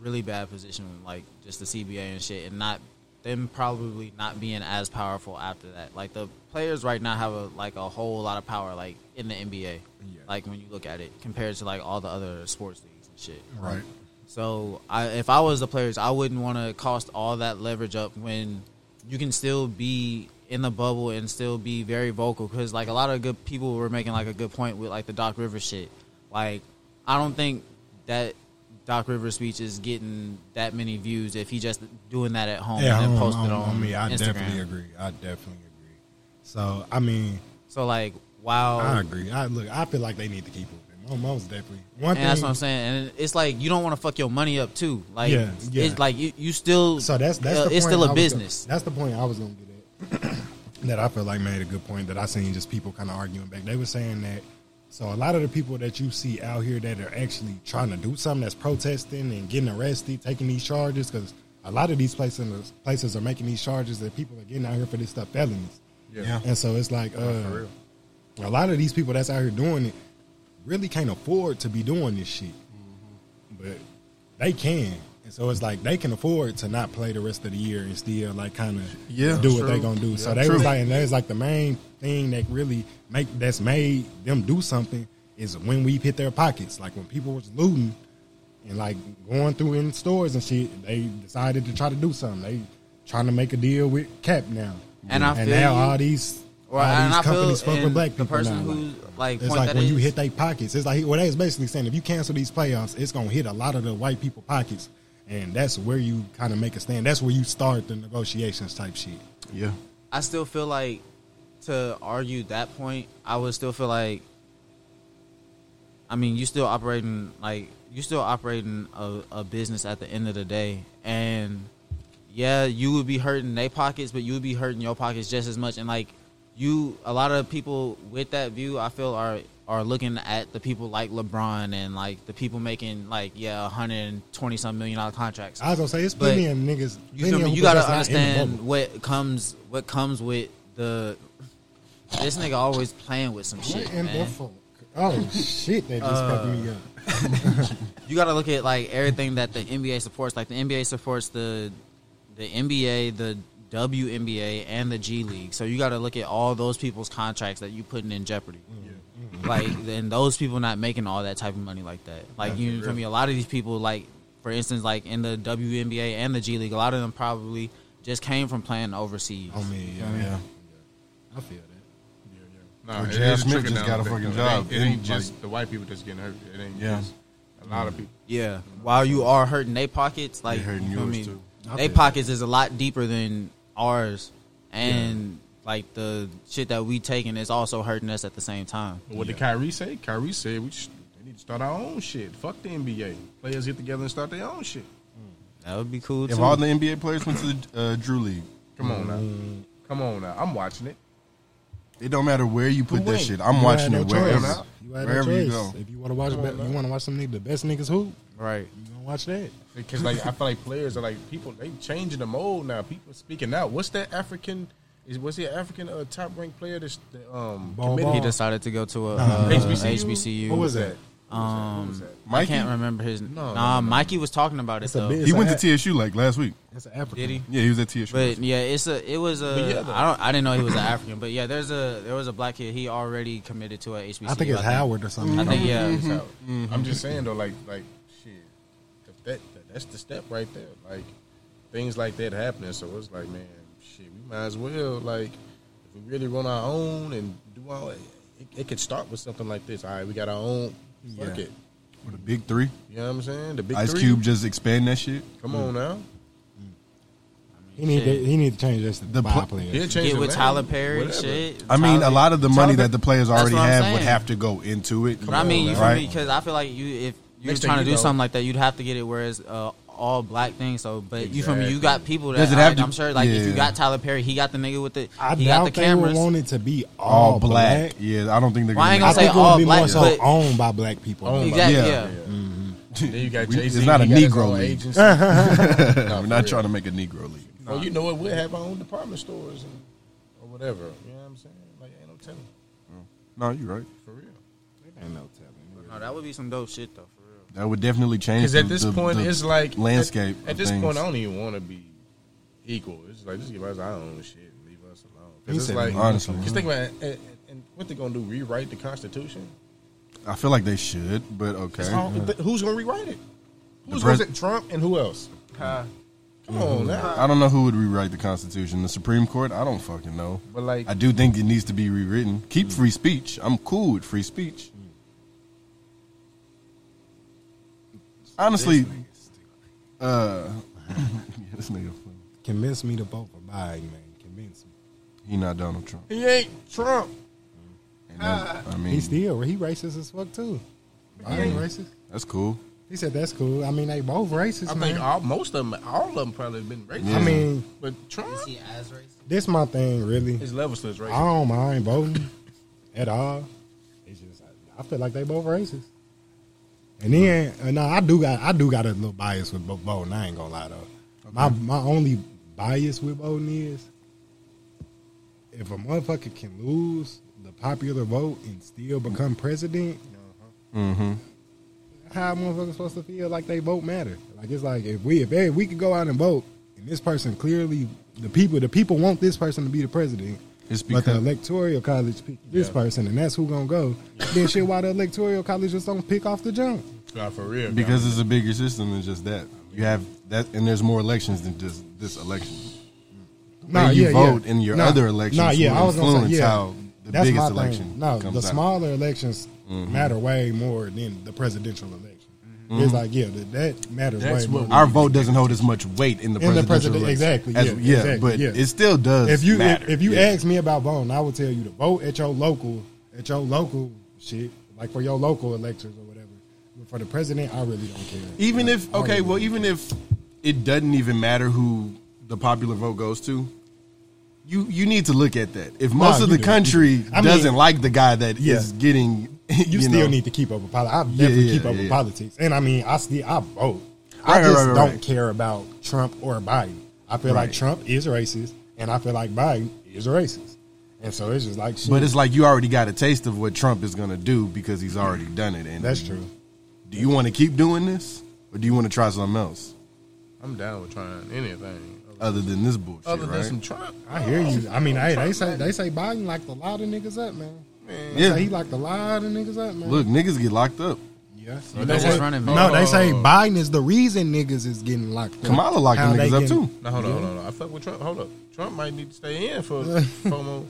Speaker 8: really bad position, like just the CBA and shit, and not them probably not being as powerful after that. Like the players right now have a like a whole lot of power, like in the NBA, like when you look at it compared to like all the other sports leagues and shit.
Speaker 12: Right.
Speaker 8: So I, if I was the players, I wouldn't want to cost all that leverage up when you can still be in the bubble and still be very vocal. Because like a lot of good people were making like a good point with like the Doc Rivers shit. Like I don't think that Doc Rivers speech is getting that many views if he just doing that at home
Speaker 9: Yeah,
Speaker 8: and then
Speaker 9: home,
Speaker 8: posted
Speaker 9: home,
Speaker 8: on
Speaker 9: I mean, I
Speaker 8: Instagram.
Speaker 9: definitely agree. I definitely agree. So I mean,
Speaker 8: So like wow,
Speaker 9: I agree. I look. I feel like they need to keep it. Most definitely. One
Speaker 8: and
Speaker 9: thing.
Speaker 8: that's what I'm saying. And it's like you don't want to fuck your money up too. Like
Speaker 9: Yeah, yeah.
Speaker 8: it's like you, you still
Speaker 9: So that's that's
Speaker 8: uh,
Speaker 9: the
Speaker 8: it's
Speaker 9: point
Speaker 8: still
Speaker 9: I
Speaker 8: a
Speaker 9: was gonna-
Speaker 8: business.
Speaker 9: that's the point I was going to get at. that I feel like made a good point that I seen just people kind of arguing back. They were saying that so a lot of the people that you see out here that are actually trying to do something that's protesting and getting arrested, taking these charges because a lot of these places places are making these charges that people are getting out here for this stuff felonies.
Speaker 12: Yeah. Yeah.
Speaker 9: and so it's like uh, a lot of these people that's out here doing it really can't afford to be doing this shit
Speaker 10: Mm-hmm.
Speaker 9: but they can. And so it's like they can afford to not play the rest of the year and still like kind of
Speaker 10: Yeah,
Speaker 9: do what
Speaker 10: true.
Speaker 9: they gonna do. so
Speaker 10: Yeah,
Speaker 9: they
Speaker 10: true.
Speaker 9: was like, and that's like the main thing that really make that's made them do something is when we hit their pockets. Like when people was looting and like going through in stores and shit, they decided to try to do something. They trying to make a deal with Cap now,
Speaker 8: And I feel
Speaker 9: now
Speaker 8: you.
Speaker 9: all these.
Speaker 8: Or-
Speaker 9: all
Speaker 8: and
Speaker 9: these
Speaker 8: I feel-
Speaker 9: companies fuck with
Speaker 8: and
Speaker 9: black
Speaker 8: the
Speaker 9: people
Speaker 8: person
Speaker 9: now.
Speaker 8: who, like,
Speaker 9: it's
Speaker 8: point
Speaker 9: like
Speaker 8: that
Speaker 9: when you
Speaker 8: is-
Speaker 9: hit they pockets. It's like well, that's basically saying if you cancel these playoffs, it's gonna hit a lot of the white people pockets, and that's where you kind of make a stand. That's where you start the negotiations type shit.
Speaker 10: Yeah,
Speaker 8: I still feel like to argue that point, I would still feel like I mean, you still operating like you still operating a, a business at the end of the day and yeah, you would be hurting their pockets, but you would be hurting your pockets just as much and like you a lot of people with that view I feel are are looking at the people like LeBron and like the people making like yeah 120 some million dollar contracts.
Speaker 9: I was gonna say it's
Speaker 8: But-
Speaker 9: plenty of niggas.
Speaker 8: you
Speaker 9: plenty
Speaker 8: feel
Speaker 9: of
Speaker 8: me?
Speaker 9: who
Speaker 8: You gotta
Speaker 9: that's not in the
Speaker 8: understand
Speaker 9: bubble.
Speaker 8: what comes what comes with the this nigga always playing with some shit.
Speaker 9: What in the
Speaker 8: man.
Speaker 9: fuck? Oh shit, that just fucked me up.
Speaker 8: You gotta look at like everything that the NBA supports. Like the NBA supports the the NBA, the WNBA, and the G League. So you gotta look at all those people's contracts that you putting in jeopardy.
Speaker 9: Mm-hmm.
Speaker 8: Like and those people not making all that type of money like that. Like you feel me? A lot of these people like for instance, like in the WNBA and the G League, a lot of them probably just came from playing overseas.
Speaker 9: Oh man, yeah, yeah. I feel that.
Speaker 7: Nah,
Speaker 10: Well,
Speaker 7: it
Speaker 10: J.R.
Speaker 7: is
Speaker 10: Smith
Speaker 7: trickling down
Speaker 10: just got a
Speaker 7: the
Speaker 10: fucking
Speaker 7: back, though.
Speaker 10: job.
Speaker 7: It ain't,
Speaker 10: It
Speaker 7: it
Speaker 10: ain't
Speaker 7: ain't just
Speaker 10: like-
Speaker 7: the white people that's getting hurt. It ain't
Speaker 10: Yeah.
Speaker 7: just a lot of people.
Speaker 8: Yeah, while you are hurting their pockets, like
Speaker 10: hurting
Speaker 8: you know what I
Speaker 10: yours,
Speaker 8: mean?
Speaker 10: too.
Speaker 8: They pockets is a lot deeper than ours, and like the shit that we taking is also hurting us at the same time.
Speaker 7: But what did Kyrie say? Kyrie said we should, they need to start our own shit. Fuck the NBA. Players get together and start their own shit.
Speaker 8: That would be cool
Speaker 10: If
Speaker 8: too.
Speaker 10: all the NBA players went to the uh, Drew League,
Speaker 7: Come on now. Come on now. I'm watching it.
Speaker 10: it don't matter where you put that
Speaker 7: win.
Speaker 10: shit. I'm
Speaker 9: You
Speaker 10: watching
Speaker 9: had no
Speaker 10: it
Speaker 9: choice.
Speaker 10: wherever,
Speaker 9: You had no
Speaker 10: wherever you
Speaker 9: choice.
Speaker 10: go.
Speaker 9: If you want to watch, you want to watch some nigga, the best niggas who
Speaker 8: right.
Speaker 9: you gonna watch that.
Speaker 7: Because like I feel like players are like people. They changing the mold now. People speaking out. What's that African? Is was he an African uh, top ranked player? That's that, um
Speaker 9: Ball,
Speaker 7: committed-
Speaker 8: He decided to go to a
Speaker 9: Nah.
Speaker 8: uh,
Speaker 7: HBCU?
Speaker 8: HBCU.
Speaker 9: What was that?
Speaker 7: Who was
Speaker 8: Um,
Speaker 7: that? Who was
Speaker 8: I
Speaker 10: Mikey?
Speaker 8: can't remember his.
Speaker 7: No, no,
Speaker 8: nah,
Speaker 7: no.
Speaker 8: Mikey was talking about it
Speaker 9: a
Speaker 8: though.
Speaker 9: big-
Speaker 10: He
Speaker 9: It's
Speaker 10: went
Speaker 9: a-
Speaker 10: to TSU like last week.
Speaker 9: That's an African.
Speaker 8: Did he?
Speaker 10: Yeah, he was at TSU.
Speaker 8: But yeah, it's a it was a
Speaker 7: yeah, though.
Speaker 8: I don't I didn't know he was an African, but yeah, there's a there was a black kid he already committed to a HBCU.
Speaker 9: I think it's Howard or something.
Speaker 8: I think yeah.
Speaker 7: that? So,
Speaker 8: Mm-hmm.
Speaker 7: I'm just saying though, like like shit. If that, that that's the step right there. Like things like that happening. So it's like man, shit. We might as well like if we really run our own and do all. It, it could start with something like this. All right, we got our own. Fuck
Speaker 10: Yeah.
Speaker 7: it.
Speaker 10: With the big three,
Speaker 7: You know what I'm saying? The big
Speaker 10: Ice
Speaker 7: three.
Speaker 10: Cube just expand that shit.
Speaker 7: Come on now.
Speaker 9: He need
Speaker 8: Shit.
Speaker 9: to, he need to change this to the
Speaker 10: The
Speaker 9: five
Speaker 10: pl-
Speaker 9: players.
Speaker 7: Yeah, change
Speaker 8: Get
Speaker 7: the
Speaker 8: with
Speaker 7: name,
Speaker 8: Tyler Perry and
Speaker 7: whatever.
Speaker 8: shit.
Speaker 10: I mean, a
Speaker 8: Tyler-
Speaker 10: lot of the money
Speaker 7: Tyler-
Speaker 10: that the players
Speaker 8: That's
Speaker 10: already
Speaker 8: what I'm
Speaker 10: have would
Speaker 8: saying.
Speaker 10: have to go into it.
Speaker 8: But I mean, you feel
Speaker 10: right?
Speaker 8: me? Because I feel like you, if you're
Speaker 7: Next thing
Speaker 8: trying
Speaker 7: you
Speaker 8: to do
Speaker 7: know-
Speaker 8: something like that, you'd have to get it where it's uh, all black thing. So, but you feel me? You
Speaker 7: Exactly.
Speaker 8: got people that
Speaker 10: Does it have
Speaker 8: I,
Speaker 10: to-
Speaker 8: am sure. Like if you
Speaker 10: yeah.
Speaker 8: got Tyler Perry, he got the nigga with the
Speaker 9: I
Speaker 8: he
Speaker 9: doubt
Speaker 8: got the
Speaker 9: they would
Speaker 8: cameras.
Speaker 9: want it to be all,
Speaker 10: all
Speaker 9: black.
Speaker 10: black. Yeah, I don't think they're.
Speaker 8: Well, I ain't
Speaker 9: I
Speaker 8: gonna
Speaker 10: make
Speaker 9: think
Speaker 8: say
Speaker 9: it would
Speaker 8: all
Speaker 9: be more
Speaker 8: black,
Speaker 9: so
Speaker 8: but- Oh.
Speaker 9: owned by black people.
Speaker 7: Owned by-
Speaker 8: exactly.
Speaker 10: Oh Yeah.
Speaker 8: Yeah.
Speaker 7: Then you got
Speaker 10: We-
Speaker 7: Jay Z.
Speaker 10: it's not a Negro league.
Speaker 7: Agency. no,
Speaker 10: We're not trying to make a Negro league.
Speaker 7: Well, you know what? We'll have our own department stores and, or whatever. You know what I'm saying? Like, ain't no telling.
Speaker 10: No, you're right.
Speaker 7: For real.
Speaker 11: Ain't no telling.
Speaker 8: No, that would be some dope shit though, for real.
Speaker 10: That would definitely change.
Speaker 7: Because at
Speaker 10: the-
Speaker 7: this
Speaker 10: the-
Speaker 7: point,
Speaker 10: the
Speaker 7: it's like
Speaker 10: landscape.
Speaker 7: At, at
Speaker 10: of
Speaker 7: this
Speaker 10: things.
Speaker 7: point, I don't even want to be equal. It's like just give us our own shit and leave us alone. 'Cause
Speaker 10: He
Speaker 7: it's
Speaker 10: said
Speaker 7: like
Speaker 10: honestly.
Speaker 7: just think about it, and, and what they gonna do? Rewrite the Constitution?
Speaker 10: I feel like they should, but okay. Uh,
Speaker 7: It's all- but who's gonna rewrite it? Who's
Speaker 10: pres- Mm-hmm.
Speaker 7: gonna say Trump and who else? Come on now.
Speaker 10: I don't know who would rewrite the Constitution. The Supreme Court? I don't fucking know.
Speaker 7: But like-
Speaker 10: I do think it needs to be rewritten. Keep free speech. I'm cool with free speech. Honestly, uh, yeah, this nigga, funny.
Speaker 11: Convince me to vote for Biden, man. Convince me.
Speaker 10: he not Donald Trump.
Speaker 7: He ain't Trump.
Speaker 10: And that's, I
Speaker 11: He
Speaker 10: mean,
Speaker 11: still he racist as fuck too.
Speaker 9: I ain't racist.
Speaker 10: that's cool.
Speaker 9: He said that's cool. I mean, they both racist.
Speaker 7: I
Speaker 9: man.
Speaker 7: think all most of them, all of them, probably been racist.
Speaker 9: I mean,
Speaker 7: but Trump,
Speaker 8: Is he as racist?
Speaker 9: this my thing really.
Speaker 7: his level is
Speaker 9: I
Speaker 7: racist.
Speaker 9: don't mind voting at all. It's just I- I feel like they both racist. And then uh, no, I do got I do got a little bias with vo- voting. I ain't gonna lie though. My my only bias with voting is if a motherfucker can lose the popular vote and still become president.
Speaker 10: Mm-hmm.
Speaker 9: how motherfuckers supposed to feel like they vote matter? Like it's like if we if every, we could go out and vote, and this person clearly the people the people want this person to be the president,
Speaker 10: It's
Speaker 9: but the
Speaker 10: because
Speaker 9: electoral college picked this person, and that's who gonna go. Then shit, why the electoral college just don't pick off the jump?
Speaker 7: Nah, for real. nah.
Speaker 10: because it's a bigger system than just that. You have that, and there's more elections than just this election.
Speaker 9: No,
Speaker 10: you vote in your other elections will influence how the biggest
Speaker 9: my thing.
Speaker 10: election
Speaker 9: No,
Speaker 10: comes
Speaker 9: the
Speaker 10: out. Mm-hmm.
Speaker 9: smaller elections matter way more than the presidential election. It's like yeah, that, that matters
Speaker 7: That's
Speaker 9: way
Speaker 7: what
Speaker 9: more.
Speaker 7: we
Speaker 10: Our vote doesn't hold as much weight in the
Speaker 9: In the
Speaker 10: presidential
Speaker 9: presiden-
Speaker 10: election.
Speaker 9: exactly,
Speaker 10: As-
Speaker 9: yeah, exactly,
Speaker 10: but
Speaker 9: yeah.
Speaker 10: it still does.
Speaker 9: if you
Speaker 10: matter.
Speaker 9: if, if you
Speaker 10: Yeah.
Speaker 9: ask me about voting, I would tell you to vote at your local at your local shit, like for your local electors or whatever. But for the president, I really don't care.
Speaker 10: even
Speaker 9: Like,
Speaker 10: if
Speaker 9: I don't
Speaker 10: okay,
Speaker 9: really
Speaker 10: well,
Speaker 9: care.
Speaker 10: even if it doesn't even matter who the popular vote goes to, you you need to look at that. If most
Speaker 9: Nah,
Speaker 10: of
Speaker 9: you
Speaker 10: the
Speaker 9: do.
Speaker 10: country
Speaker 9: I mean-
Speaker 10: doesn't like the guy that is
Speaker 9: Yeah.
Speaker 10: getting, you,
Speaker 9: you, still
Speaker 10: know,
Speaker 9: need to keep up with politics. I definitely
Speaker 10: yeah,
Speaker 9: keep up
Speaker 10: yeah.
Speaker 9: with politics, and I mean, I still I vote.
Speaker 10: Right,
Speaker 9: I
Speaker 10: right,
Speaker 9: just
Speaker 10: right, right,
Speaker 9: don't
Speaker 10: right.
Speaker 9: care about Trump or Biden. I feel like
Speaker 10: Right.
Speaker 9: Trump is racist, and I feel like Biden is racist, and so it's just like shit.
Speaker 10: But it's like you already got a taste of what Trump is going to do because he's already done it. And
Speaker 9: that's true.
Speaker 10: Do you want to keep doing this, or do you want to try something else
Speaker 7: I'm down with trying anything Oh,
Speaker 10: other than this bullshit?
Speaker 7: other
Speaker 10: right?
Speaker 7: than some Trump.
Speaker 9: I hear you. I mean, hey, they say they say Biden locked a lot of niggas up, man.
Speaker 7: Man.
Speaker 9: They
Speaker 10: Yeah.
Speaker 9: say he locked a lot of niggas up, man.
Speaker 10: Look, niggas get locked up.
Speaker 9: Yeah.
Speaker 8: they just running uh, back.
Speaker 9: No, they say
Speaker 7: Oh.
Speaker 9: Biden is the reason niggas is getting locked up.
Speaker 10: Kamala locked
Speaker 9: How
Speaker 10: them
Speaker 9: they
Speaker 10: niggas up
Speaker 9: getting-
Speaker 10: too.
Speaker 7: Now hold on, hold on, hold on. I fuck with Trump. Hold up, Trump might need to stay in for FOMO.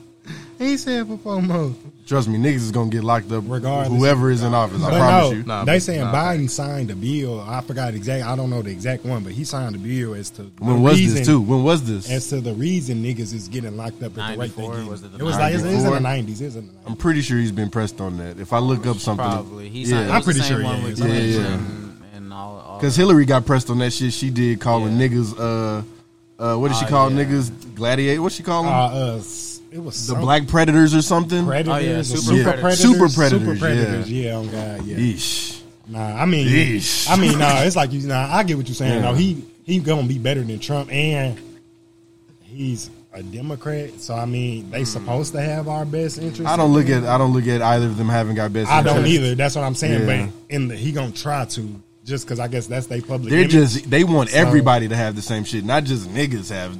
Speaker 9: He said for FOMO.
Speaker 10: Trust me, niggas is gonna get locked up
Speaker 9: Regardless.
Speaker 10: Whoever is in office, I
Speaker 9: But
Speaker 10: promise
Speaker 9: no,
Speaker 10: you.
Speaker 7: Nah,
Speaker 9: they
Speaker 7: but-
Speaker 9: saying
Speaker 7: nah.
Speaker 9: Biden signed a bill. I forgot exact. I don't know the exact one, but he signed a bill as to the
Speaker 10: When was
Speaker 9: reason-
Speaker 10: this too? When was this?
Speaker 9: As to the reason niggas is getting locked up at the rate they
Speaker 8: 94,
Speaker 9: getting.
Speaker 8: was it the
Speaker 9: it was like it's, it's in the
Speaker 10: 94?
Speaker 9: nineties. It's in the nineties.
Speaker 10: I'm pretty sure he's been pressed on that. If I look up something,
Speaker 8: Probably. He's
Speaker 10: yeah,
Speaker 8: not,
Speaker 9: I'm pretty
Speaker 8: the same
Speaker 9: sure,
Speaker 8: one
Speaker 9: yeah,
Speaker 8: with
Speaker 9: yeah,
Speaker 8: Clinton
Speaker 10: yeah.
Speaker 8: And, and all. all
Speaker 10: because
Speaker 8: that.
Speaker 10: Hillary got pressed on that shit. She did calling
Speaker 8: Yeah.
Speaker 10: niggas. Uh, uh, what did she
Speaker 8: Oh,
Speaker 10: call
Speaker 8: yeah.
Speaker 10: niggas? Gladiator? What she call
Speaker 9: Uh,
Speaker 10: them?
Speaker 9: uh, s- it was
Speaker 10: the
Speaker 9: some
Speaker 10: black predators or something?
Speaker 9: predators,
Speaker 8: Oh, yeah,
Speaker 9: or
Speaker 8: super
Speaker 9: super,
Speaker 10: Yeah.
Speaker 9: predators, super
Speaker 10: Super predators,
Speaker 9: predators. Yeah, on God, yeah.
Speaker 10: Yeesh.
Speaker 9: Nah, I mean,
Speaker 10: Yeesh.
Speaker 9: I mean, nah. It's like you. Nah, I get what you're saying.
Speaker 10: Yeah.
Speaker 9: No, he he gonna be better than Trump, and he's a Democrat. So I mean, they supposed to have our best interest.
Speaker 10: I don't look at I don't look at either of them having got best.
Speaker 9: I don't
Speaker 10: interest.
Speaker 9: either. That's what I'm saying.
Speaker 10: Yeah.
Speaker 9: But in the, he gonna try to just because I guess that's they public.
Speaker 10: They're
Speaker 9: image.
Speaker 10: just they want
Speaker 9: So-
Speaker 10: everybody to have the same shit, not just niggas have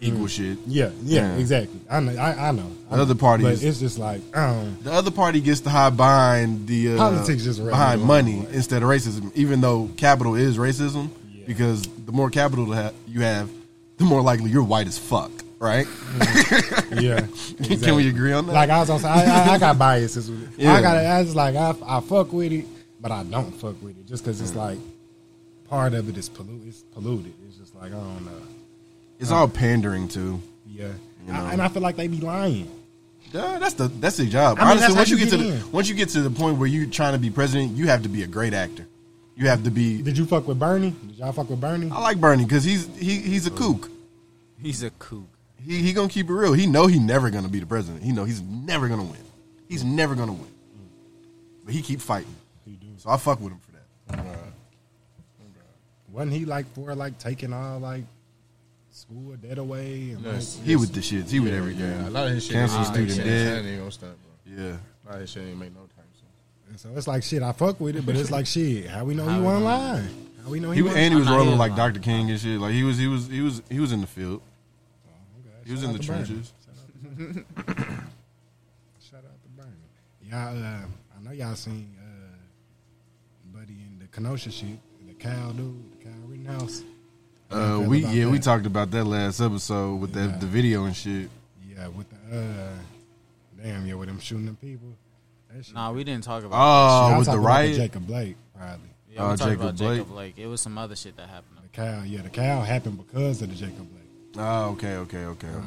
Speaker 9: Mm.
Speaker 10: equal shit.
Speaker 9: yeah, yeah,
Speaker 10: Yeah.
Speaker 9: exactly. I know, I, I know. I
Speaker 10: The other party
Speaker 9: but
Speaker 10: is-
Speaker 9: it's just like um,
Speaker 10: The other party gets to hide behind the uh,
Speaker 9: Politics just run
Speaker 10: behind
Speaker 9: the wrong
Speaker 10: money
Speaker 9: way.
Speaker 10: instead of racism. Even though capital is racism, because the more capital to ha- you have, the more likely you're white as fuck, right?
Speaker 9: yeah.
Speaker 10: Can
Speaker 9: exactly.
Speaker 10: we agree on that?
Speaker 9: Like I was gonna say, I, I, I got biases with it.
Speaker 10: Yeah.
Speaker 9: I got I was like I, I fuck with it, but I don't fuck with it just because it's like part of it is polluted. It's polluted. It's just like I don't know.
Speaker 10: it's all pandering to.
Speaker 9: Yeah,
Speaker 10: You
Speaker 9: I-
Speaker 10: know.
Speaker 9: and I feel like they be lying.
Speaker 10: Yeah, that's the that's the job.
Speaker 9: I mean, that's
Speaker 10: Honestly,
Speaker 9: how
Speaker 10: once you
Speaker 9: you
Speaker 10: get,
Speaker 9: get
Speaker 10: to the,
Speaker 9: in.
Speaker 10: once you get to the point where you're trying to be president, you have to be a great actor. You have to be.
Speaker 9: Did you fuck with Bernie? Did y'all fuck with Bernie?
Speaker 10: I like Bernie because he's he he's a kook.
Speaker 8: he's a kook.
Speaker 10: He he gonna keep it real. He know he never gonna be the president. He know he's never gonna win. He's never gonna win. But he keep fighting. So I fuck with him for that.
Speaker 9: Wasn't he like for like taking all like school debt away? And, like,
Speaker 7: Yes.
Speaker 10: He with the shits. He with everything.
Speaker 7: Yeah, a lot of his shit.
Speaker 10: Cancel
Speaker 7: ain't-
Speaker 10: student
Speaker 7: shit
Speaker 10: debt.
Speaker 7: ain't gonna stop, bro.
Speaker 10: Yeah.
Speaker 7: A lot of his shit ain't make no time. sense.
Speaker 9: And so it's like shit. I fuck with it, but it's like shit. How we know he wasn't lying? How we know
Speaker 10: He,
Speaker 9: he,
Speaker 10: was
Speaker 9: wasn't-
Speaker 10: and he was rolling like Dr. King and shit. Like he was, he was, he was, he was in the field. He was
Speaker 9: Shout
Speaker 10: in
Speaker 9: out
Speaker 10: the
Speaker 9: to Brandon.
Speaker 10: trenches.
Speaker 9: Shout out to Burner. Y'all, uh, I know y'all seen uh, Buddy in the Kenosha shit, the Kyle dude, the Kyle Rittenhouse.
Speaker 10: Uh,
Speaker 9: feel
Speaker 10: we
Speaker 9: about
Speaker 10: yeah, we
Speaker 9: that?
Speaker 10: talked about that last episode with that the video and shit.
Speaker 9: Yeah, with the uh, damn, yeah, with him shooting them people. That shit-
Speaker 8: Nah, we didn't talk about.
Speaker 10: Oh,
Speaker 9: Shit, I
Speaker 10: with
Speaker 9: talked
Speaker 10: the
Speaker 9: about
Speaker 10: riot?
Speaker 9: Jacob Blake, probably.
Speaker 8: that. yeah, we
Speaker 10: oh,
Speaker 8: talked
Speaker 10: Jacob
Speaker 8: about
Speaker 10: Blake.
Speaker 8: Jacob Blake. It was some other shit that happened.
Speaker 9: The Kyle, yeah, the Kyle happened because of the Jacob Blake.
Speaker 10: Oh, okay, okay, okay,
Speaker 9: Uh,
Speaker 10: okay.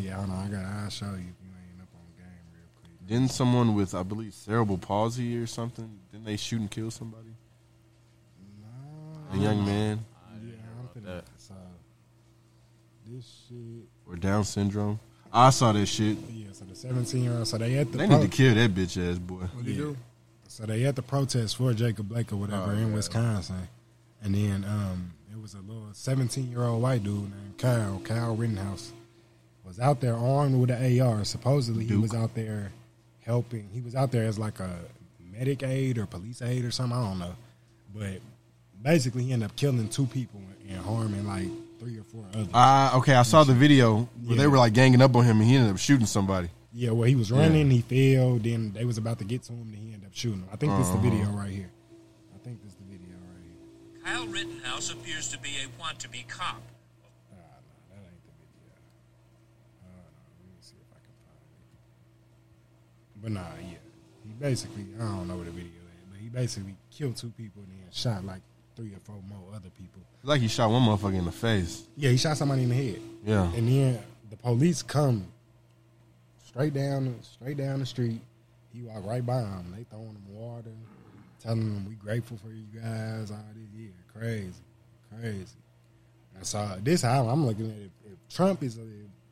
Speaker 9: Yeah, I don't know. I got. I'll show you if you ain't up on game real quick.
Speaker 10: Didn't someone with I believe cerebral palsy or something? Didn't they shoot and kill somebody? A young man
Speaker 9: Yeah, I'm finna. So this shit.
Speaker 10: or Down syndrome. I saw that shit.
Speaker 9: Yeah, so the 17 year old. So they at the.
Speaker 10: They
Speaker 9: pro-
Speaker 10: need to kill that bitch ass boy.
Speaker 7: What'd he do?
Speaker 9: So they at the protest for Jacob Blake or whatever in Wisconsin, and then um, it was a little seventeen-year-old white dude named Kyle Kyle Rittenhouse was out there armed with an AR. Supposedly he was out there helping. He was out there as like a medic aid or police aid or something. I don't know, but basically he ended up killing two people and harming like three or four others.
Speaker 10: Ah, okay, I saw the video
Speaker 9: Yeah.
Speaker 10: where they were like ganging up on him and he ended up shooting somebody.
Speaker 9: Yeah, well, he was running, he fell, then they was about to get to him, and he ended up shooting him. I think this is the video right here. I think this is the video right here.
Speaker 13: Kyle Rittenhouse appears to be a want to be cop.
Speaker 9: That ain't the video. I don't know. Let me see if I can find it. But nah, yeah. He basically, I don't know what the video is, but he basically killed two people and then shot like three or four more other people.
Speaker 10: Like he shot one motherfucker in the face.
Speaker 9: Yeah, he shot somebody in the head.
Speaker 10: Yeah.
Speaker 9: And then the police come straight down, straight down the street. He walk right by them. They throwing him water, telling them we grateful for you guys. All this year, crazy, crazy. And so this how I'm looking at it. If Trump is, if,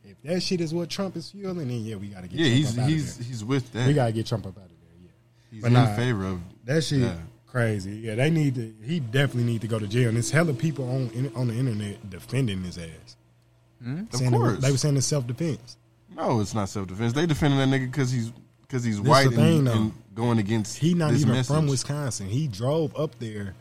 Speaker 9: if that shit is what Trump is fueling, then yeah, we gotta get.
Speaker 10: Yeah,
Speaker 9: Trump
Speaker 10: he's
Speaker 9: up out of
Speaker 10: he's
Speaker 9: there.
Speaker 10: he's with that.
Speaker 9: we gotta get Trump up out of there. Yeah,
Speaker 10: he's
Speaker 9: but
Speaker 10: in
Speaker 9: nah,
Speaker 10: favor of
Speaker 9: that shit
Speaker 10: Yeah.
Speaker 9: crazy. Yeah, they need to. He definitely need to go to jail. And it's hella people on on the internet defending his ass.
Speaker 10: Of
Speaker 9: Saying it was-
Speaker 10: course.
Speaker 9: they were saying it's self defense.
Speaker 10: No, it's not self defense. They defending that nigga because he's because he's
Speaker 9: This
Speaker 10: white
Speaker 9: the thing,
Speaker 10: and,
Speaker 9: though.
Speaker 10: and going against
Speaker 9: He not
Speaker 10: this
Speaker 9: even
Speaker 10: message.
Speaker 9: from Wisconsin. He drove up there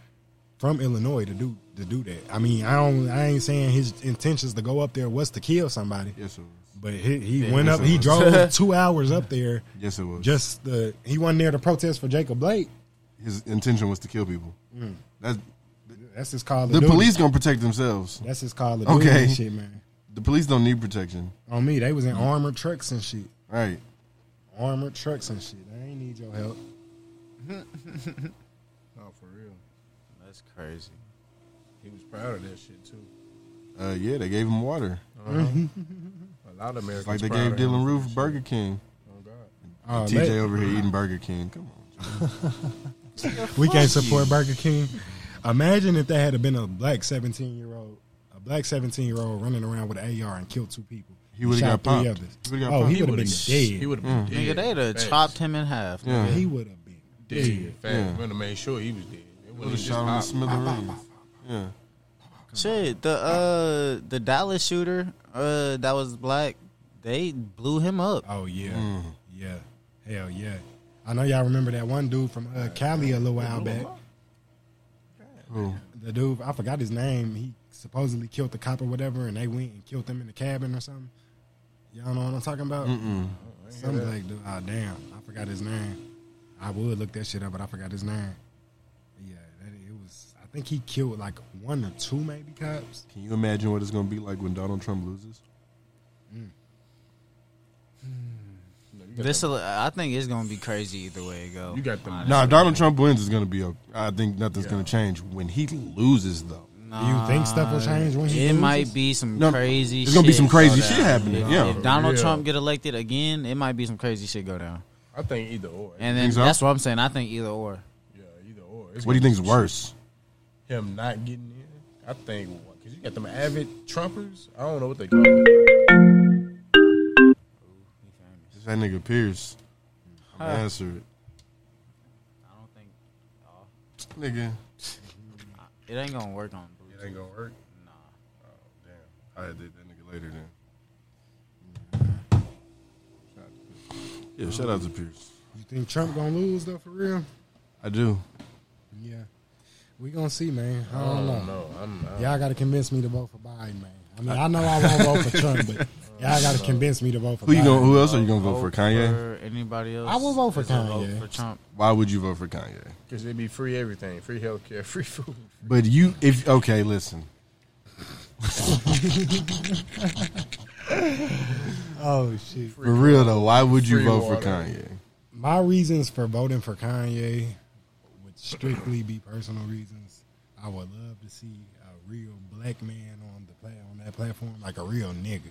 Speaker 9: from Illinois to do to do that. I mean, I don't. I ain't saying his intentions to go up there was to kill somebody,
Speaker 10: Yes, it was.
Speaker 9: but he, he went
Speaker 10: yes,
Speaker 9: up.
Speaker 10: it
Speaker 9: He
Speaker 10: was.
Speaker 9: drove two hours up there.
Speaker 10: Yes, it was.
Speaker 9: Just the he wasn't there to protest for Jacob Blake.
Speaker 10: His intention was to kill people. That
Speaker 9: That's his call. Of
Speaker 10: the
Speaker 9: duty.
Speaker 10: police gonna protect themselves.
Speaker 9: That's his call. Of duty
Speaker 10: Okay,
Speaker 9: and shit, man.
Speaker 10: The police don't need protection.
Speaker 9: On me, they was in armored trucks and shit.
Speaker 10: Right.
Speaker 9: Armored trucks and shit. They ain't need your help.
Speaker 7: Oh, for real.
Speaker 8: That's crazy.
Speaker 7: He was proud of that shit too.
Speaker 10: Uh, yeah, they gave him water.
Speaker 7: A lot of Americans.
Speaker 10: It's like they
Speaker 7: proud
Speaker 10: gave
Speaker 7: of him.
Speaker 10: Dylan Roof Burger King.
Speaker 7: Oh God.
Speaker 9: Oh,
Speaker 10: TJ
Speaker 9: they-
Speaker 10: over here eating Burger King. Come on.
Speaker 9: we can't support Burger King. Imagine if there had been a black seventeen year old, a black seventeen year old running around with an AR and killed two people.
Speaker 10: He would've
Speaker 9: Shot
Speaker 10: got
Speaker 9: three
Speaker 10: popped.
Speaker 9: others.
Speaker 10: He would've got
Speaker 9: oh,
Speaker 10: popped.
Speaker 9: he would have been dead.
Speaker 7: He would have been
Speaker 8: Mm-hmm. Nigga,
Speaker 7: dead.
Speaker 8: they'd have
Speaker 7: Facts.
Speaker 8: chopped him in half. nigga.
Speaker 10: Yeah.
Speaker 9: He would have been.
Speaker 7: Dead. Fact.
Speaker 10: Yeah.
Speaker 7: We would have made sure he was dead. It
Speaker 10: Would
Speaker 7: wasn't
Speaker 10: have
Speaker 7: just
Speaker 10: shot him in the
Speaker 7: pop.
Speaker 10: smithereens. Yeah.
Speaker 8: Shit, the uh the Dallas shooter uh that was black, they blew him up.
Speaker 9: Oh yeah, yeah, hell yeah. I know y'all remember that one dude from uh, Cali a little while back.
Speaker 10: Who?
Speaker 9: The dude I forgot his name. He supposedly killed the cop or whatever, and they went and killed him in the cabin or something. Y'all know what I'm talking about? Mm-mm. Some black dude. Oh damn, I forgot his name. I would look that shit up, but I forgot his name. Yeah, that, it was. I think he killed like one or two maybe cops.
Speaker 10: Can you imagine what it's gonna be like when Donald Trump loses?
Speaker 8: This I think it's gonna be crazy either way it go.
Speaker 7: You got them.
Speaker 10: Nah, if Donald Trump wins, it's gonna be. A, I think nothing's gonna change when he loses, though.
Speaker 9: Do you think stuff will change when
Speaker 8: It
Speaker 9: he loses?
Speaker 8: might be some
Speaker 10: No,
Speaker 8: crazy.
Speaker 10: there's gonna be
Speaker 8: shit
Speaker 10: some crazy
Speaker 8: go
Speaker 10: shit
Speaker 8: down.
Speaker 10: happening,
Speaker 8: If,
Speaker 10: yeah.
Speaker 8: if Donald
Speaker 7: Yeah.
Speaker 8: Trump get elected again, it might be some crazy shit go down.
Speaker 7: I think either or.
Speaker 8: And then
Speaker 10: so?
Speaker 8: that's what I'm saying. I think either or.
Speaker 7: yeah, either or. It's
Speaker 10: What do you
Speaker 7: gonna
Speaker 10: think's
Speaker 7: be
Speaker 10: worse?
Speaker 7: Him not getting in. I think because you got them avid Trumpers. I don't know what they call. Them.
Speaker 10: That nigga Pierce. I'm answer
Speaker 8: I don't think
Speaker 10: it, nigga.
Speaker 8: it ain't gonna work on. Blue.
Speaker 7: It ain't gonna work.
Speaker 10: I did that nigga later then. Yeah, shout out to Pierce.
Speaker 9: You think Trump gonna lose though for real?
Speaker 10: I do.
Speaker 9: Yeah. We gonna see, man. I don't,
Speaker 7: I
Speaker 9: know.
Speaker 7: don't know. I'm- I'm-
Speaker 9: y'all gotta convince me to vote for Biden, man. I mean, I know I won't vote for Trump, but y'all gotta convince me to vote for
Speaker 10: Who you
Speaker 9: Biden.
Speaker 10: gonna? Who else are you gonna
Speaker 8: Oh,
Speaker 10: vote for? Kanye.
Speaker 8: anybody else?
Speaker 9: I will vote for
Speaker 8: Doesn't
Speaker 9: Kanye.
Speaker 8: vote for Trump.
Speaker 10: Why would you vote for Kanye?
Speaker 7: Because it'd be free everything, free healthcare, free food.
Speaker 10: But you, if okay, listen.
Speaker 9: Oh shit.
Speaker 10: For real though, why would you vote for Kanye?
Speaker 9: My reasons for voting for Kanye would strictly be personal reasons. I would love to see a real black man on the pla on that platform, like a real nigga.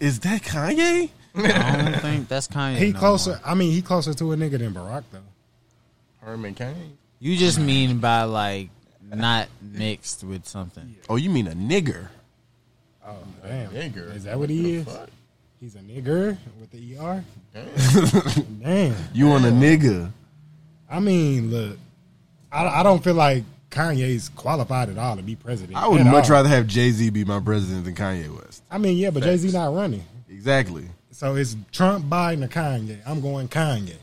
Speaker 10: Is that Kanye?
Speaker 8: I don't think that's Kanye.
Speaker 9: He
Speaker 8: no
Speaker 9: closer.
Speaker 8: more.
Speaker 9: I mean, he closer to a nigga than Barack though.
Speaker 7: Herman Cain.
Speaker 8: You just mean by like not mixed with something.
Speaker 10: Oh, you mean a nigger?
Speaker 7: Oh,
Speaker 9: Damn.
Speaker 7: nigger.
Speaker 9: Is that what he is? He's a nigger with the ER. Damn.
Speaker 10: You on a nigga?
Speaker 9: I mean, look, I, I don't feel like Kanye's qualified at all to be president.
Speaker 10: I would
Speaker 9: at
Speaker 10: much
Speaker 9: all.
Speaker 10: rather have Jay Z be my president than Kanye West.
Speaker 9: I mean, yeah, but Jay
Speaker 10: Facts.
Speaker 9: Z not running,
Speaker 10: Exactly.
Speaker 9: so it's Trump, Biden, or Kanye. I'm going Kanye.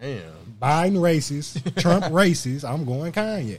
Speaker 7: Damn.
Speaker 9: Biden racist, Trump racist. I'm going Kanye.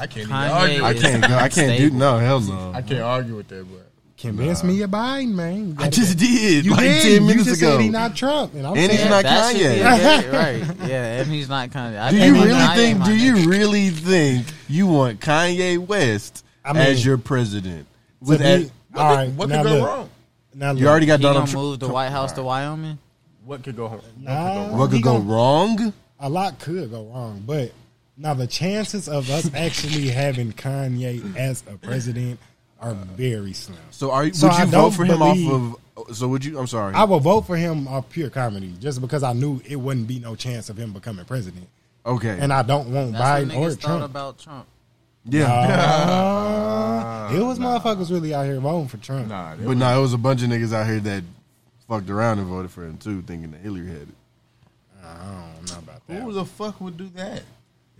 Speaker 7: I can't even
Speaker 9: Kanye
Speaker 7: argue.
Speaker 10: I
Speaker 7: with
Speaker 10: can't
Speaker 7: that.
Speaker 10: go. I can't do no. Hell no.
Speaker 7: I can't argue with that, but
Speaker 9: Convince me of Biden, man. You
Speaker 10: I
Speaker 9: gotta-
Speaker 10: just did
Speaker 9: You
Speaker 10: like
Speaker 9: did.
Speaker 10: ten
Speaker 9: you
Speaker 10: minutes
Speaker 9: just
Speaker 10: ago.
Speaker 9: said he not Trump, and I'm
Speaker 10: And he's
Speaker 9: saying
Speaker 10: not
Speaker 8: That should be- yeah, right. Yeah, and he's not Kanye. I
Speaker 10: do you
Speaker 8: think
Speaker 10: really
Speaker 8: Kanye
Speaker 10: think?
Speaker 8: might
Speaker 10: Do
Speaker 8: be-
Speaker 10: you really think you want Kanye West
Speaker 9: I mean,
Speaker 10: as your president?
Speaker 9: to
Speaker 10: With
Speaker 9: be-
Speaker 10: that,
Speaker 9: all right,
Speaker 7: what
Speaker 9: now
Speaker 7: could go
Speaker 9: look,
Speaker 7: wrong?
Speaker 9: Now
Speaker 10: You
Speaker 9: look.
Speaker 10: already got
Speaker 8: He
Speaker 10: Donald
Speaker 8: gonna
Speaker 10: Trump.
Speaker 8: move the White House to Wyoming?
Speaker 7: What could go home?
Speaker 9: Nah,
Speaker 10: What
Speaker 9: Ah, he
Speaker 10: could go
Speaker 9: gonna-
Speaker 10: wrong?
Speaker 9: a lot could go wrong, but now the chances of us actually having Kanye as a president are very slim.
Speaker 10: So are you?
Speaker 9: So
Speaker 10: would you
Speaker 9: I
Speaker 10: vote
Speaker 9: don't
Speaker 10: for him
Speaker 9: believe-
Speaker 10: off of? So would you? I'm sorry.
Speaker 9: I will vote for him off pure comedy, just because I knew it wouldn't be no chance of him becoming president,
Speaker 10: okay.
Speaker 9: and I don't want
Speaker 8: That's
Speaker 9: Biden
Speaker 8: what
Speaker 9: or
Speaker 8: niggas thought
Speaker 9: Trump.
Speaker 8: about Trump.
Speaker 9: Nah. it was motherfuckers really out here voting for Trump.
Speaker 7: Nah, that
Speaker 10: but no, it was a bunch of niggas out here that fucked around and voted for him too, thinking that Hillary had it.
Speaker 9: I don't know about that.
Speaker 7: who the fuck would do that?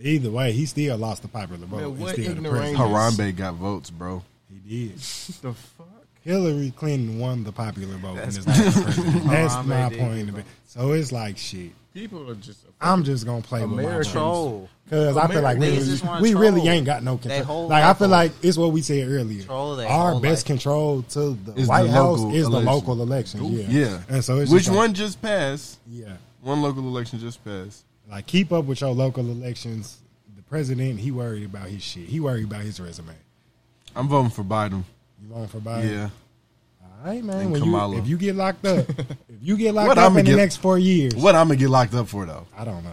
Speaker 9: Either way, he still lost the popular vote.
Speaker 7: Man,
Speaker 9: and
Speaker 7: what
Speaker 9: still the
Speaker 7: ignorant-
Speaker 9: president.
Speaker 10: Harambe got votes, bro.
Speaker 9: He did.
Speaker 7: The fuck?
Speaker 9: Hillary Clinton won the popular vote. That's, and is not the president. That's my point. Of it. So it's like shit.
Speaker 7: People are just. a
Speaker 9: I'm just gonna play
Speaker 7: America.
Speaker 9: with my because I feel like
Speaker 7: America.
Speaker 9: we,
Speaker 7: Niggas
Speaker 8: just wanna
Speaker 9: we really
Speaker 8: troll.
Speaker 9: ain't got no
Speaker 8: They
Speaker 9: control.
Speaker 8: whole
Speaker 9: Like I feel
Speaker 8: local.
Speaker 9: like it's what we said earlier.
Speaker 8: Troll they
Speaker 9: Our
Speaker 8: whole
Speaker 9: best control to the
Speaker 10: Is the
Speaker 9: White House
Speaker 10: local
Speaker 9: is the
Speaker 10: election.
Speaker 9: local election. Yeah,
Speaker 10: Yeah.
Speaker 9: And so it's
Speaker 10: which
Speaker 9: just like,
Speaker 10: one just passed?
Speaker 9: Yeah,
Speaker 10: One local election just passed.
Speaker 9: like keep up with your local elections. The president, he worried about his shit. He worried about his resume.
Speaker 10: I'm voting for Biden.
Speaker 9: You voting for Biden?
Speaker 10: Yeah.
Speaker 9: All right, man.
Speaker 10: And
Speaker 9: When you,
Speaker 10: Kamala.
Speaker 9: if you get locked up, if you get locked
Speaker 10: What
Speaker 9: up
Speaker 10: I'ma
Speaker 9: in the
Speaker 10: get-
Speaker 9: next four years,
Speaker 10: What I'm gonna get locked up for though?
Speaker 9: I don't know.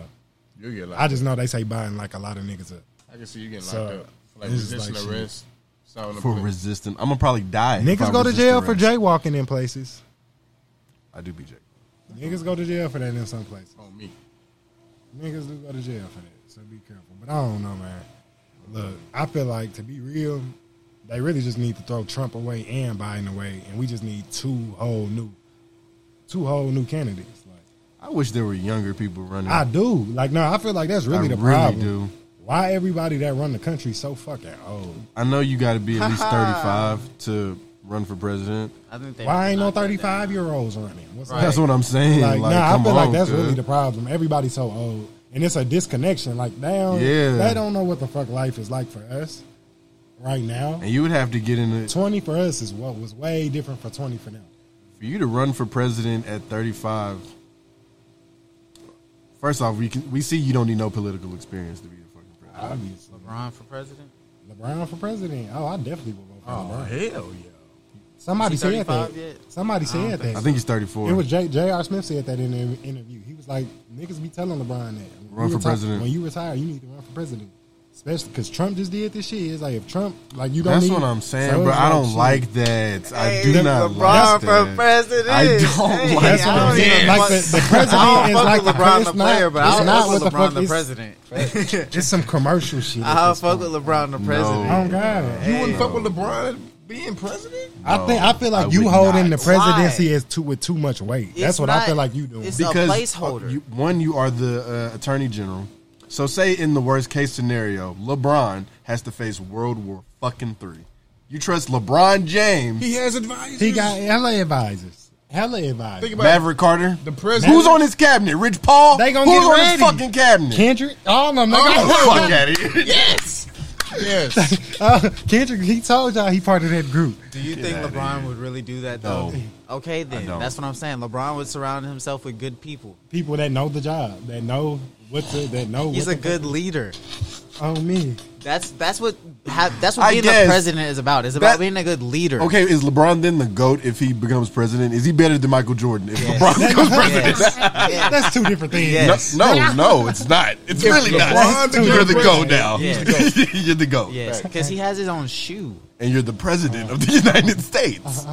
Speaker 7: You get locked
Speaker 9: I just know they say Biden like a lot of niggas up.
Speaker 7: I can see you getting
Speaker 9: So,
Speaker 7: locked up. For like
Speaker 9: this is
Speaker 7: resisting
Speaker 9: like shit.
Speaker 7: arrest. solid
Speaker 10: For
Speaker 7: place.
Speaker 10: resisting, I'm gonna probably die. if I
Speaker 9: Niggas go to
Speaker 10: resist
Speaker 9: jail for
Speaker 10: arrest.
Speaker 9: jaywalking in places.
Speaker 10: I do be Jake.
Speaker 9: Niggas go to jail for that in some places.
Speaker 7: on me.
Speaker 9: Niggas do go to jail for that, so be careful. But I don't know, man. Look, I feel like to be real, they really just need to throw Trump away and Biden away, and we just need two whole new, two whole new candidates. Like
Speaker 10: I wish there were younger people running.
Speaker 9: I do, like no, I feel like that's really
Speaker 10: Mm. I
Speaker 9: the
Speaker 10: really
Speaker 9: problem.
Speaker 10: do.
Speaker 9: Why everybody that run the country so fucking old?
Speaker 10: I know you got to be at least 35 to run for president.
Speaker 8: I think they
Speaker 9: Why ain't no thirty five year olds running? What's up?
Speaker 10: That's what I'm saying.
Speaker 9: Like,
Speaker 10: Like,
Speaker 9: nah, I
Speaker 10: come
Speaker 9: feel
Speaker 10: on,
Speaker 9: like that's
Speaker 10: cuz.
Speaker 9: really the problem. Everybody's so old, and it's a disconnection. Like, down,
Speaker 10: Yeah.
Speaker 9: they don't know what the fuck life is like for us right now.
Speaker 10: And you would have to get in it
Speaker 9: Twenty for us is what was way different for twenty for them.
Speaker 10: for you to run for president at 35. First off, we can, we see you don't need no political experience to be the fucking president.
Speaker 9: Obviously,
Speaker 8: LeBron for president.
Speaker 9: LeBron for president. Oh, I definitely would vote for
Speaker 7: Oh,
Speaker 9: LeBron.
Speaker 7: hell yeah.
Speaker 9: Somebody
Speaker 8: Is he
Speaker 9: said that.
Speaker 8: 35 yet?
Speaker 9: Somebody said that.
Speaker 10: I think he's 34.
Speaker 9: It was J. J.R. Smith said that in an interview. He was like, "Niggas be telling LeBron that When
Speaker 10: Run
Speaker 9: you
Speaker 10: for
Speaker 9: retire-
Speaker 10: president.
Speaker 9: When you retire, you need to run for president, especially because Trump just did this shit. It's like if Trump, like you don't.
Speaker 10: that's
Speaker 9: need-
Speaker 10: what I'm saying,
Speaker 9: So
Speaker 10: bro.
Speaker 9: it's
Speaker 10: I don't
Speaker 9: shit.
Speaker 10: like that. I do
Speaker 9: Hey,
Speaker 10: not
Speaker 9: LeBron
Speaker 10: like
Speaker 9: for
Speaker 10: that.
Speaker 8: president.
Speaker 10: I don't
Speaker 8: Hey,
Speaker 10: like
Speaker 9: That's
Speaker 10: that.
Speaker 9: what I'm saying. Like the, the
Speaker 8: I
Speaker 9: president
Speaker 8: don't
Speaker 9: is
Speaker 8: fuck
Speaker 9: like
Speaker 8: with
Speaker 9: the
Speaker 8: LeBron
Speaker 9: it's
Speaker 8: the
Speaker 9: not-
Speaker 8: player, but
Speaker 9: it's
Speaker 8: I
Speaker 9: not
Speaker 8: don't
Speaker 9: what
Speaker 8: fuck with
Speaker 9: fuck
Speaker 8: LeBron the
Speaker 9: it's-
Speaker 8: president.
Speaker 9: It's some commercial shit. at
Speaker 8: I don't
Speaker 9: this
Speaker 8: fuck
Speaker 9: point.
Speaker 8: with LeBron the president.
Speaker 9: Oh God!
Speaker 7: You wouldn't fuck with LeBron being president?
Speaker 9: I think I feel like
Speaker 10: I
Speaker 9: you
Speaker 10: would
Speaker 9: holding
Speaker 10: not.
Speaker 9: the presidency as too with too much weight. That's
Speaker 8: It's
Speaker 9: what I
Speaker 8: not-
Speaker 9: feel like you doing.
Speaker 8: it's a
Speaker 10: because
Speaker 8: placeholder.
Speaker 10: uh, you- one, you are the uh, attorney general. So say in the worst case scenario, LeBron has to face World War fucking three. You trust LeBron James?
Speaker 7: He has advisors.
Speaker 9: He got LA advisors. Hella advice.
Speaker 10: Think about Maverick Carter.
Speaker 7: The
Speaker 10: president. Who's on his cabinet? Rich Paul.
Speaker 9: They gonna
Speaker 10: Who's
Speaker 9: get
Speaker 10: on
Speaker 9: ready.
Speaker 10: his fucking cabinet?
Speaker 9: Kendrick. I don't know. man.
Speaker 10: Oh, fuck out of here.
Speaker 9: Yes.
Speaker 7: Yes.
Speaker 9: Uh, Kendrick, he told y'all he part of that group.
Speaker 8: Do you think LeBron would really do that though? Okay, then
Speaker 9: don't.
Speaker 8: that's what I'm saying. LeBron would surround himself with good people.
Speaker 9: People that know the job, that know what to, that know.
Speaker 8: He's a
Speaker 9: what the
Speaker 8: good leader.
Speaker 9: fuck- Oh me.
Speaker 8: That's that's what ha- that's what
Speaker 10: I
Speaker 8: being
Speaker 10: guess
Speaker 8: the president is about. It's about
Speaker 10: that-
Speaker 8: being a good leader.
Speaker 10: Okay, is LeBron then the goat if he becomes president? Is he better than Michael Jordan if
Speaker 8: Yes.
Speaker 10: LeBron becomes
Speaker 8: Yes.
Speaker 10: president?
Speaker 8: Yes.
Speaker 9: That's two different things.
Speaker 10: No, no, no, it's not. It's
Speaker 9: If
Speaker 10: really not.
Speaker 9: LeBron's the
Speaker 10: You're the goat
Speaker 9: president,
Speaker 10: now.
Speaker 8: yeah.
Speaker 10: you're the goat.
Speaker 8: Yes,
Speaker 10: Right.
Speaker 8: because he has his own shoe.
Speaker 10: And you're the president of the United States.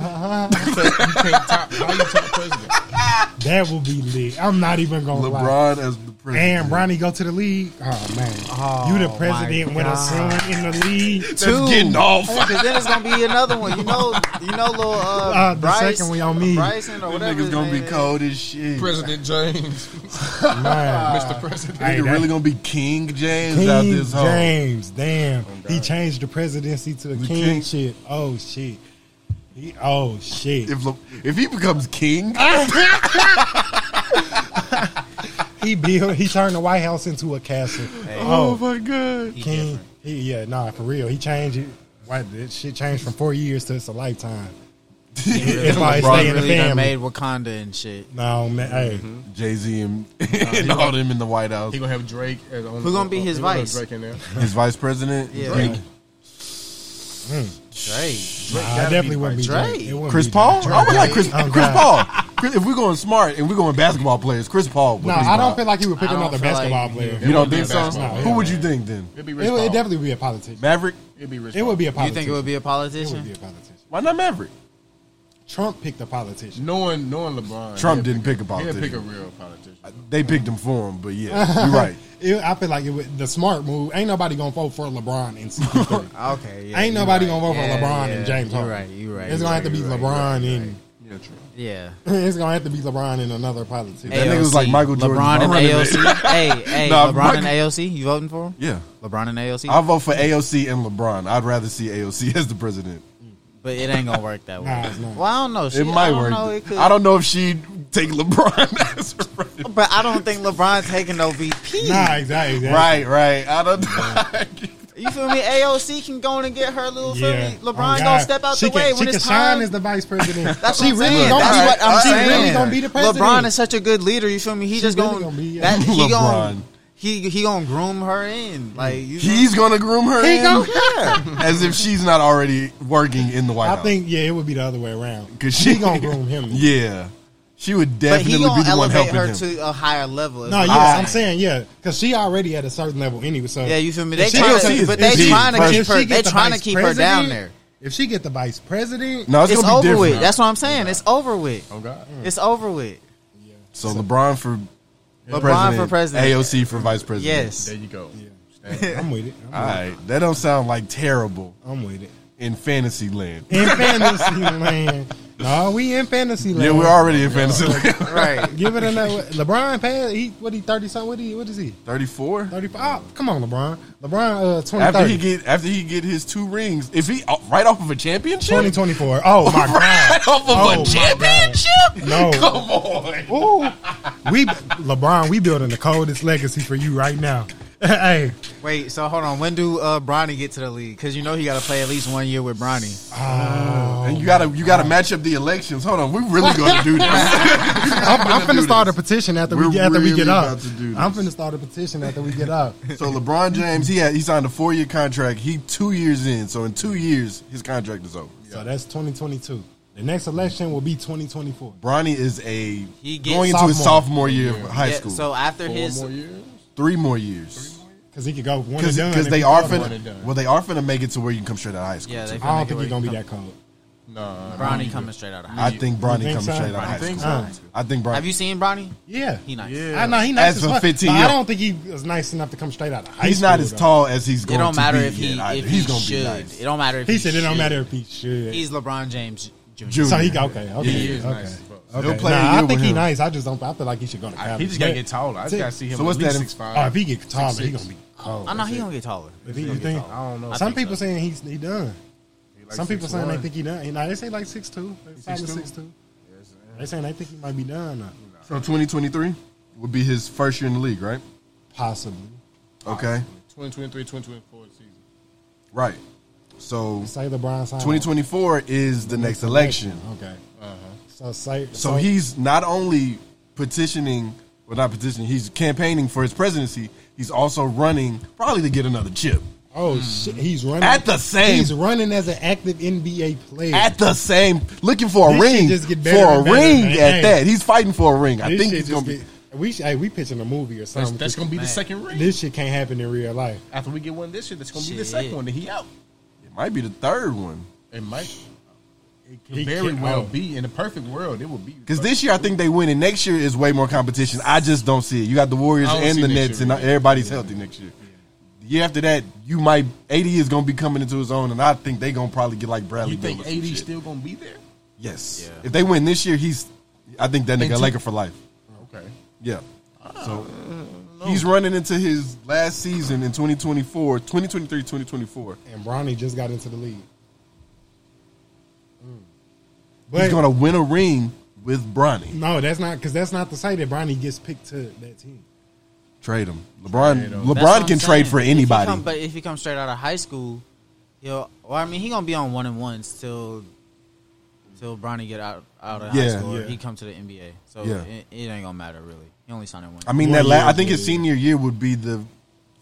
Speaker 9: That will be lit. I'm not even gonna
Speaker 10: LeBron
Speaker 9: lie.
Speaker 10: as the president.
Speaker 9: And Bronny go to the league. Oh man, you the
Speaker 8: my
Speaker 9: president with a
Speaker 8: God.
Speaker 9: son in the league.
Speaker 10: That's getting off.
Speaker 8: Because then it's gonna be another one. You know, you know, little uh,
Speaker 9: Uh, the
Speaker 8: Bryce,
Speaker 9: second one on me.
Speaker 8: Bryson or
Speaker 10: That
Speaker 8: whatever.
Speaker 10: nigga's
Speaker 8: his
Speaker 10: gonna be
Speaker 8: name is.
Speaker 10: cold as shit.
Speaker 7: President James.
Speaker 8: uh,
Speaker 9: Man.
Speaker 7: Mr. President.
Speaker 9: Hey,
Speaker 10: Nigga
Speaker 9: that-
Speaker 10: really gonna be King James out
Speaker 9: King
Speaker 10: this hole.
Speaker 9: James, damn, he changed the presidency to the
Speaker 10: The king.
Speaker 9: kingship. Oh shit. He, oh shit.
Speaker 10: If Le- if he becomes king,
Speaker 9: Ah, he built. He turned the White House into a castle. Oh,
Speaker 10: oh my god,
Speaker 9: King. He, yeah, nah, for real. He changed it. Why that shit changed from four years to it's a lifetime. It's why it
Speaker 8: LeBron
Speaker 9: stay in the
Speaker 8: really done
Speaker 9: family.
Speaker 8: made Wakanda and shit.
Speaker 9: No man, hey,
Speaker 10: Jay Z and, and all them in the White House.
Speaker 7: He gonna have Drake as on.
Speaker 8: Who gonna be his
Speaker 7: he gonna have
Speaker 8: vice?
Speaker 7: Drake in there.
Speaker 10: His vice president,
Speaker 8: Yeah.
Speaker 10: Drake.
Speaker 8: Drake.
Speaker 9: nah, I definitely wouldn't be
Speaker 8: Drake.
Speaker 9: Drake. It wouldn't
Speaker 10: Chris
Speaker 9: be
Speaker 10: Paul.
Speaker 9: Drake.
Speaker 10: I would like Chris.
Speaker 9: Oh,
Speaker 10: Chris
Speaker 9: God.
Speaker 10: Paul. Chris- If we're going smart and we're going basketball players, Chris Paul. Would
Speaker 9: No,
Speaker 10: be
Speaker 9: I
Speaker 10: my-
Speaker 9: don't feel like he would pick
Speaker 8: I don't
Speaker 9: another
Speaker 8: feel
Speaker 9: basketball
Speaker 8: like-
Speaker 9: player.
Speaker 10: You don't think
Speaker 7: be
Speaker 10: so?
Speaker 7: basketball.
Speaker 10: Who would you think then?
Speaker 7: It'd be Rich
Speaker 9: It would
Speaker 7: Paul.
Speaker 9: it'd definitely be a politician.
Speaker 10: Maverick.
Speaker 7: It'd be Rich
Speaker 9: It would be a
Speaker 8: You
Speaker 9: politician.
Speaker 8: think it would be a
Speaker 9: It would
Speaker 8: politician?
Speaker 9: be a politician.
Speaker 10: Why not Maverick?
Speaker 9: Trump picked a politician.
Speaker 7: Knowing knowing LeBron,
Speaker 10: Trump
Speaker 7: he'll
Speaker 10: didn't pick a
Speaker 7: He'll pick a
Speaker 10: politician. Uh,
Speaker 7: real politician.
Speaker 10: They picked him for him, but yeah, you're right.
Speaker 9: It, I feel like it would, the smart move. Ain't nobody gonna vote for LeBron and CP3.
Speaker 8: Okay. Yeah,
Speaker 9: Ain't
Speaker 8: you're
Speaker 9: nobody
Speaker 8: right.
Speaker 9: gonna vote for
Speaker 8: Yeah,
Speaker 9: LeBron
Speaker 8: yeah,
Speaker 9: and James
Speaker 8: You're
Speaker 9: Harden.
Speaker 8: right. You're right.
Speaker 9: It's
Speaker 8: you're
Speaker 9: gonna have to
Speaker 8: right,
Speaker 9: be
Speaker 8: you're right, you're
Speaker 9: LeBron
Speaker 8: right, you're
Speaker 9: and
Speaker 7: Yeah, true.
Speaker 8: Yeah.
Speaker 9: it's gonna have to be LeBron and another politician.
Speaker 10: That nigga was like Michael Jordan's
Speaker 8: LeBron and
Speaker 10: mom.
Speaker 8: AOC. hey, hey,
Speaker 10: Nah,
Speaker 8: LeBron
Speaker 10: Michael-
Speaker 8: and AOC. You voting for him?
Speaker 10: Yeah,
Speaker 8: LeBron and AOC.
Speaker 10: I vote for AOC and LeBron. I'd rather see AOC as the president.
Speaker 8: but it ain't gonna work that way.
Speaker 9: Nah, it's not.
Speaker 8: Well, I don't know. She,
Speaker 10: It might
Speaker 8: I don't
Speaker 10: work.
Speaker 8: Know, it could,
Speaker 10: I don't know if she'd take LeBron as her president.
Speaker 8: But I don't think LeBron's taking no VP.
Speaker 9: Nah, exactly. exactly.
Speaker 10: Right, right. I don't know.
Speaker 8: You feel me? AOC can go in and get her little
Speaker 9: Yeah.
Speaker 8: feel me.
Speaker 9: Oh, God.
Speaker 8: LeBron gonna step out
Speaker 9: she
Speaker 8: the
Speaker 9: can,
Speaker 8: way
Speaker 9: she
Speaker 8: when
Speaker 9: can
Speaker 8: it's
Speaker 9: shine
Speaker 8: time.
Speaker 9: as the vice president.
Speaker 8: That's
Speaker 9: she
Speaker 8: what I'm
Speaker 9: really
Speaker 8: saying.
Speaker 9: gonna
Speaker 8: That's
Speaker 9: be
Speaker 8: what I'm
Speaker 9: she
Speaker 8: saying.
Speaker 9: really gonna be the president.
Speaker 8: LeBron is such a good leader. You feel me? He just
Speaker 9: really
Speaker 8: gonna,
Speaker 9: gonna be, yeah.
Speaker 8: that, he
Speaker 10: LeBron.
Speaker 8: gonna he he gonna groom her in like you feel me?
Speaker 10: He's gonna groom her.
Speaker 8: He
Speaker 10: in
Speaker 8: gonna- yeah.
Speaker 10: as if she's not already working in the White
Speaker 9: I
Speaker 10: House.
Speaker 9: think yeah, it would be the other way around.
Speaker 10: 'Cause
Speaker 9: she
Speaker 10: she-
Speaker 9: gonna groom him.
Speaker 10: Yeah, she would
Speaker 8: but he
Speaker 10: definitely be
Speaker 8: gonna
Speaker 10: the one
Speaker 8: elevate
Speaker 10: helping
Speaker 8: her
Speaker 10: him.
Speaker 8: to a higher level. is
Speaker 9: No,
Speaker 8: what
Speaker 9: yes,
Speaker 10: Ah.
Speaker 9: I'm saying yeah, because she already at a certain level anyway. So
Speaker 8: Yeah, you feel me? They
Speaker 9: If she
Speaker 8: trying
Speaker 9: gets
Speaker 8: to,
Speaker 9: the-
Speaker 8: but
Speaker 10: if
Speaker 8: they
Speaker 10: she-
Speaker 8: trying to
Speaker 10: if
Speaker 8: keep
Speaker 9: she
Speaker 8: her.
Speaker 9: get
Speaker 8: They
Speaker 9: the
Speaker 8: trying to
Speaker 9: vice
Speaker 8: keep her down
Speaker 9: president,
Speaker 8: there.
Speaker 9: If she get the vice president,
Speaker 10: no, it's,
Speaker 8: It's
Speaker 10: gonna
Speaker 8: over
Speaker 10: be different.
Speaker 8: with. That's what I'm saying. It's over with.
Speaker 7: Oh God.
Speaker 8: Hmm. It's over with.
Speaker 10: so LeBron for
Speaker 8: LeBron
Speaker 10: president,
Speaker 8: for president.
Speaker 10: AOC for vice president.
Speaker 8: Yes.
Speaker 7: There you go.
Speaker 9: I'm with it.
Speaker 10: All
Speaker 9: I'm,
Speaker 10: right, that don't sound like terrible
Speaker 9: I'm with it.
Speaker 10: in fantasy land.
Speaker 9: In fantasy land. No, we in fantasy land.
Speaker 10: Yeah, we're already in fantasy land.
Speaker 8: Right.
Speaker 9: Give it another. LeBron passed. He what? He thirty something. What he? What is he?
Speaker 10: Thirty-four.
Speaker 9: Thirty five. come on, LeBron. LeBron. Uh, twenty
Speaker 10: After he
Speaker 9: thirty.
Speaker 10: get after he get his two rings, if he uh, right off of a championship,
Speaker 9: Twenty twenty four. Oh my god.
Speaker 10: right off of
Speaker 9: Oh, my
Speaker 10: a championship,
Speaker 9: No.
Speaker 10: come on.
Speaker 9: Ooh. We LeBron. We building the coldest legacy for you right now. hey.
Speaker 8: Wait. So hold on. When do uh, Bronny get to the league? Because you know he got to play at least one year with Bronny.
Speaker 10: And you gotta you gotta match up the elections. Hold on, we really gonna do this.
Speaker 9: I'm, I'm
Speaker 10: do
Speaker 9: finna start a
Speaker 10: this.
Speaker 9: petition after
Speaker 10: We're
Speaker 9: we get after we
Speaker 10: really
Speaker 9: get
Speaker 10: about
Speaker 9: up.
Speaker 10: to do this.
Speaker 9: I'm finna start a petition after we get up.
Speaker 10: so LeBron James, he had he signed a four year contract. He two years in. So in two years, his contract is over.
Speaker 9: So that's 2022. The next election will be 2024.
Speaker 10: Bronny is a
Speaker 8: He gets
Speaker 10: going into his
Speaker 9: sophomore.
Speaker 10: sophomore year of high
Speaker 8: Yeah,
Speaker 10: school.
Speaker 8: So after
Speaker 7: Four
Speaker 8: his
Speaker 7: more years.
Speaker 10: three more years
Speaker 9: Because he could go one and done.
Speaker 10: because
Speaker 9: if
Speaker 10: they
Speaker 9: he
Speaker 10: are
Speaker 9: wanted.
Speaker 7: one and
Speaker 10: finna
Speaker 7: done.
Speaker 10: well they are finna make it to where you can come straight out of high school.
Speaker 8: yeah, they
Speaker 10: too.
Speaker 9: I
Speaker 8: finna
Speaker 9: don't think
Speaker 8: get
Speaker 9: he's gonna be
Speaker 8: away.
Speaker 9: that cold.
Speaker 7: Nah.
Speaker 8: Bronny coming straight out of high.
Speaker 10: I think Bronny
Speaker 9: think
Speaker 10: comes
Speaker 9: so?
Speaker 10: straight out of
Speaker 9: I
Speaker 10: high
Speaker 7: think
Speaker 10: school.
Speaker 9: so.
Speaker 10: I think Bronny.
Speaker 8: Have you seen Bronny?
Speaker 9: Yeah,
Speaker 8: He nice.
Speaker 9: I know he nice
Speaker 10: As
Speaker 9: as,
Speaker 10: a
Speaker 9: fuck,
Speaker 10: 15
Speaker 9: but
Speaker 10: year-
Speaker 9: I don't think he was nice enough to come straight out of high
Speaker 10: He's
Speaker 9: school,
Speaker 10: not as
Speaker 9: though.
Speaker 10: tall as he's
Speaker 8: It
Speaker 10: going
Speaker 8: don't
Speaker 10: to
Speaker 8: matter
Speaker 10: be
Speaker 8: if he
Speaker 10: yet either.
Speaker 8: if
Speaker 10: he's
Speaker 8: he
Speaker 10: gonna
Speaker 8: should.
Speaker 10: be nice.
Speaker 8: It don't matter if
Speaker 9: He said it don't
Speaker 8: should.
Speaker 9: matter if he should.
Speaker 8: He's LeBron James Jr.
Speaker 10: Junior.
Speaker 9: so he okay. Okay.
Speaker 7: He is
Speaker 9: okay.
Speaker 7: nice. as fuck.
Speaker 9: okay.
Speaker 10: He'll play a
Speaker 9: nah,
Speaker 10: year
Speaker 9: I
Speaker 10: with
Speaker 9: think he
Speaker 10: him.
Speaker 9: nice. I just don't. I feel like he should go to college.
Speaker 7: He just gotta
Speaker 9: But-
Speaker 7: get taller. I just gotta see him
Speaker 10: So
Speaker 7: at
Speaker 10: what's
Speaker 7: least
Speaker 10: that in-
Speaker 7: six five.
Speaker 9: Oh, if he get taller, he gonna be cold.
Speaker 8: I know he gonna get taller.
Speaker 9: If
Speaker 8: He
Speaker 9: he, you
Speaker 8: gonna get
Speaker 9: think?
Speaker 8: taller.
Speaker 7: I don't know.
Speaker 8: I
Speaker 9: Some
Speaker 8: think
Speaker 9: people
Speaker 8: so.
Speaker 9: saying he's he done.
Speaker 7: He like
Speaker 9: Some people saying
Speaker 7: 6'1".
Speaker 9: they think he done. Nah, they say like six two. Probably
Speaker 7: 6'2"?
Speaker 9: six two.
Speaker 7: Yes,
Speaker 9: They saying they think he might be done. uh, Now.
Speaker 10: So 2023 would be his first year in the league, right?
Speaker 9: Possibly.
Speaker 10: Okay.
Speaker 7: 2023, 2024 season.
Speaker 10: Right. So
Speaker 9: Say LeBron signed.
Speaker 10: 2024 is the next election.
Speaker 9: Okay. Uh-huh. So say
Speaker 10: So he's not only petitioning, well, not petitioning, he's campaigning for his presidency. He's also running probably to get another chip.
Speaker 9: Oh shit! He's running
Speaker 10: At the same-
Speaker 9: He's running as an active NBA player.
Speaker 10: At the same, looking for a
Speaker 9: This shit
Speaker 10: ring,
Speaker 9: just get better
Speaker 10: for a
Speaker 9: and better,
Speaker 10: ring
Speaker 9: man.
Speaker 10: at
Speaker 9: Hey.
Speaker 10: that. He's fighting for a ring. I
Speaker 9: This
Speaker 10: think
Speaker 9: shit
Speaker 10: he's
Speaker 9: just
Speaker 10: gonna be.
Speaker 9: get- We should- hey, we pitching a movie or something.
Speaker 7: that's gonna be the
Speaker 9: Man,
Speaker 7: second ring.
Speaker 9: This shit can't happen in real life.
Speaker 7: After we get one this year, that's gonna be the second
Speaker 9: Shit.
Speaker 7: one. Then he out.
Speaker 10: It might be the third one
Speaker 7: It might. It could
Speaker 9: He
Speaker 7: very
Speaker 9: can-
Speaker 7: well
Speaker 9: oh.
Speaker 7: be in a perfect world. It would be
Speaker 10: because this year I think they win, and next year is way more competition. I just don't see it. You got the Warriors
Speaker 7: I don't
Speaker 10: and
Speaker 7: see
Speaker 10: the
Speaker 7: next
Speaker 10: Nets,
Speaker 7: year
Speaker 10: and
Speaker 7: either.
Speaker 10: everybody's healthy next year. The year after that, you might AD is gonna be coming into his own, and I think they gonna probably get like Bradley.
Speaker 7: You think
Speaker 10: Beal or some
Speaker 7: AD
Speaker 10: shit.
Speaker 7: still gonna be there?
Speaker 10: Yes. If they win this year, he's. I think that nigga
Speaker 7: Into-
Speaker 10: a Laker for life.
Speaker 7: Okay.
Speaker 10: Yeah.
Speaker 7: Ah,
Speaker 10: So he's running into his last season in 2024, 2023, 2024.
Speaker 9: And Bronny just got into the league.
Speaker 10: he's going to win a ring with Bronny.
Speaker 9: No, that's not because that's not to say that Bronny gets picked to that team.
Speaker 10: Trade him. LeBron
Speaker 8: That's what
Speaker 10: LeBron
Speaker 8: I'm
Speaker 10: can
Speaker 8: saying.
Speaker 10: trade for
Speaker 8: If he
Speaker 10: anybody.
Speaker 8: come- but if he comes straight out of high school, he'll. Well, I mean, he gonna be on one and ones till till Bronny get out out of
Speaker 10: Yeah.
Speaker 8: high school. or
Speaker 10: Yeah.
Speaker 8: He come to the NBA, so
Speaker 10: Yeah.
Speaker 8: it, it ain't gonna matter really. He only signed in one.
Speaker 10: I mean
Speaker 8: year.
Speaker 10: that la- I think his senior year would be the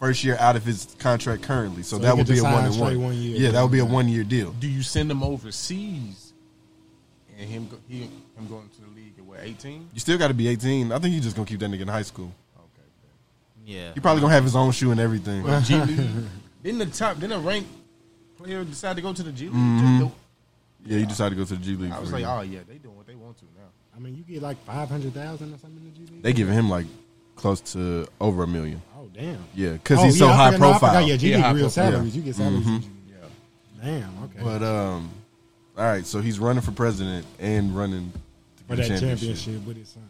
Speaker 10: first year out of his contract currently. So,
Speaker 9: So
Speaker 10: that
Speaker 9: he
Speaker 10: would
Speaker 9: could
Speaker 10: be
Speaker 9: just
Speaker 10: a
Speaker 9: sign
Speaker 10: one and
Speaker 9: straight
Speaker 10: one.
Speaker 9: one year.
Speaker 10: Yeah, that would be a one year deal.
Speaker 7: Do you send him overseas and him go, he, him going to the league at what eighteen?
Speaker 10: You still got to be 18. I think he's just going to keep that nigga in high school.
Speaker 8: yeah.
Speaker 10: He probably going to have his own shoe and everything.
Speaker 7: Well, G League. Didn't the top didn't a ranked player decide to go to the G League?
Speaker 10: Mhm. Yeah, you decided to go to the G League.
Speaker 7: I
Speaker 10: for
Speaker 7: was
Speaker 10: a
Speaker 7: like,
Speaker 10: year.
Speaker 7: oh yeah, they doing what they want to now.
Speaker 9: I mean, you get like five hundred thousand or something. In the G League.
Speaker 10: They giving him like close to over a million.
Speaker 9: Oh damn.
Speaker 10: Yeah, because
Speaker 9: Oh,
Speaker 10: he's so
Speaker 9: yeah, I
Speaker 10: high
Speaker 9: forgot- no, I
Speaker 10: profile.
Speaker 9: forgot. Yeah, G League
Speaker 10: high
Speaker 9: real
Speaker 10: profile.
Speaker 9: salaries. You get salaries in
Speaker 10: Mhm.
Speaker 9: G Damn. Okay.
Speaker 10: But um, all right. So he's running for president and running to
Speaker 9: for
Speaker 10: get
Speaker 9: that
Speaker 10: a
Speaker 9: championship. with his son.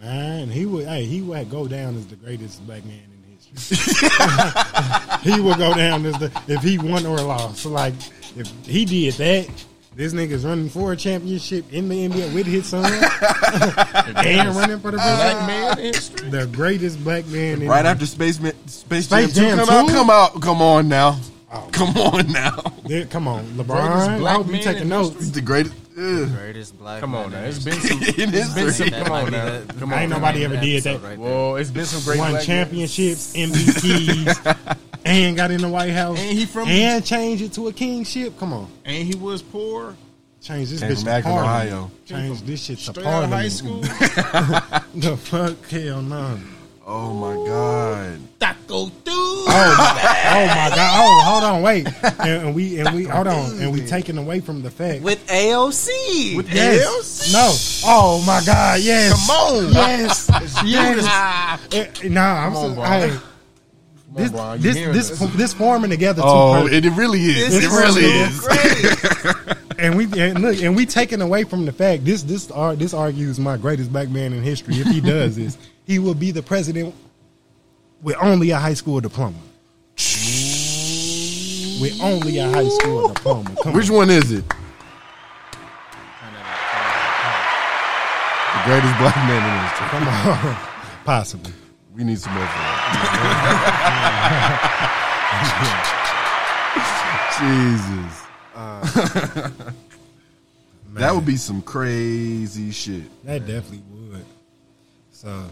Speaker 9: Man, he would hey, he would go down as the greatest black man in history. he would go down as the if he won or lost. So like if he did that, this nigga's running for a championship in the NBA with his son and running for the
Speaker 7: Black
Speaker 9: president.
Speaker 7: man in history.
Speaker 9: The greatest black man in
Speaker 10: Right after Space Ma- Space,
Speaker 9: Space
Speaker 10: Jam,
Speaker 9: Jam
Speaker 10: 2 come
Speaker 9: 2?
Speaker 10: out, come out, come on now,
Speaker 8: Oh.
Speaker 10: come on now.
Speaker 9: There- come on,
Speaker 7: Greatest
Speaker 9: LeBron. I
Speaker 7: black
Speaker 9: hope you
Speaker 7: man
Speaker 9: taking
Speaker 7: in
Speaker 9: notes.
Speaker 10: He's the greatest. ugh.
Speaker 8: Greatest black.
Speaker 7: Come on
Speaker 8: man
Speaker 7: now,
Speaker 8: in
Speaker 7: it's been some.
Speaker 10: In
Speaker 7: It's been
Speaker 10: history.
Speaker 7: some.
Speaker 8: That
Speaker 7: Come
Speaker 8: might
Speaker 7: on
Speaker 8: be
Speaker 7: now.
Speaker 8: the-
Speaker 7: Come on.
Speaker 9: Ain't
Speaker 7: now.
Speaker 9: nobody ever did
Speaker 8: episode
Speaker 9: that.
Speaker 8: right there.
Speaker 7: Whoa, it's been some great
Speaker 9: Won
Speaker 7: black
Speaker 9: championships, MVPs, and got in the White House.
Speaker 7: And he from-
Speaker 9: and changed it to a kingship. Come on.
Speaker 7: men. and he was poor.
Speaker 9: Change this
Speaker 10: Came
Speaker 9: bitch
Speaker 10: from
Speaker 9: to
Speaker 10: Akron,
Speaker 9: parliament.
Speaker 10: Ohio.
Speaker 9: Change this shit to
Speaker 7: Straight out of
Speaker 9: parliament.
Speaker 7: high school.
Speaker 9: the fuck? Hell no.
Speaker 10: Oh my god.
Speaker 7: Taco dude.
Speaker 9: Oh my god. Oh, hold on, wait. And, and we and we hold on. And we taken away from the fact.
Speaker 8: With AOC.
Speaker 7: With
Speaker 9: yes.
Speaker 7: ALC?
Speaker 9: No. Oh my god. Yes.
Speaker 7: Come on.
Speaker 9: Yes. yes. Eh, nah. I'm
Speaker 7: Come on,
Speaker 9: so-
Speaker 7: bro.
Speaker 9: hey,
Speaker 7: Come on,
Speaker 9: this
Speaker 7: Brian, you
Speaker 9: this
Speaker 7: hearing
Speaker 9: this, this forming together. too
Speaker 10: Oh,
Speaker 9: perfect.
Speaker 10: it, it really is.
Speaker 9: This
Speaker 10: it
Speaker 9: is
Speaker 10: really
Speaker 9: so
Speaker 10: is.
Speaker 9: and we and look and we taken away from the fact this this ar- this argues my greatest black man in history. If he does this, he will be the president with only a high school diploma. With only a high school diploma. Come
Speaker 10: Which
Speaker 9: on.
Speaker 10: one is it? The greatest black man in history.
Speaker 9: Come on. Possibly.
Speaker 10: We need some more. for that. Jesus. that would be some crazy shit.
Speaker 9: That definitely would. So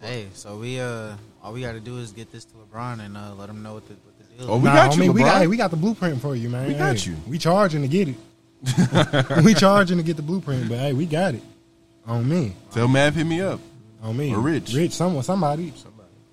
Speaker 8: Hey, so we uh, all we gotta do is get this to LeBron and uh, let him know what the what the deal. is.
Speaker 10: Oh, we
Speaker 9: Nah,
Speaker 10: got you,
Speaker 9: I mean, we got
Speaker 10: LeBron.
Speaker 9: hey, we got the blueprint for you, man.
Speaker 10: We got
Speaker 9: Hey,
Speaker 10: you.
Speaker 9: We charging to get it. we charging to get the blueprint, but hey, we got it. On me.
Speaker 10: Tell Mav hit me up.
Speaker 9: On me.
Speaker 10: Or Rich.
Speaker 9: Rich, someone somebody.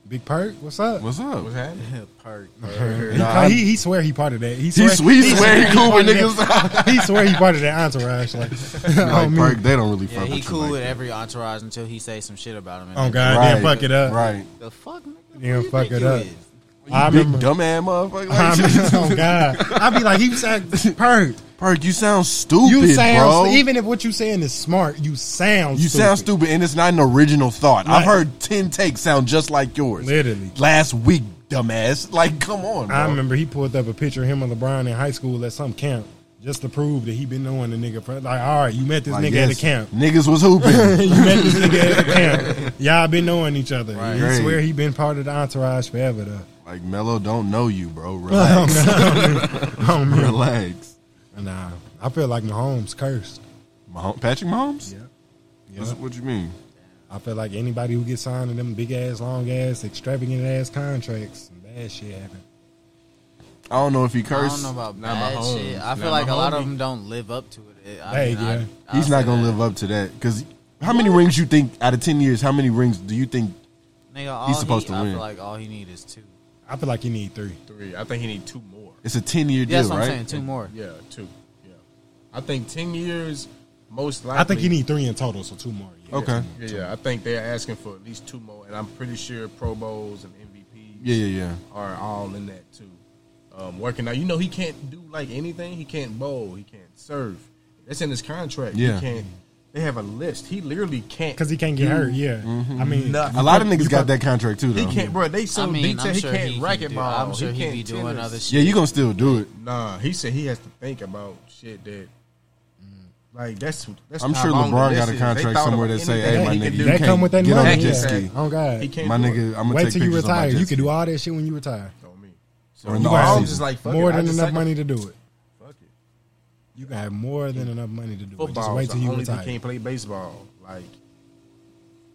Speaker 9: Big Perk, what's up?
Speaker 10: What's up?
Speaker 7: What's happening?
Speaker 8: Perk.
Speaker 9: He,
Speaker 10: Nah,
Speaker 9: he, he swear he part of that. He
Speaker 10: He,
Speaker 9: swear
Speaker 10: sw- he swear he cool with
Speaker 9: part of
Speaker 10: niggas.
Speaker 9: that- he swear he part of that entourage. Like,
Speaker 10: like,
Speaker 9: on me.
Speaker 10: Perk, they don't really
Speaker 8: Yeah,
Speaker 10: fuck
Speaker 8: he
Speaker 10: with
Speaker 8: cool
Speaker 10: you.
Speaker 8: with
Speaker 10: Like
Speaker 8: every entourage until he says some shit about him. and
Speaker 9: Oh
Speaker 8: then-
Speaker 9: God,
Speaker 10: that.
Speaker 9: damn, fuck it up.
Speaker 10: Right.
Speaker 8: The fuck, nigga.
Speaker 9: Yeah,
Speaker 8: Who you
Speaker 9: fuck
Speaker 8: think
Speaker 9: it
Speaker 8: you
Speaker 9: up.
Speaker 8: is?
Speaker 9: I
Speaker 10: Big
Speaker 9: remember.
Speaker 10: dumb ass motherfucker.
Speaker 9: I
Speaker 10: Like,
Speaker 9: remember oh God, I'd be like, he said, Perk,
Speaker 10: Perk, you sound stupid,
Speaker 9: you sound
Speaker 10: bro.
Speaker 9: even if what you saying is smart, you sound
Speaker 10: you
Speaker 9: stupid.
Speaker 10: sound stupid, and it's not an original thought. I've
Speaker 9: Right.
Speaker 10: heard ten takes sound just like yours.
Speaker 9: Literally.
Speaker 10: last week, dumbass. Like, come on. Bro.
Speaker 9: I remember he pulled up a picture of him and LeBron in high school at some camp. just to prove that he been knowing the nigga. For, like, all right, you met this
Speaker 10: Like,
Speaker 9: nigga at the
Speaker 10: yes,
Speaker 9: camp.
Speaker 10: niggas was hooping.
Speaker 9: you met this nigga at the camp. Y'all been knowing each other.
Speaker 10: Right.
Speaker 9: You
Speaker 10: Right.
Speaker 9: swear he been part of the entourage forever though.
Speaker 10: Like Mello don't know you, bro.
Speaker 9: I
Speaker 10: Relax.
Speaker 9: don't know. I don't know.
Speaker 10: Relax.
Speaker 9: Nah, uh, I feel like Mahomes cursed.
Speaker 10: Mahom- Patrick Mahomes?
Speaker 9: Yeah.
Speaker 10: What's- What you mean?
Speaker 9: I feel like anybody who gets signed to them big ass, long ass, extravagant ass contracts, some bad shit happen.
Speaker 10: I don't know if he
Speaker 8: I
Speaker 10: cursed.
Speaker 8: don't know about
Speaker 9: Not
Speaker 8: bad
Speaker 9: Mahomes.
Speaker 8: shit. I feel
Speaker 9: Not
Speaker 8: like a lot
Speaker 9: Mahomes.
Speaker 8: of them don't live up to it. I
Speaker 9: Hey,
Speaker 8: mean, I-
Speaker 9: yeah.
Speaker 8: I,
Speaker 10: He's not gonna live up to that because how many rings you think out of ten years? How many rings do you think
Speaker 8: Nigga, all
Speaker 10: he's supposed
Speaker 8: he,
Speaker 10: to
Speaker 8: I
Speaker 10: win?
Speaker 8: feel like all he need is two.
Speaker 9: I feel like you need three.
Speaker 7: Three. I think he need two more.
Speaker 10: it's a ten year
Speaker 8: Yeah,
Speaker 10: deal,
Speaker 8: that's what I'm
Speaker 10: right?
Speaker 8: saying. Two more.
Speaker 7: Yeah, two. Yeah, I think ten years most likely.
Speaker 9: I think you need three in total, so two more. Yeah.
Speaker 10: Okay.
Speaker 7: Yeah, yeah, I think they're asking for at least two more, and I'm pretty sure Pro Bowls and MVPs.
Speaker 10: Yeah, yeah, yeah.
Speaker 7: Are all in that too. Um, working out, you know, he can't do like anything. He can't bowl. He can't serve. That's in his contract.
Speaker 10: Yeah.
Speaker 7: He can't. They have a list. He literally can't
Speaker 9: 'Cause he can't get
Speaker 7: do
Speaker 9: hurt, yeah.
Speaker 10: Mm-hmm.
Speaker 9: I mean-
Speaker 7: nothing.
Speaker 10: A lot of niggas got that contract too,
Speaker 7: He
Speaker 10: though.
Speaker 7: can't, bro. They so
Speaker 8: I mean,
Speaker 7: detailed.
Speaker 8: I'm
Speaker 7: he
Speaker 8: sure
Speaker 7: can't
Speaker 8: he can
Speaker 7: racquetball.
Speaker 8: do- I'm sure
Speaker 7: he
Speaker 8: he
Speaker 7: can't
Speaker 8: be doing
Speaker 7: tennis.
Speaker 8: other shit.
Speaker 10: Yeah, you gonna still do it.
Speaker 7: Nah, he said he has to think about shit that. mm, Like that's. that's
Speaker 10: I'm
Speaker 7: how
Speaker 10: sure
Speaker 7: long the
Speaker 10: LeBron got
Speaker 7: list
Speaker 10: a
Speaker 7: is. They
Speaker 10: contract
Speaker 7: thought
Speaker 10: somewhere
Speaker 7: about
Speaker 10: that say,
Speaker 7: anything
Speaker 10: "Hey, my
Speaker 7: he can
Speaker 10: nigga,
Speaker 7: do.
Speaker 10: you
Speaker 9: That
Speaker 10: can't
Speaker 9: come with that
Speaker 10: get on
Speaker 9: money,
Speaker 10: the jet
Speaker 9: yeah.
Speaker 10: ski."
Speaker 9: Oh, God.
Speaker 7: He can't
Speaker 10: My
Speaker 7: do it.
Speaker 10: nigga, I'm gonna
Speaker 9: Wait
Speaker 10: take
Speaker 9: till you
Speaker 10: pictures on my
Speaker 9: retire.
Speaker 10: jet
Speaker 9: You can
Speaker 10: ski.
Speaker 9: do all that shit when you retire.
Speaker 7: on me.
Speaker 10: Or in the
Speaker 9: You gonna
Speaker 10: off
Speaker 9: have
Speaker 7: just
Speaker 10: season.
Speaker 7: like fuck
Speaker 9: more
Speaker 7: it, I
Speaker 9: than
Speaker 7: just
Speaker 9: enough
Speaker 7: take-
Speaker 9: money to do it.
Speaker 7: Fuck it.
Speaker 9: You got more than enough money to do it. Just
Speaker 7: Football.
Speaker 9: wait till
Speaker 7: the
Speaker 9: you
Speaker 7: only
Speaker 9: retire.
Speaker 7: he can't play baseball. Like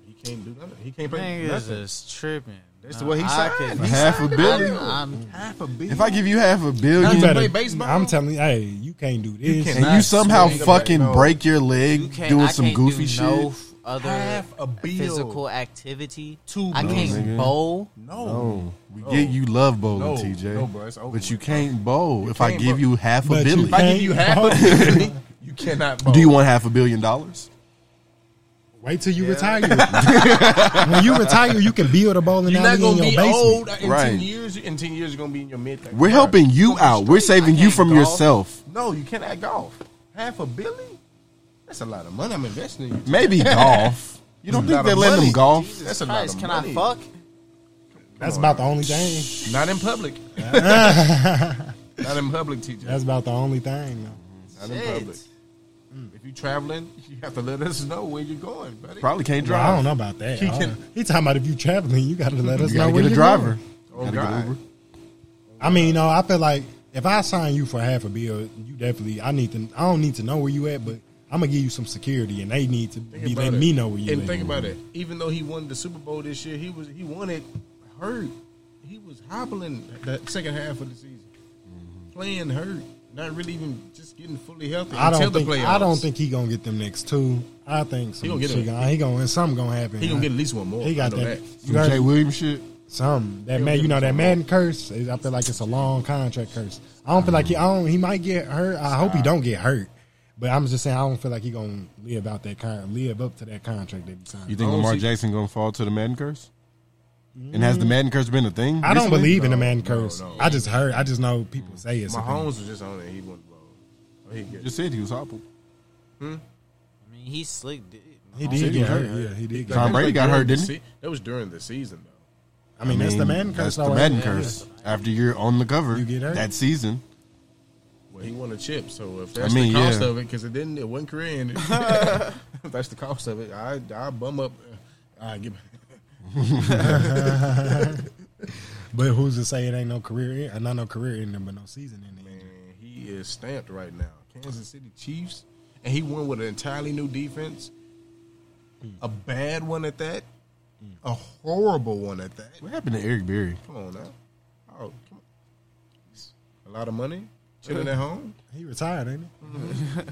Speaker 7: he can't do nothing. He can't play
Speaker 8: Niggas
Speaker 7: nothing.
Speaker 8: is tripping.
Speaker 7: That's
Speaker 8: Nah,
Speaker 7: the way he
Speaker 8: I
Speaker 7: signed.
Speaker 8: could-
Speaker 7: He
Speaker 10: Half a
Speaker 7: signed-
Speaker 10: billion.
Speaker 8: I'm-
Speaker 7: Half a billion.
Speaker 10: If I give you half a
Speaker 7: Not
Speaker 10: billion,
Speaker 7: to
Speaker 9: You
Speaker 7: play
Speaker 9: better-
Speaker 7: baseball.
Speaker 9: I'm telling you, hey, you can't do
Speaker 7: You
Speaker 9: this.
Speaker 7: can't-
Speaker 10: and you
Speaker 7: Not
Speaker 10: somehow
Speaker 7: swing a
Speaker 10: fucking
Speaker 7: bat, no.
Speaker 10: break your leg
Speaker 8: You can't,
Speaker 10: doing
Speaker 8: I
Speaker 10: some
Speaker 8: can't
Speaker 10: goofy
Speaker 8: do
Speaker 10: shit,
Speaker 8: No f- other
Speaker 7: Half a bill.
Speaker 8: physical activity.
Speaker 7: Two
Speaker 8: I
Speaker 7: bills.
Speaker 8: can't
Speaker 10: Nigga.
Speaker 8: bowl.
Speaker 7: no.
Speaker 10: no, we get you love bowling,
Speaker 7: No,
Speaker 10: TJ.
Speaker 7: no, bro, it's over
Speaker 10: but you
Speaker 7: with,
Speaker 10: can't bowl if I
Speaker 7: can't
Speaker 10: give
Speaker 7: bowl.
Speaker 10: you half a
Speaker 9: But you
Speaker 10: billion.
Speaker 7: If I give you half a billion, you cannot. Bowl.
Speaker 10: Do you want half a billion dollars?
Speaker 9: Wait till you retire. when you retire, you can build a bowling
Speaker 7: You're not
Speaker 9: alley in
Speaker 7: gonna
Speaker 9: your
Speaker 7: be
Speaker 9: basement.
Speaker 7: old in
Speaker 10: Right.
Speaker 7: ten years. In ten years, you're gonna be in your mid. thirties.
Speaker 10: We're helping you out. We're saving
Speaker 7: I
Speaker 10: you
Speaker 7: can't
Speaker 10: from
Speaker 7: golf.
Speaker 10: yourself.
Speaker 7: No, you cannot golf. Half a billion. That's a lot of money. I'm investing in you.
Speaker 10: Maybe golf. You don't
Speaker 7: That's a
Speaker 10: think
Speaker 7: lot
Speaker 10: they're
Speaker 7: of
Speaker 10: letting
Speaker 7: money.
Speaker 10: them golf?
Speaker 7: Jesus That's a lot
Speaker 8: Christ,
Speaker 7: of
Speaker 8: can
Speaker 7: money.
Speaker 8: I fuck?
Speaker 9: That's about the only thing.
Speaker 7: Not in public. Not in public, TJ.
Speaker 9: That's about the only thing. Though.
Speaker 7: Not in
Speaker 8: Shit.
Speaker 7: public. If you traveling, you have to let us know where you're going, buddy.
Speaker 10: Probably can't
Speaker 9: Well, I don't
Speaker 10: drive.
Speaker 9: know about that.
Speaker 7: He
Speaker 9: I don't-
Speaker 7: can-
Speaker 9: He talking about if you traveling, you got to let us
Speaker 10: You
Speaker 9: know
Speaker 10: gotta
Speaker 9: where
Speaker 10: get
Speaker 9: you're
Speaker 10: a driver.
Speaker 9: going.
Speaker 7: Oh,
Speaker 10: Gotta get
Speaker 7: God.
Speaker 10: Uber.
Speaker 9: I mean, you know, I feel like if I sign you for half a bill, you definitely. I need to. I don't need to know where you at, but I'm gonna give you some security, and they need to
Speaker 7: Think
Speaker 9: be
Speaker 7: about
Speaker 9: letting
Speaker 7: it.
Speaker 9: me know where you
Speaker 7: And
Speaker 9: at.
Speaker 7: think about it. Even though he won the Super Bowl this year, he was he won it hurt. He was hobbling the second half of the season, playing hurt, not really even just getting fully healthy
Speaker 9: Mm-hmm. I
Speaker 7: until
Speaker 9: don't
Speaker 7: the
Speaker 9: think.
Speaker 7: playoffs.
Speaker 9: I don't think he gonna get them next two. I think some
Speaker 7: He gonna get
Speaker 9: shit
Speaker 7: him.
Speaker 9: gonna- He gonna. Something gonna happen.
Speaker 7: he gonna get at least one more.
Speaker 9: He got
Speaker 7: I know
Speaker 9: that. You
Speaker 10: Some
Speaker 9: heard
Speaker 10: Jay Williams shit.
Speaker 9: Some that
Speaker 7: He'll
Speaker 9: man,
Speaker 7: get
Speaker 9: you know
Speaker 7: him
Speaker 9: that
Speaker 7: some
Speaker 9: Madden curse. is- I feel like it's a long contract curse. I don't feel like he. I don't. He might get hurt. I hope he don't get hurt. But I'm just saying, I don't feel like he gonna live out that con- live up to that contract that he signed.
Speaker 10: You think
Speaker 7: I don't
Speaker 10: Lamar
Speaker 7: see-
Speaker 10: Jackson gonna fall to the Madden curse? And has the Madden curse been a thing?
Speaker 9: Mm. I don't
Speaker 10: recently?
Speaker 9: believe in the
Speaker 7: No,
Speaker 9: Madden
Speaker 7: no,
Speaker 9: curse.
Speaker 7: no.
Speaker 9: I just heard. I just know people say it's. a thing.
Speaker 7: Mahomes was just on it. He won the ball. Oh, He
Speaker 10: You
Speaker 7: good.
Speaker 10: Just said he was hopple.
Speaker 8: I mean, he slick. Dude.
Speaker 9: He did
Speaker 10: he
Speaker 9: get
Speaker 10: hurt.
Speaker 9: hurt. Yeah, he did. get
Speaker 10: Tom
Speaker 9: hurt.
Speaker 10: Brady got hurt, didn't he?
Speaker 7: That was during the season though.
Speaker 9: I mean, that's the Madden curse.
Speaker 10: That's the
Speaker 9: though, right?
Speaker 10: Madden
Speaker 9: Yeah.
Speaker 10: curse. After you're on the cover
Speaker 9: You get hurt.
Speaker 10: that season,
Speaker 7: Well, he won a chip, so if that's
Speaker 10: mean,
Speaker 7: the cost
Speaker 10: yeah.
Speaker 7: of it, because it didn't, it wasn't career ended. if that's the cost of it, I I bum up. I give.
Speaker 9: But who's to say it ain't no career? End, not no career ending, but no season ending.
Speaker 7: Man, he is stamped right now. Kansas City Chiefs, and he won with an entirely new defense, a bad one at that, a horrible one at that.
Speaker 10: what happened to Eric Berry?
Speaker 7: Come on now, oh, come on. a lot of money, chilling at home.
Speaker 9: He retired, ain't he?
Speaker 7: I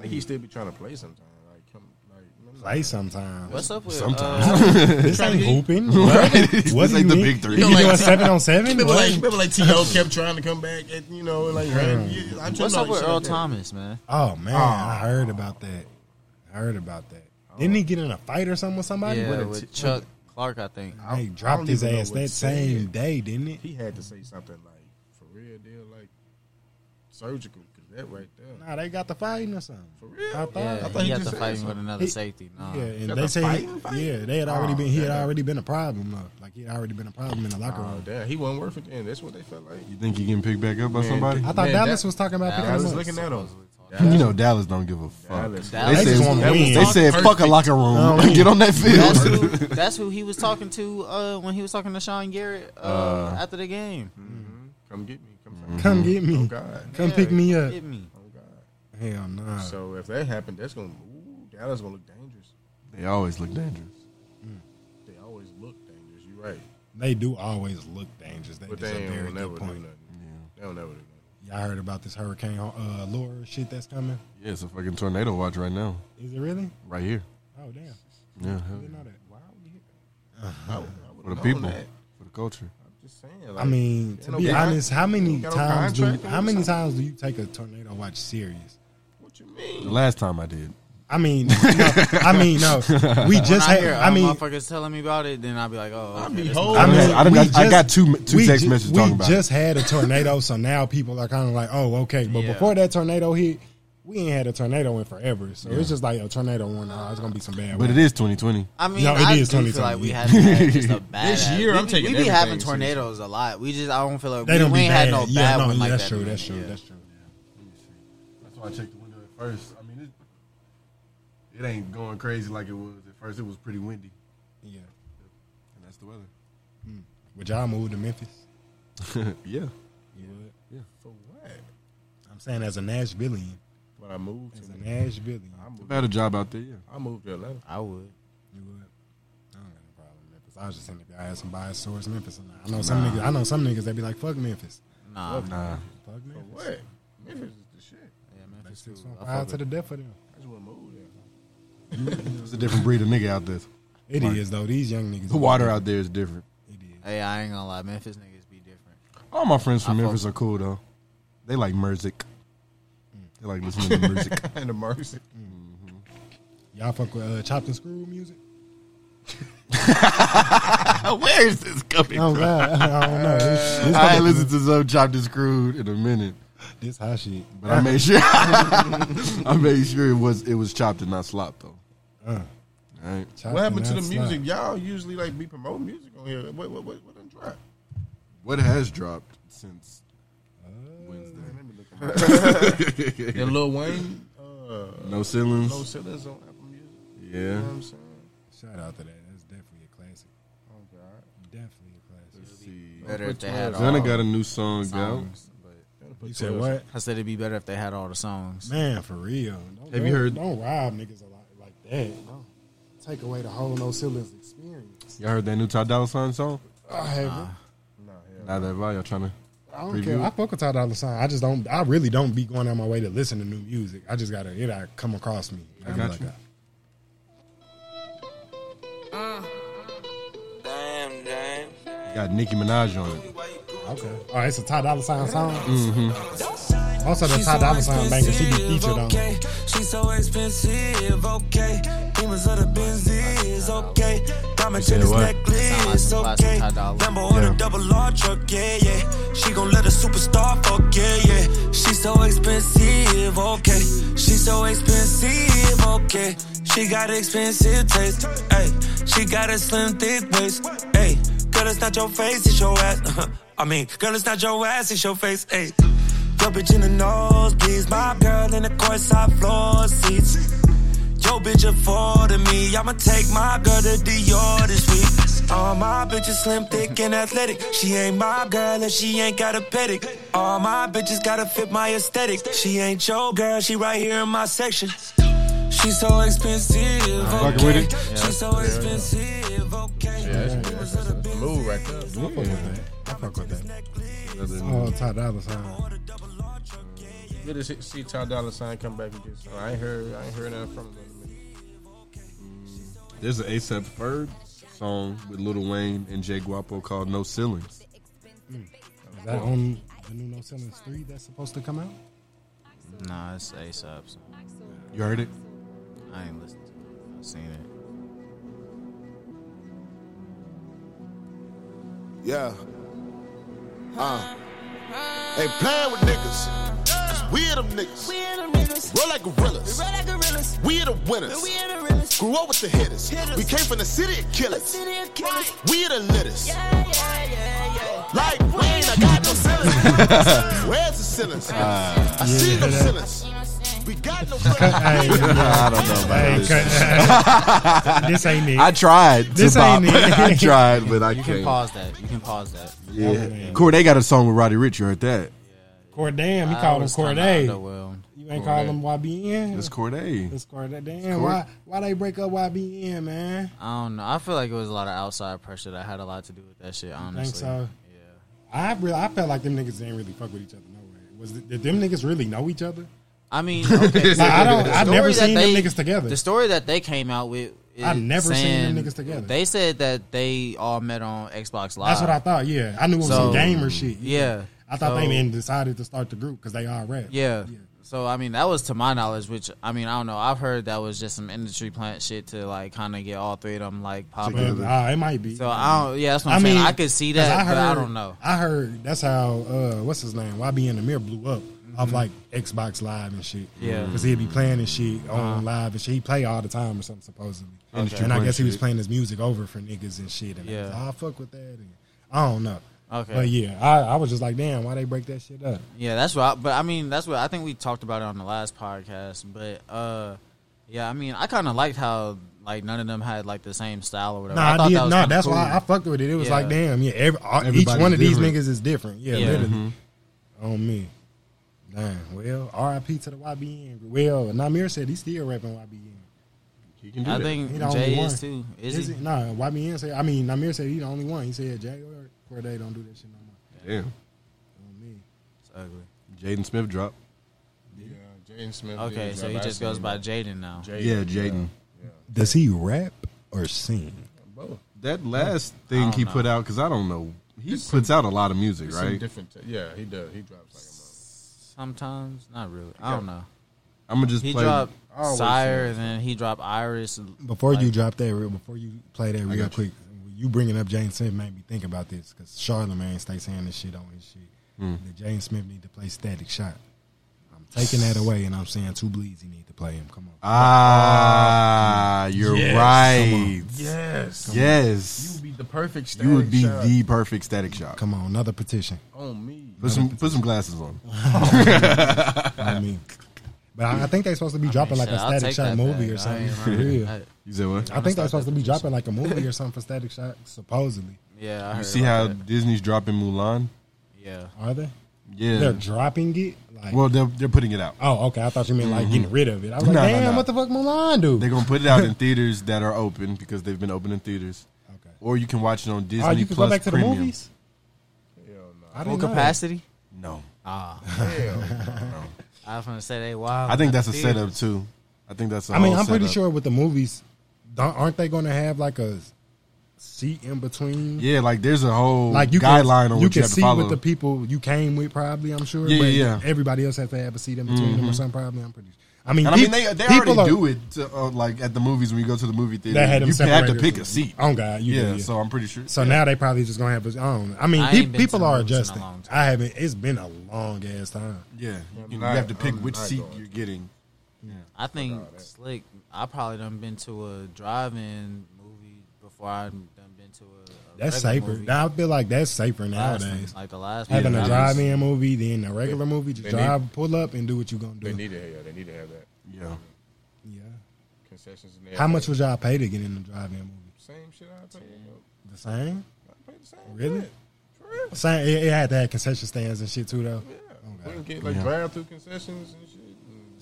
Speaker 7: think he still be trying to play sometime. Like, come, like, I'm not-
Speaker 9: Play sometimes.
Speaker 8: What's up with
Speaker 10: Sometimes.
Speaker 8: Uh,
Speaker 9: this ain't hooping.
Speaker 10: This
Speaker 9: What do
Speaker 10: ain't
Speaker 9: you
Speaker 10: the
Speaker 9: mean?
Speaker 10: big three.
Speaker 9: You doing seven on seven?
Speaker 7: Remember
Speaker 9: What?
Speaker 7: like, remember like T.O. kept trying to come back and you know like right? Yeah, I'm
Speaker 8: what's
Speaker 7: trying
Speaker 8: up
Speaker 7: to-
Speaker 8: with uh,
Speaker 7: shut
Speaker 8: Earl
Speaker 7: up.
Speaker 8: Thomas, man?
Speaker 9: Oh man, I heard about that. I heard about that. Didn't he get in a fight or something with somebody?
Speaker 8: Yeah,
Speaker 9: With a
Speaker 8: with
Speaker 9: t-
Speaker 8: Chuck Clark, I think.
Speaker 9: with a- They
Speaker 7: I
Speaker 9: dropped
Speaker 7: don't
Speaker 9: his
Speaker 7: even know
Speaker 9: ass
Speaker 7: what
Speaker 9: that
Speaker 7: to say.
Speaker 9: same day, didn't it?
Speaker 7: He had to say something like for real deal like surgical because that right there.
Speaker 9: Nah, they got the fighting or something. For real? I thought,
Speaker 8: Yeah,
Speaker 9: I thought
Speaker 8: he got
Speaker 9: just
Speaker 8: to
Speaker 9: said
Speaker 8: fighting
Speaker 9: something.
Speaker 8: with another safety. Nah.
Speaker 9: Yeah, and
Speaker 8: Got
Speaker 9: they
Speaker 8: to
Speaker 9: say
Speaker 8: fighting, fighting?
Speaker 9: yeah, they had already
Speaker 8: Oh,
Speaker 9: been he had
Speaker 8: yeah.
Speaker 9: already been a problem though. Like he had already been a problem in the locker
Speaker 7: Oh,
Speaker 9: room.
Speaker 7: damn, he wasn't worth it. Then that's what they felt like.
Speaker 10: You think he getting picked back up by
Speaker 7: Man,
Speaker 10: somebody?
Speaker 7: I
Speaker 9: I thought
Speaker 7: Man,
Speaker 9: Dallas
Speaker 7: that-
Speaker 9: was talking about
Speaker 7: Dallas
Speaker 9: picking him
Speaker 7: was
Speaker 9: up.
Speaker 7: looking at him.
Speaker 10: You know Dallas don't give a fuck.
Speaker 7: Dallas-
Speaker 10: They
Speaker 7: Dallas just
Speaker 10: said,
Speaker 7: wanna win.
Speaker 10: they said fuck a locker room.
Speaker 9: Um,
Speaker 10: Get on that field.
Speaker 8: That's who, that's who he was talking to uh, when he was talking to Sean Garrett uh,
Speaker 10: Uh,
Speaker 8: after the game.
Speaker 7: Come get me. Come,
Speaker 9: Come get me.
Speaker 7: Oh, God.
Speaker 9: Come pick me
Speaker 8: come
Speaker 9: up.
Speaker 8: Get me.
Speaker 7: Oh, God.
Speaker 9: Hell no.
Speaker 7: So if that happened, that's gonna ooh, Dallas gonna look dangerous.
Speaker 10: They always look dangerous.
Speaker 7: They always look dangerous. You're right.
Speaker 9: They do always look dangerous. They
Speaker 7: But
Speaker 9: just
Speaker 7: they
Speaker 9: a very
Speaker 7: ain't never
Speaker 9: good
Speaker 7: do nothing.
Speaker 9: point.
Speaker 7: They don't never do nothing.
Speaker 9: Y'all heard about this hurricane uh, Laura shit that's coming?
Speaker 10: Yeah, it's a fucking tornado watch right now,
Speaker 9: Is it really?
Speaker 10: right here.
Speaker 9: Oh damn!
Speaker 10: Yeah,
Speaker 9: I
Speaker 10: hell
Speaker 9: didn't know that.
Speaker 7: Why are we here?
Speaker 9: Uh-huh.
Speaker 7: I would- I would've
Speaker 10: for the
Speaker 7: known
Speaker 10: people,
Speaker 7: that.
Speaker 10: for the culture.
Speaker 7: I'm just saying.
Speaker 9: I mean, to be honest, how many times do how many times do you take a tornado watch serious?
Speaker 7: What you mean?
Speaker 10: The last time I did,
Speaker 9: I mean, no, I mean, no. We
Speaker 8: When
Speaker 9: just
Speaker 8: I
Speaker 9: had.
Speaker 8: hear
Speaker 9: I
Speaker 8: uh,
Speaker 9: mean,
Speaker 8: motherfuckers telling me about it, then I'll be like, oh, okay,
Speaker 7: be
Speaker 8: this
Speaker 7: whole.
Speaker 9: I mean,
Speaker 10: I done
Speaker 9: we
Speaker 10: got- I got two- two
Speaker 9: we
Speaker 10: text
Speaker 9: ju-
Speaker 10: messages
Speaker 9: we
Speaker 10: talking about
Speaker 9: just had a tornado, so now people are kind of like, oh, okay. But
Speaker 8: Yeah.
Speaker 9: before that tornado hit, we ain't had a tornado in forever, so it's just like a tornado one. Oh, it's gonna be some bad.
Speaker 10: but it
Speaker 9: weather.
Speaker 10: is 2020.
Speaker 8: I mean,
Speaker 9: No, it
Speaker 8: I
Speaker 9: is
Speaker 8: do feel
Speaker 9: 2020,
Speaker 8: like we
Speaker 9: yeah.
Speaker 8: have had just a bad.
Speaker 7: This year,
Speaker 8: we,
Speaker 7: I'm
Speaker 8: be-
Speaker 7: taking
Speaker 8: We be having
Speaker 7: everything seriously.
Speaker 8: tornadoes a lot. We just, I don't feel like
Speaker 9: They
Speaker 8: we,
Speaker 9: don't
Speaker 8: we
Speaker 9: be
Speaker 8: ain't
Speaker 9: bad.
Speaker 8: had no
Speaker 9: yeah,
Speaker 8: bad
Speaker 9: no,
Speaker 8: one like
Speaker 9: that's
Speaker 8: that.
Speaker 9: true.
Speaker 8: man.
Speaker 9: That's true.
Speaker 8: Yeah.
Speaker 9: That's true.
Speaker 10: That's why I checked the window at first. I mean, it, it ain't going crazy like it was at first. It was pretty windy,
Speaker 9: Yeah.
Speaker 10: and that's the weather.
Speaker 9: Would y'all move to Memphis?
Speaker 10: yeah,
Speaker 9: You would.
Speaker 7: For what?
Speaker 9: I'm saying as a Nashvilleian,
Speaker 7: When I moved
Speaker 9: as
Speaker 7: to
Speaker 9: a Nashvilleian,
Speaker 7: I
Speaker 10: it's a
Speaker 7: moved,
Speaker 10: better job out there. Yeah,
Speaker 7: I moved to Atlanta.
Speaker 8: I would.
Speaker 9: you would. I don't got no problem with Memphis. I was just saying if y'all had some bias towards Memphis or not. I know some niggas. I know some niggas that be like, fuck Memphis.
Speaker 8: Nah,
Speaker 10: nah.
Speaker 9: Fuck
Speaker 7: For
Speaker 9: Memphis.
Speaker 7: what? Memphis is the shit.
Speaker 8: yeah,
Speaker 9: They
Speaker 8: Memphis too.
Speaker 9: six
Speaker 8: I
Speaker 9: one
Speaker 8: fuck
Speaker 9: five
Speaker 8: with
Speaker 9: to the death of them.
Speaker 7: I just want to move there.
Speaker 10: There's a different breed of nigga out there.
Speaker 9: It is though. These young niggas.
Speaker 10: The water out there is different.
Speaker 9: It is.
Speaker 8: Hey, I ain't gonna lie, Memphis niggas be different.
Speaker 10: All my friends
Speaker 8: I
Speaker 10: from
Speaker 8: fuck
Speaker 10: Memphis are cool though. They like music. They like listening to music.
Speaker 7: and the mercy.
Speaker 9: Y'all fuck with uh, chopped and screwed music.
Speaker 10: Where is this coming?
Speaker 9: Oh god, I don't know. This, this,
Speaker 10: I ain't listened to some chopped and screwed in a minute,
Speaker 9: this hot shit.
Speaker 10: but I made sure I made sure it was it was chopped and not slopped though.
Speaker 9: Uh,
Speaker 10: All right.
Speaker 9: chopped
Speaker 7: what happened to
Speaker 9: and
Speaker 7: the
Speaker 9: not
Speaker 7: music?
Speaker 9: slapped.
Speaker 7: Y'all usually like be promoting music on here. What what what what done drop?
Speaker 10: What has dropped since Wednesday?
Speaker 7: Man, let me look at my- That Lil Wayne, uh,
Speaker 10: No ceilings.
Speaker 7: no ceilings on Apple Music. You know
Speaker 10: yeah.
Speaker 7: what I'm saying?
Speaker 9: Shout out to that. That's definitely a classic.
Speaker 7: Oh God,
Speaker 9: Definitely a classic.
Speaker 10: Let's see.
Speaker 8: Better if they had all
Speaker 10: Gunna got a new song out.
Speaker 8: songs.
Speaker 7: Gotta put
Speaker 9: You said
Speaker 7: those-
Speaker 9: what?
Speaker 8: I said it'd be better if they had all the songs.
Speaker 9: Man, for real. Don't,
Speaker 10: Have you
Speaker 9: don't-
Speaker 10: heard-
Speaker 9: Don't rob niggas a lot like that. No. Take away the whole no ceilings experience.
Speaker 10: Y'all heard that new Ty Dolla Sign song?
Speaker 9: I haven't.
Speaker 7: Nah, yeah.
Speaker 10: Not that vibe. Y'all trying to?
Speaker 9: I don't
Speaker 10: Preview.
Speaker 9: care. I fuck with Ty Dolla Sign. I just don't. I really don't be going out my way to listen to new music. I just gotta it. I come across me.
Speaker 10: I
Speaker 9: I'm
Speaker 10: got
Speaker 9: like,
Speaker 10: you.
Speaker 2: Damn, damn.
Speaker 10: Got Nicki Minaj on it.
Speaker 9: Okay. Oh, it's a Ty Dolla Sign song.
Speaker 10: Mm-hmm.
Speaker 9: Also, the Ty Dolla Sign bangers he be featured on.
Speaker 3: okay. She's so expensive, okay. Demons of the Benzies, okay. Diamond
Speaker 10: said
Speaker 3: tennis
Speaker 10: what?
Speaker 3: necklace,
Speaker 8: Sound like some
Speaker 3: okay.
Speaker 8: classic Ty Dolla.
Speaker 3: Lambo on
Speaker 10: Yeah.
Speaker 3: a double R truck, yeah, yeah. She gon' let a superstar fuck, yeah, yeah. She's so expensive, okay. She's so expensive, okay. She got expensive taste, hey. She got a slim, thick waist, hey. Girl, it's not your face, it's your ass. uh-huh. I mean, girl, it's not your ass, it's your face, hey. Yo, bitch in the nose, please. My girl in the courtside floor seats. Yo, bitch afforded me. I'ma take my girl to Dior this week. All my bitches slim, thick, and athletic. She ain't my girl if she ain't got a pedic. All my bitches gotta fit my aesthetic. She ain't your girl, she right here in my section. She's so expensive,
Speaker 10: fucking with
Speaker 3: okay.
Speaker 10: it.
Speaker 3: She's so expensive, okay.
Speaker 7: That's, that's a move right there.
Speaker 9: I fuck with that. I fuck with that. Oh, Ty Dolla Sign.
Speaker 7: Good to see, see Ty Dolla Sign come back and get some. I ain't heard, I ain't heard nothing from him. in a minute.
Speaker 10: There's an ASAP Ferg song with Lil Wayne and Jay Guapo called "No Ceilings."
Speaker 9: Is that on the new No Ceilings three that's supposed to come out?
Speaker 8: Nah, it's ASAP's.
Speaker 10: You heard it?
Speaker 8: I ain't listened to it. I've seen it.
Speaker 14: Yeah. Uh. Ain't playing with niggas. We are them niggas. We are them niggas. Roll like gorillas. We roll like gorillas. We are the winners. We are the realest. Grew up with the hitters. We came from the city of killers. city of killers. We are the litters. Yeah, yeah, yeah, yeah. Like Wayne, I got no ceilings. Where's the ceilings?
Speaker 10: Ah,
Speaker 14: I
Speaker 10: yeah.
Speaker 14: see no ceilings. We got no ceilings.
Speaker 10: I don't know about
Speaker 14: Hey,
Speaker 10: this.
Speaker 14: cut-
Speaker 9: this ain't it.
Speaker 10: I tried. to
Speaker 9: This ain't
Speaker 10: pop.
Speaker 9: it.
Speaker 10: I tried, but I
Speaker 8: you
Speaker 10: can't.
Speaker 8: can pause that. You can pause that.
Speaker 10: Yeah, Corday got a song with Roddy Rich. You heard that?
Speaker 9: Cordam, you
Speaker 8: I
Speaker 9: call him
Speaker 8: was kinda
Speaker 9: Corday.
Speaker 8: underwhelmed.
Speaker 9: You ain't call him YBN.
Speaker 10: It's Corday.
Speaker 9: It's Corday. Damn,
Speaker 8: It's Cord-
Speaker 9: why why they break up YBN, man?
Speaker 8: I don't know. I feel like it was a lot of outside pressure that had a lot to do with that shit. Honestly,
Speaker 9: Think so? Yeah. I really, I felt like them niggas didn't really fuck with each other. No way. Was it, did them niggas really know each other?
Speaker 8: I mean, okay.
Speaker 9: Like, I don't.
Speaker 8: The
Speaker 9: I
Speaker 8: story
Speaker 9: never
Speaker 8: that
Speaker 9: seen
Speaker 8: they-
Speaker 9: them niggas together.
Speaker 8: The story that they came out with. is
Speaker 9: I've never seen them
Speaker 8: saying-
Speaker 9: niggas together.
Speaker 8: They said that they all met on Xbox Live.
Speaker 9: That's what I thought. Yeah, I knew it was
Speaker 8: Uh, So,
Speaker 9: some gamer shit.
Speaker 8: Yeah,
Speaker 9: I thought they
Speaker 8: So-
Speaker 9: then decided to start the group because they all rap.
Speaker 8: Yeah. So I mean, that was to my knowledge, which I mean, I don't know. I've heard that was just some industry plant shit to like kind of get all three of them like pop
Speaker 9: Together.
Speaker 8: up.
Speaker 9: Ah, it might be.
Speaker 8: So I don't. Yeah, that's what I'm saying. I could see
Speaker 9: 'cause
Speaker 8: that, but I don't know.
Speaker 9: I held that's how uh, what's his name? YB in the mirror blew up off like Xbox Live and shit.
Speaker 8: Mm-hmm. Yeah.
Speaker 9: because he'd be playing his shit on
Speaker 8: Uh-huh.
Speaker 9: live and shit. He play all the time or something supposedly.
Speaker 8: Okay.
Speaker 9: And I guess he was
Speaker 8: Shit.
Speaker 9: playing his music over for niggas and shit. And
Speaker 8: Yeah.
Speaker 9: I, was, like, "Ah, fuck with that. And I don't know.
Speaker 8: Okay.
Speaker 9: but yeah, I, I was just like, damn, why they break that shit up?
Speaker 8: Yeah, that's what. I, but I mean, that's what I think we talked about it on the last podcast. But uh, yeah, I mean, I kind of liked how like none of them had like the same style or whatever.
Speaker 9: Nah, I,
Speaker 8: thought
Speaker 9: did.
Speaker 8: that was
Speaker 9: Nah,
Speaker 8: kinda
Speaker 9: that's why
Speaker 8: cool.
Speaker 9: I fucked with it. It was like,
Speaker 8: Yeah.
Speaker 9: damn, yeah. Every, all, each
Speaker 8: Everybody's
Speaker 9: one of
Speaker 8: different.
Speaker 9: these niggas is different. Yeah,
Speaker 8: Yeah.
Speaker 9: literally.
Speaker 7: Mm-hmm.
Speaker 8: Mhm.
Speaker 9: On me. Damn. Well, R.I.P. to the YBN. group. Well, Namir said he's still rapping YBN. He
Speaker 8: can do I that. think Jay is too. Is he?
Speaker 9: Nah, YBN said. I mean, Namir said he the only one. He said Jay or Corday don't do that shit no more.
Speaker 10: Damn.
Speaker 9: On me.
Speaker 8: It's ugly.
Speaker 10: Jaden Smith drop.
Speaker 7: Yeah, Jaden Smith.
Speaker 8: Okay, so he just goes by Jaden now.
Speaker 10: Yeah, Jaden.
Speaker 11: Does he rap or sing?
Speaker 10: That last thing
Speaker 11: don't
Speaker 10: he
Speaker 11: know.
Speaker 10: put out, because I don't know, he puts out a lot of music,
Speaker 7: It's some
Speaker 10: right?
Speaker 7: different. T- yeah, he does. He drops
Speaker 8: Sometimes, not really. I don't
Speaker 7: Yeah.
Speaker 8: know.
Speaker 10: I'm gonna just
Speaker 8: he
Speaker 10: play-
Speaker 8: dropped
Speaker 10: I always
Speaker 8: Sire,
Speaker 10: say
Speaker 8: and then he dropped Iris.
Speaker 9: Before
Speaker 8: like,
Speaker 9: you drop that, real- before you play that real
Speaker 10: got you.
Speaker 9: quick, you bringing up James Smith made me think about this because Charlamagne stays saying this shit on his shit.
Speaker 8: Hmm.
Speaker 10: Mm.
Speaker 9: That James Smith need to play Static Shot. I'm taking that away, and I'm saying two bleeds. He need to play him. Come on.
Speaker 10: Ah, you're
Speaker 9: Yes.
Speaker 10: right.
Speaker 9: Come on. Yes. Come on.
Speaker 10: Yes.
Speaker 9: You would be the perfect
Speaker 10: You would
Speaker 9: static
Speaker 10: be
Speaker 9: shot.
Speaker 10: the perfect static shot.
Speaker 9: Come on, another petition.
Speaker 7: On me.
Speaker 10: Put some put some glasses on.
Speaker 9: I mean, but I, I think they're supposed to be dropping like
Speaker 10: shit, I'll
Speaker 9: a
Speaker 10: take
Speaker 9: Static Shot
Speaker 10: that
Speaker 9: movie
Speaker 10: back.
Speaker 9: or
Speaker 10: I
Speaker 9: something
Speaker 10: ain't
Speaker 9: for
Speaker 10: lying.
Speaker 9: real.
Speaker 10: I- You said what?
Speaker 9: I think they're supposed to be dropping like a movie or something for Static Shot, supposedly.
Speaker 8: Yeah, I
Speaker 10: you
Speaker 8: heard
Speaker 10: see
Speaker 8: about
Speaker 10: how Disney's dropping Mulan?
Speaker 8: Yeah.
Speaker 9: Are they?
Speaker 10: Yeah.
Speaker 9: They're dropping it. Like,
Speaker 10: well, they're they're putting it out.
Speaker 9: Oh, okay. I thought you meant like getting rid of it. I was like,
Speaker 10: No, no,
Speaker 9: damn,
Speaker 10: no.
Speaker 9: what the fuck, Milan do?
Speaker 10: They're gonna put it out in theaters that are open because they've been open in theaters. Okay. Or you can watch it on Disney
Speaker 9: Oh, you can go
Speaker 10: Plus
Speaker 9: back to the
Speaker 10: Premium.
Speaker 9: movies. I
Speaker 8: Full
Speaker 9: didn't know that.
Speaker 8: capacity?
Speaker 10: No.
Speaker 8: Ah.
Speaker 10: Hell no.
Speaker 8: I was gonna say they wild.
Speaker 10: I think that's a
Speaker 8: Theaters.
Speaker 10: setup too. I think that's. a
Speaker 9: I mean,
Speaker 10: whole
Speaker 9: I'm pretty
Speaker 10: setup.
Speaker 9: sure with the movies, don't, aren't they going to have like a seat in between?
Speaker 10: Yeah, like there's a whole
Speaker 9: Like you
Speaker 10: guideline
Speaker 9: can,
Speaker 10: on
Speaker 9: you
Speaker 10: what
Speaker 9: can
Speaker 10: you have
Speaker 9: see
Speaker 10: to follow.
Speaker 9: with the people you came with, probably. I'm sure.
Speaker 10: Yeah,
Speaker 9: but
Speaker 10: yeah, yeah.
Speaker 9: Everybody else has to have a seat in between them or
Speaker 10: Mhm.
Speaker 9: something. Probably. I'm pretty. sure. I mean,
Speaker 10: And I mean,
Speaker 9: peop-
Speaker 10: they, they
Speaker 9: people
Speaker 10: already
Speaker 9: are-
Speaker 10: do it to, uh, like at the movies when you go to the movie theater.
Speaker 9: They had them
Speaker 10: you have to
Speaker 9: separators
Speaker 10: pick a
Speaker 9: and-
Speaker 10: seat.
Speaker 9: Oh, God, you do,
Speaker 10: yeah,
Speaker 9: yeah.
Speaker 10: So I'm pretty sure.
Speaker 9: So
Speaker 10: yeah.
Speaker 9: now they probably just gonna have his own. I mean,
Speaker 10: I
Speaker 9: pe-
Speaker 10: ain't been to
Speaker 9: people
Speaker 10: the
Speaker 9: are
Speaker 10: movies in a
Speaker 9: adjusting.
Speaker 10: long time.
Speaker 9: I haven't. It's been a long ass time.
Speaker 10: yeah, you, can- you have to pick which seat you're getting.
Speaker 8: I think
Speaker 10: Oh,
Speaker 8: slick. I probably done been to a drive-in movie before I done been to a. a
Speaker 9: That's
Speaker 8: regular
Speaker 9: safer.
Speaker 8: movie.
Speaker 9: I feel like that's safer
Speaker 8: Last one,
Speaker 9: nowadays.
Speaker 8: like the last one.
Speaker 9: having
Speaker 8: Yeah,
Speaker 9: a
Speaker 8: that was-
Speaker 9: drive-in Oh, movie, then a regular movie, just
Speaker 7: they
Speaker 9: drive, pull up, and do what you gonna
Speaker 7: They
Speaker 9: do.
Speaker 7: need to have. Yeah, they need to have that.
Speaker 10: Yeah.
Speaker 9: Yeah.
Speaker 7: Concessions. And
Speaker 9: How
Speaker 7: everything.
Speaker 9: much would y'all pay to get in the drive-in movie?
Speaker 7: Same shit I pay. you
Speaker 9: The same?
Speaker 7: know. Pay the same.
Speaker 9: Really?
Speaker 7: shit. For real.
Speaker 9: Same. It, it had to have concession stands and shit too, though.
Speaker 7: We can get like
Speaker 9: Yeah.
Speaker 7: drive through concessions and shit. and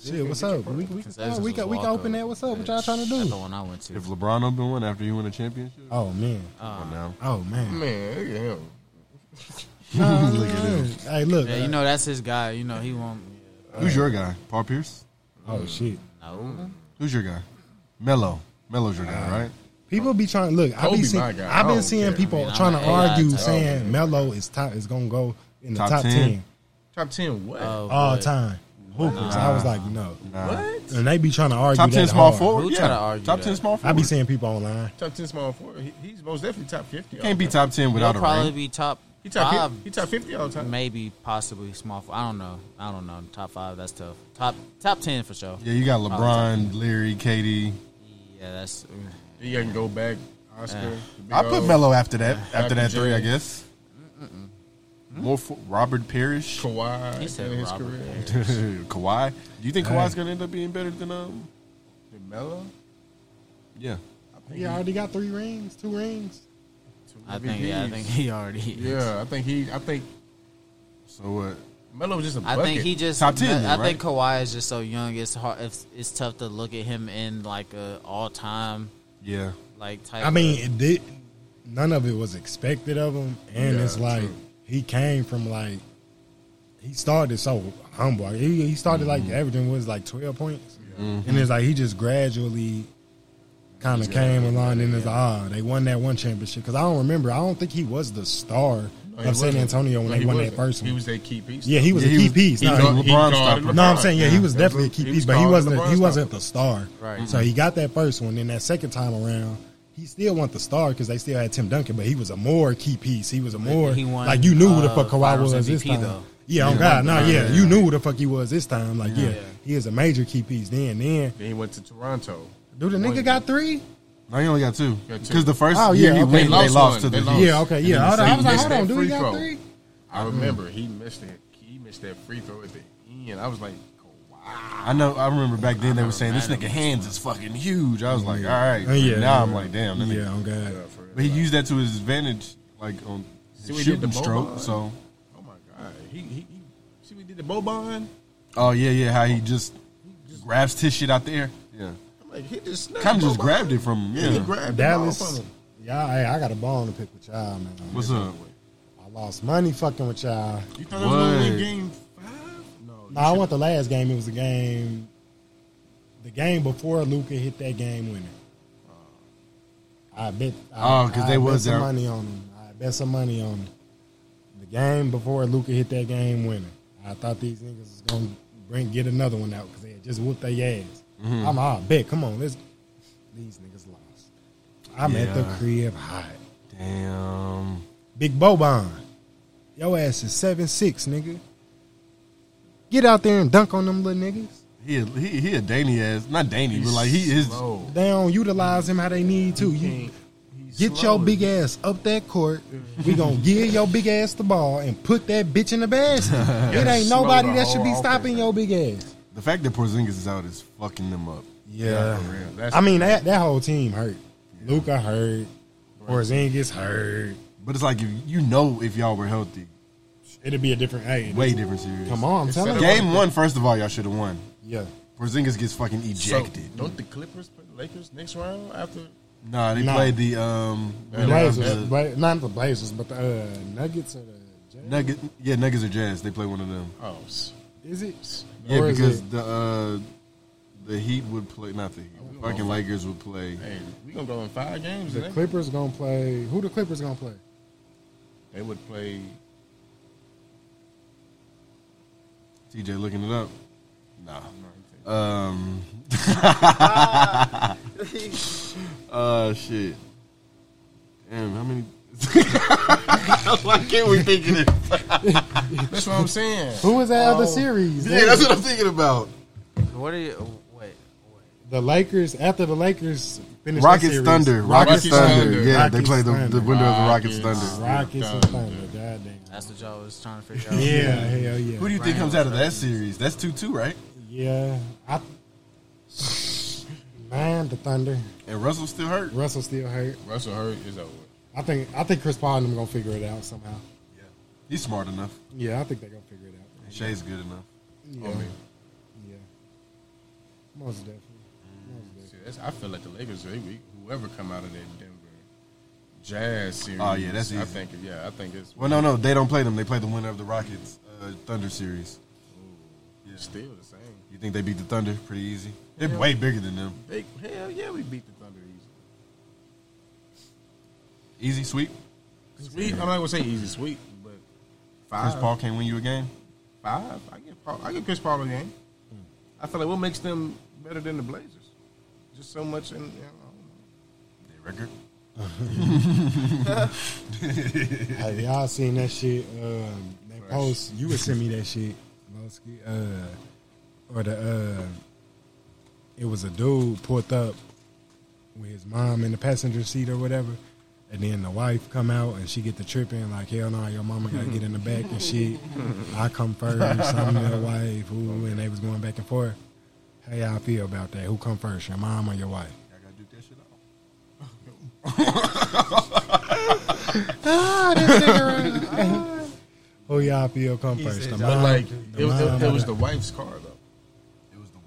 Speaker 9: Shit,
Speaker 7: get-
Speaker 9: what's
Speaker 7: get your
Speaker 9: up?
Speaker 7: product.
Speaker 9: We- we can- Concessions we can- was we can walk open up. that. What's up? What y'all trying to do? That's the
Speaker 8: one I went to.
Speaker 10: If LeBron opened one after he won a championship.
Speaker 9: Oh man.
Speaker 10: Come on now.
Speaker 9: Oh man.
Speaker 7: Man, look at him.
Speaker 9: No,
Speaker 10: Look at him.
Speaker 9: Hey, look.
Speaker 8: Yeah, you know that's his guy. You know he won't.
Speaker 10: Who's your guy? Paul Pierce.
Speaker 9: Oh shit.
Speaker 8: No.
Speaker 10: Who's your guy? Mello. Mello's your guy, right?
Speaker 9: People Uh, be trying. Look, I've
Speaker 10: Kobe
Speaker 9: been
Speaker 10: my
Speaker 9: seeing.
Speaker 10: guy.
Speaker 9: I've
Speaker 10: I
Speaker 9: been
Speaker 10: don't
Speaker 9: seeing
Speaker 10: care.
Speaker 9: people
Speaker 10: I mean,
Speaker 9: trying
Speaker 10: I'm
Speaker 9: to
Speaker 10: an AI
Speaker 9: argue
Speaker 10: type.
Speaker 9: saying Melo is top is gonna go in the
Speaker 10: Top
Speaker 9: top,
Speaker 10: 10?
Speaker 9: ten
Speaker 7: Top ten what?
Speaker 8: Uh,
Speaker 9: all time. Hoopers. I was like, no.
Speaker 7: What?
Speaker 9: And they be trying to argue.
Speaker 10: Top
Speaker 9: that
Speaker 10: 10 small
Speaker 9: hard.
Speaker 10: forward? Who Yeah. tryna argue Top that? 10 small
Speaker 9: I be
Speaker 10: forward.
Speaker 9: seeing people online.
Speaker 7: Top ten small forward. He, he's most definitely top fifty.
Speaker 10: Can't be top ten
Speaker 8: He'll
Speaker 10: without a
Speaker 8: probably
Speaker 10: ring.
Speaker 8: be top
Speaker 7: He top
Speaker 8: Five,
Speaker 7: fif- he top 50 all the time.
Speaker 8: Maybe possibly small. I don't know. I don't know. Top five. That's tough. Top top ten for sure.
Speaker 10: Yeah, you got
Speaker 8: Probably
Speaker 10: LeBron, Leary, KD.
Speaker 8: top- Yeah, that's.
Speaker 7: You can go back. Oscar.
Speaker 8: Yeah.
Speaker 7: the big
Speaker 10: I put
Speaker 7: O,
Speaker 10: Melo after that.
Speaker 7: Dr.
Speaker 10: After that
Speaker 7: J.
Speaker 10: three, I guess.
Speaker 7: Mm-mm.
Speaker 10: More for Robert Parrish,
Speaker 7: Kawhi He said in his Robert career. Parrish.
Speaker 10: Kawhi. Do you think
Speaker 7: Hey.
Speaker 10: Kawhi's gonna end up being better than um?
Speaker 7: Did Melo?
Speaker 10: Yeah.
Speaker 9: He already got three rings, two rings.
Speaker 8: I think yeah, I think he already is.
Speaker 7: Yeah, I think he. I think
Speaker 10: So what?
Speaker 7: Melo was just a
Speaker 8: I
Speaker 7: bucket.
Speaker 8: think he just. I think Kawhi is just so young. It's hard. It's, it's tough to look at him in like a all time.
Speaker 10: Yeah.
Speaker 8: Like type.
Speaker 9: I mean,
Speaker 7: uh,
Speaker 8: of-
Speaker 9: it did, none of it was expected of him, and
Speaker 8: Yeah,
Speaker 9: it's like
Speaker 8: true.
Speaker 9: he came from like he started so humble. He, he started
Speaker 7: Mm-hmm.
Speaker 9: like averaging was like twelve points,
Speaker 10: Mhm.
Speaker 9: and it's like he just gradually kind of
Speaker 10: Yeah,
Speaker 9: came along, and it's like, ah, they won that one championship because I don't remember. I don't think he was the star
Speaker 7: No, he
Speaker 9: of San
Speaker 7: wasn't.
Speaker 9: Antonio when
Speaker 7: No,
Speaker 9: they
Speaker 7: he
Speaker 9: won
Speaker 7: wasn't.
Speaker 9: that first one.
Speaker 7: He was their key piece.
Speaker 9: Yeah, he was
Speaker 7: Yeah,
Speaker 9: a
Speaker 7: he
Speaker 9: key
Speaker 7: was-
Speaker 9: piece.
Speaker 7: he
Speaker 9: no,
Speaker 7: guard- he
Speaker 9: LeBron
Speaker 7: guarded
Speaker 9: No, I'm
Speaker 7: LeBron.
Speaker 9: saying yeah, he
Speaker 7: Yeah.
Speaker 9: was
Speaker 7: He
Speaker 9: definitely
Speaker 7: was-
Speaker 9: a key
Speaker 7: he
Speaker 9: piece,
Speaker 7: was
Speaker 9: but he
Speaker 7: called
Speaker 9: wasn't.
Speaker 7: LeBron
Speaker 9: he wasn't the
Speaker 7: stopper.
Speaker 9: star.
Speaker 7: Right.
Speaker 9: So he got that first one. Then that second time around, he still wasn't the star because they still had Tim Duncan, but he was a more key piece. He was a more
Speaker 8: he won,
Speaker 9: like you knew who the
Speaker 8: uh,
Speaker 9: fuck Kawhi
Speaker 8: Finals
Speaker 9: was this
Speaker 8: MVP
Speaker 9: time.
Speaker 8: though.
Speaker 9: Yeah, oh
Speaker 7: Yeah.
Speaker 9: God, no,
Speaker 7: Yeah.
Speaker 9: yeah, you knew who the fuck he was this time. Like,
Speaker 7: Yeah.
Speaker 9: yeah, he is a major key piece. Then, then,
Speaker 7: Then he went to Toronto.
Speaker 9: dude, the nigga got three.
Speaker 10: No, he only got two.
Speaker 7: Got two.
Speaker 10: Because the first
Speaker 9: Oh,
Speaker 10: year
Speaker 9: yeah,
Speaker 10: he
Speaker 9: okay.
Speaker 10: went,
Speaker 9: They
Speaker 10: they
Speaker 9: lost
Speaker 10: lost
Speaker 7: one.
Speaker 10: to the
Speaker 7: They lost.
Speaker 10: Heat.
Speaker 9: Yeah, okay,
Speaker 7: And
Speaker 9: yeah.
Speaker 7: then
Speaker 9: Hold
Speaker 7: the
Speaker 9: on, I was like,
Speaker 7: missed
Speaker 9: hold
Speaker 7: that
Speaker 9: on, dude,
Speaker 7: free
Speaker 9: he got
Speaker 7: throw.
Speaker 9: three. Mm.
Speaker 7: I remember he missed that. He missed that free throw at the end. I was like,
Speaker 10: I know. I remember back then they were saying this nigga hands is fucking huge. I was like, all right.
Speaker 9: Uh, yeah,
Speaker 10: But now
Speaker 9: yeah.
Speaker 10: I'm like, damn. that
Speaker 9: Yeah,
Speaker 10: nigga-
Speaker 9: oh, God. Yeah,
Speaker 10: But he used that to his advantage, like on his
Speaker 7: See what he did to
Speaker 10: shooting stroke.
Speaker 7: Boban?
Speaker 10: So,
Speaker 7: oh my god, he he. he see, we did the Boban.
Speaker 10: oh yeah, yeah. How he just grabs his shit out there. Yeah.
Speaker 7: I'm like, he just
Speaker 10: Kind of just grabbed it from him.
Speaker 7: Yeah,
Speaker 10: Yeah.
Speaker 7: he grabbed the ball from
Speaker 9: Dallas.
Speaker 7: him.
Speaker 9: Y'all, hey, I got a bone to pick with y'all, man.
Speaker 10: What's up?
Speaker 9: I lost money fucking with y'all.
Speaker 7: You thought that was gonna win
Speaker 10: What?
Speaker 7: game five?
Speaker 9: No, I want the last game. It was the game, the game before Luca hit that game winner. I bet. I-
Speaker 10: Oh, 'cause
Speaker 9: I
Speaker 10: they
Speaker 9: bet
Speaker 10: was
Speaker 9: some
Speaker 10: there.
Speaker 9: money on him. I bet some money on him. The game before Luca hit that game winner. I thought these niggas was gonna bring get another one out because they had just whooped their ass.
Speaker 10: Mhm.
Speaker 9: I'm all bet. Come on, let's. These niggas lost. I'm at the
Speaker 10: Yeah.
Speaker 9: crib hot.
Speaker 10: Damn.
Speaker 9: Big Boban, your ass is seven six, nigga. Get out there and dunk on them little niggas.
Speaker 10: He a, he he a dainty ass, not dainty, but like he is.
Speaker 9: They don't utilize him how they need to. You get your big ass up that court.
Speaker 10: Mm-hmm.
Speaker 9: We gonna give your big ass the ball and put that bitch in the basket. it ain't
Speaker 10: Slow
Speaker 9: nobody
Speaker 10: the
Speaker 9: that should be
Speaker 10: whole
Speaker 9: stopping your big ass.
Speaker 10: The fact that Porzingis is out is fucking them up.
Speaker 9: Yeah.
Speaker 10: for real. That's-
Speaker 9: I mean that that whole team hurt. Luca hurt. Porzingis hurt.
Speaker 10: But it's like if you know if y'all were healthy,
Speaker 9: it'd be a different hey,
Speaker 10: way different series.
Speaker 9: Come on, I'm
Speaker 10: It's
Speaker 9: telling you.
Speaker 10: Game one, first of all, y'all should have won.
Speaker 9: Yeah.
Speaker 10: Porzingis gets fucking
Speaker 7: So,
Speaker 10: ejected.
Speaker 7: don't the Clippers play the Lakers next round after?
Speaker 10: nah, they
Speaker 9: Nah.
Speaker 10: played the um
Speaker 9: The Blazers, Bla- not the Blazers, but the uh, Nuggets or the Jazz.
Speaker 10: Nugget, yeah, Nuggets or Jazz. They play one of them.
Speaker 7: Oh, s-
Speaker 9: Is it?
Speaker 10: Yeah,
Speaker 9: Or is
Speaker 10: because
Speaker 9: it-
Speaker 10: the uh, the Heat would play, not the Heat. the fucking Lakers would play.
Speaker 7: hey, we gonna go in five games.
Speaker 9: the
Speaker 7: today.
Speaker 9: Clippers gonna play. Who the Clippers gonna play?
Speaker 7: They would play.
Speaker 10: TJ looking it up. Nah. Um. uh shit. Damn, how many? Why can't we think of this?
Speaker 7: That's what I'm saying.
Speaker 9: Who was that other series?
Speaker 10: Oh. Yeah, that's what I'm thinking about.
Speaker 8: What are you? oh, Wait.
Speaker 9: The Lakers after the Lakers finished
Speaker 10: Rockets
Speaker 9: that series,
Speaker 10: Thunder. Rockets Thunder. Yeah, they played the- the window of the Rockets Thunder.
Speaker 9: Rockets and Thunder. God damn.
Speaker 8: That's what y'all was trying to figure out.
Speaker 9: Yeah, hell yeah.
Speaker 10: Who do you think comes out of that series? That's two two, right?
Speaker 9: Yeah, I. Man, the Thunder.
Speaker 10: And Russell still hurt.
Speaker 9: Russell still hurt.
Speaker 7: Russell Hurt is over.
Speaker 9: I think I think Chris Paul and them gonna figure it out somehow.
Speaker 10: He's smart enough.
Speaker 9: Yeah, I think they gonna figure it out.
Speaker 10: And Shay's good enough.
Speaker 9: Yeah.
Speaker 10: I mean,
Speaker 9: Yeah. Most definitely.
Speaker 7: See, that's, I feel like the Lakers. They, we, whoever come out of that Denver Jazz series.
Speaker 10: Oh, yeah, that's
Speaker 7: I
Speaker 10: easy.
Speaker 7: think. Yeah, I think it's.
Speaker 10: well, no, no, they don't play them. They play the winner of the Rockets uh, Thunder series.
Speaker 7: Yeah. Still the same.
Speaker 10: You think they beat the Thunder pretty easy? They're
Speaker 7: Yeah.
Speaker 10: way bigger than them.
Speaker 7: They, hell yeah, we beat the Thunder easy.
Speaker 10: Easy sweep.
Speaker 7: Sweet. I'm not gonna say easy sweep, but five.
Speaker 10: Chris Paul can't win you a game.
Speaker 7: Five. I get Paul, I get Chris Paul a game. I feel like what makes them better than the Blazers? Just so much in you know,
Speaker 10: Their record.
Speaker 9: Have y'all seen that shit? Um, that post you would send me that shit, Mosky, uh, or the uh, it was a dude pulled up with his mom in the passenger seat or whatever, and then the wife come out and she get the tripping like hell no, your mama gotta get in the back and shit. I come first, I'm your wife, ooh, and they was going back and forth. How y'all feel about that? Who come first, your mom or your wife?
Speaker 7: ah,
Speaker 9: that cigarette. Who y'all Oh, feel come
Speaker 7: He
Speaker 9: first?
Speaker 7: said,
Speaker 9: The
Speaker 7: but
Speaker 9: mom,
Speaker 7: like,
Speaker 9: the
Speaker 7: it, was-
Speaker 9: mom
Speaker 7: it,
Speaker 9: or
Speaker 7: was the wife's car though.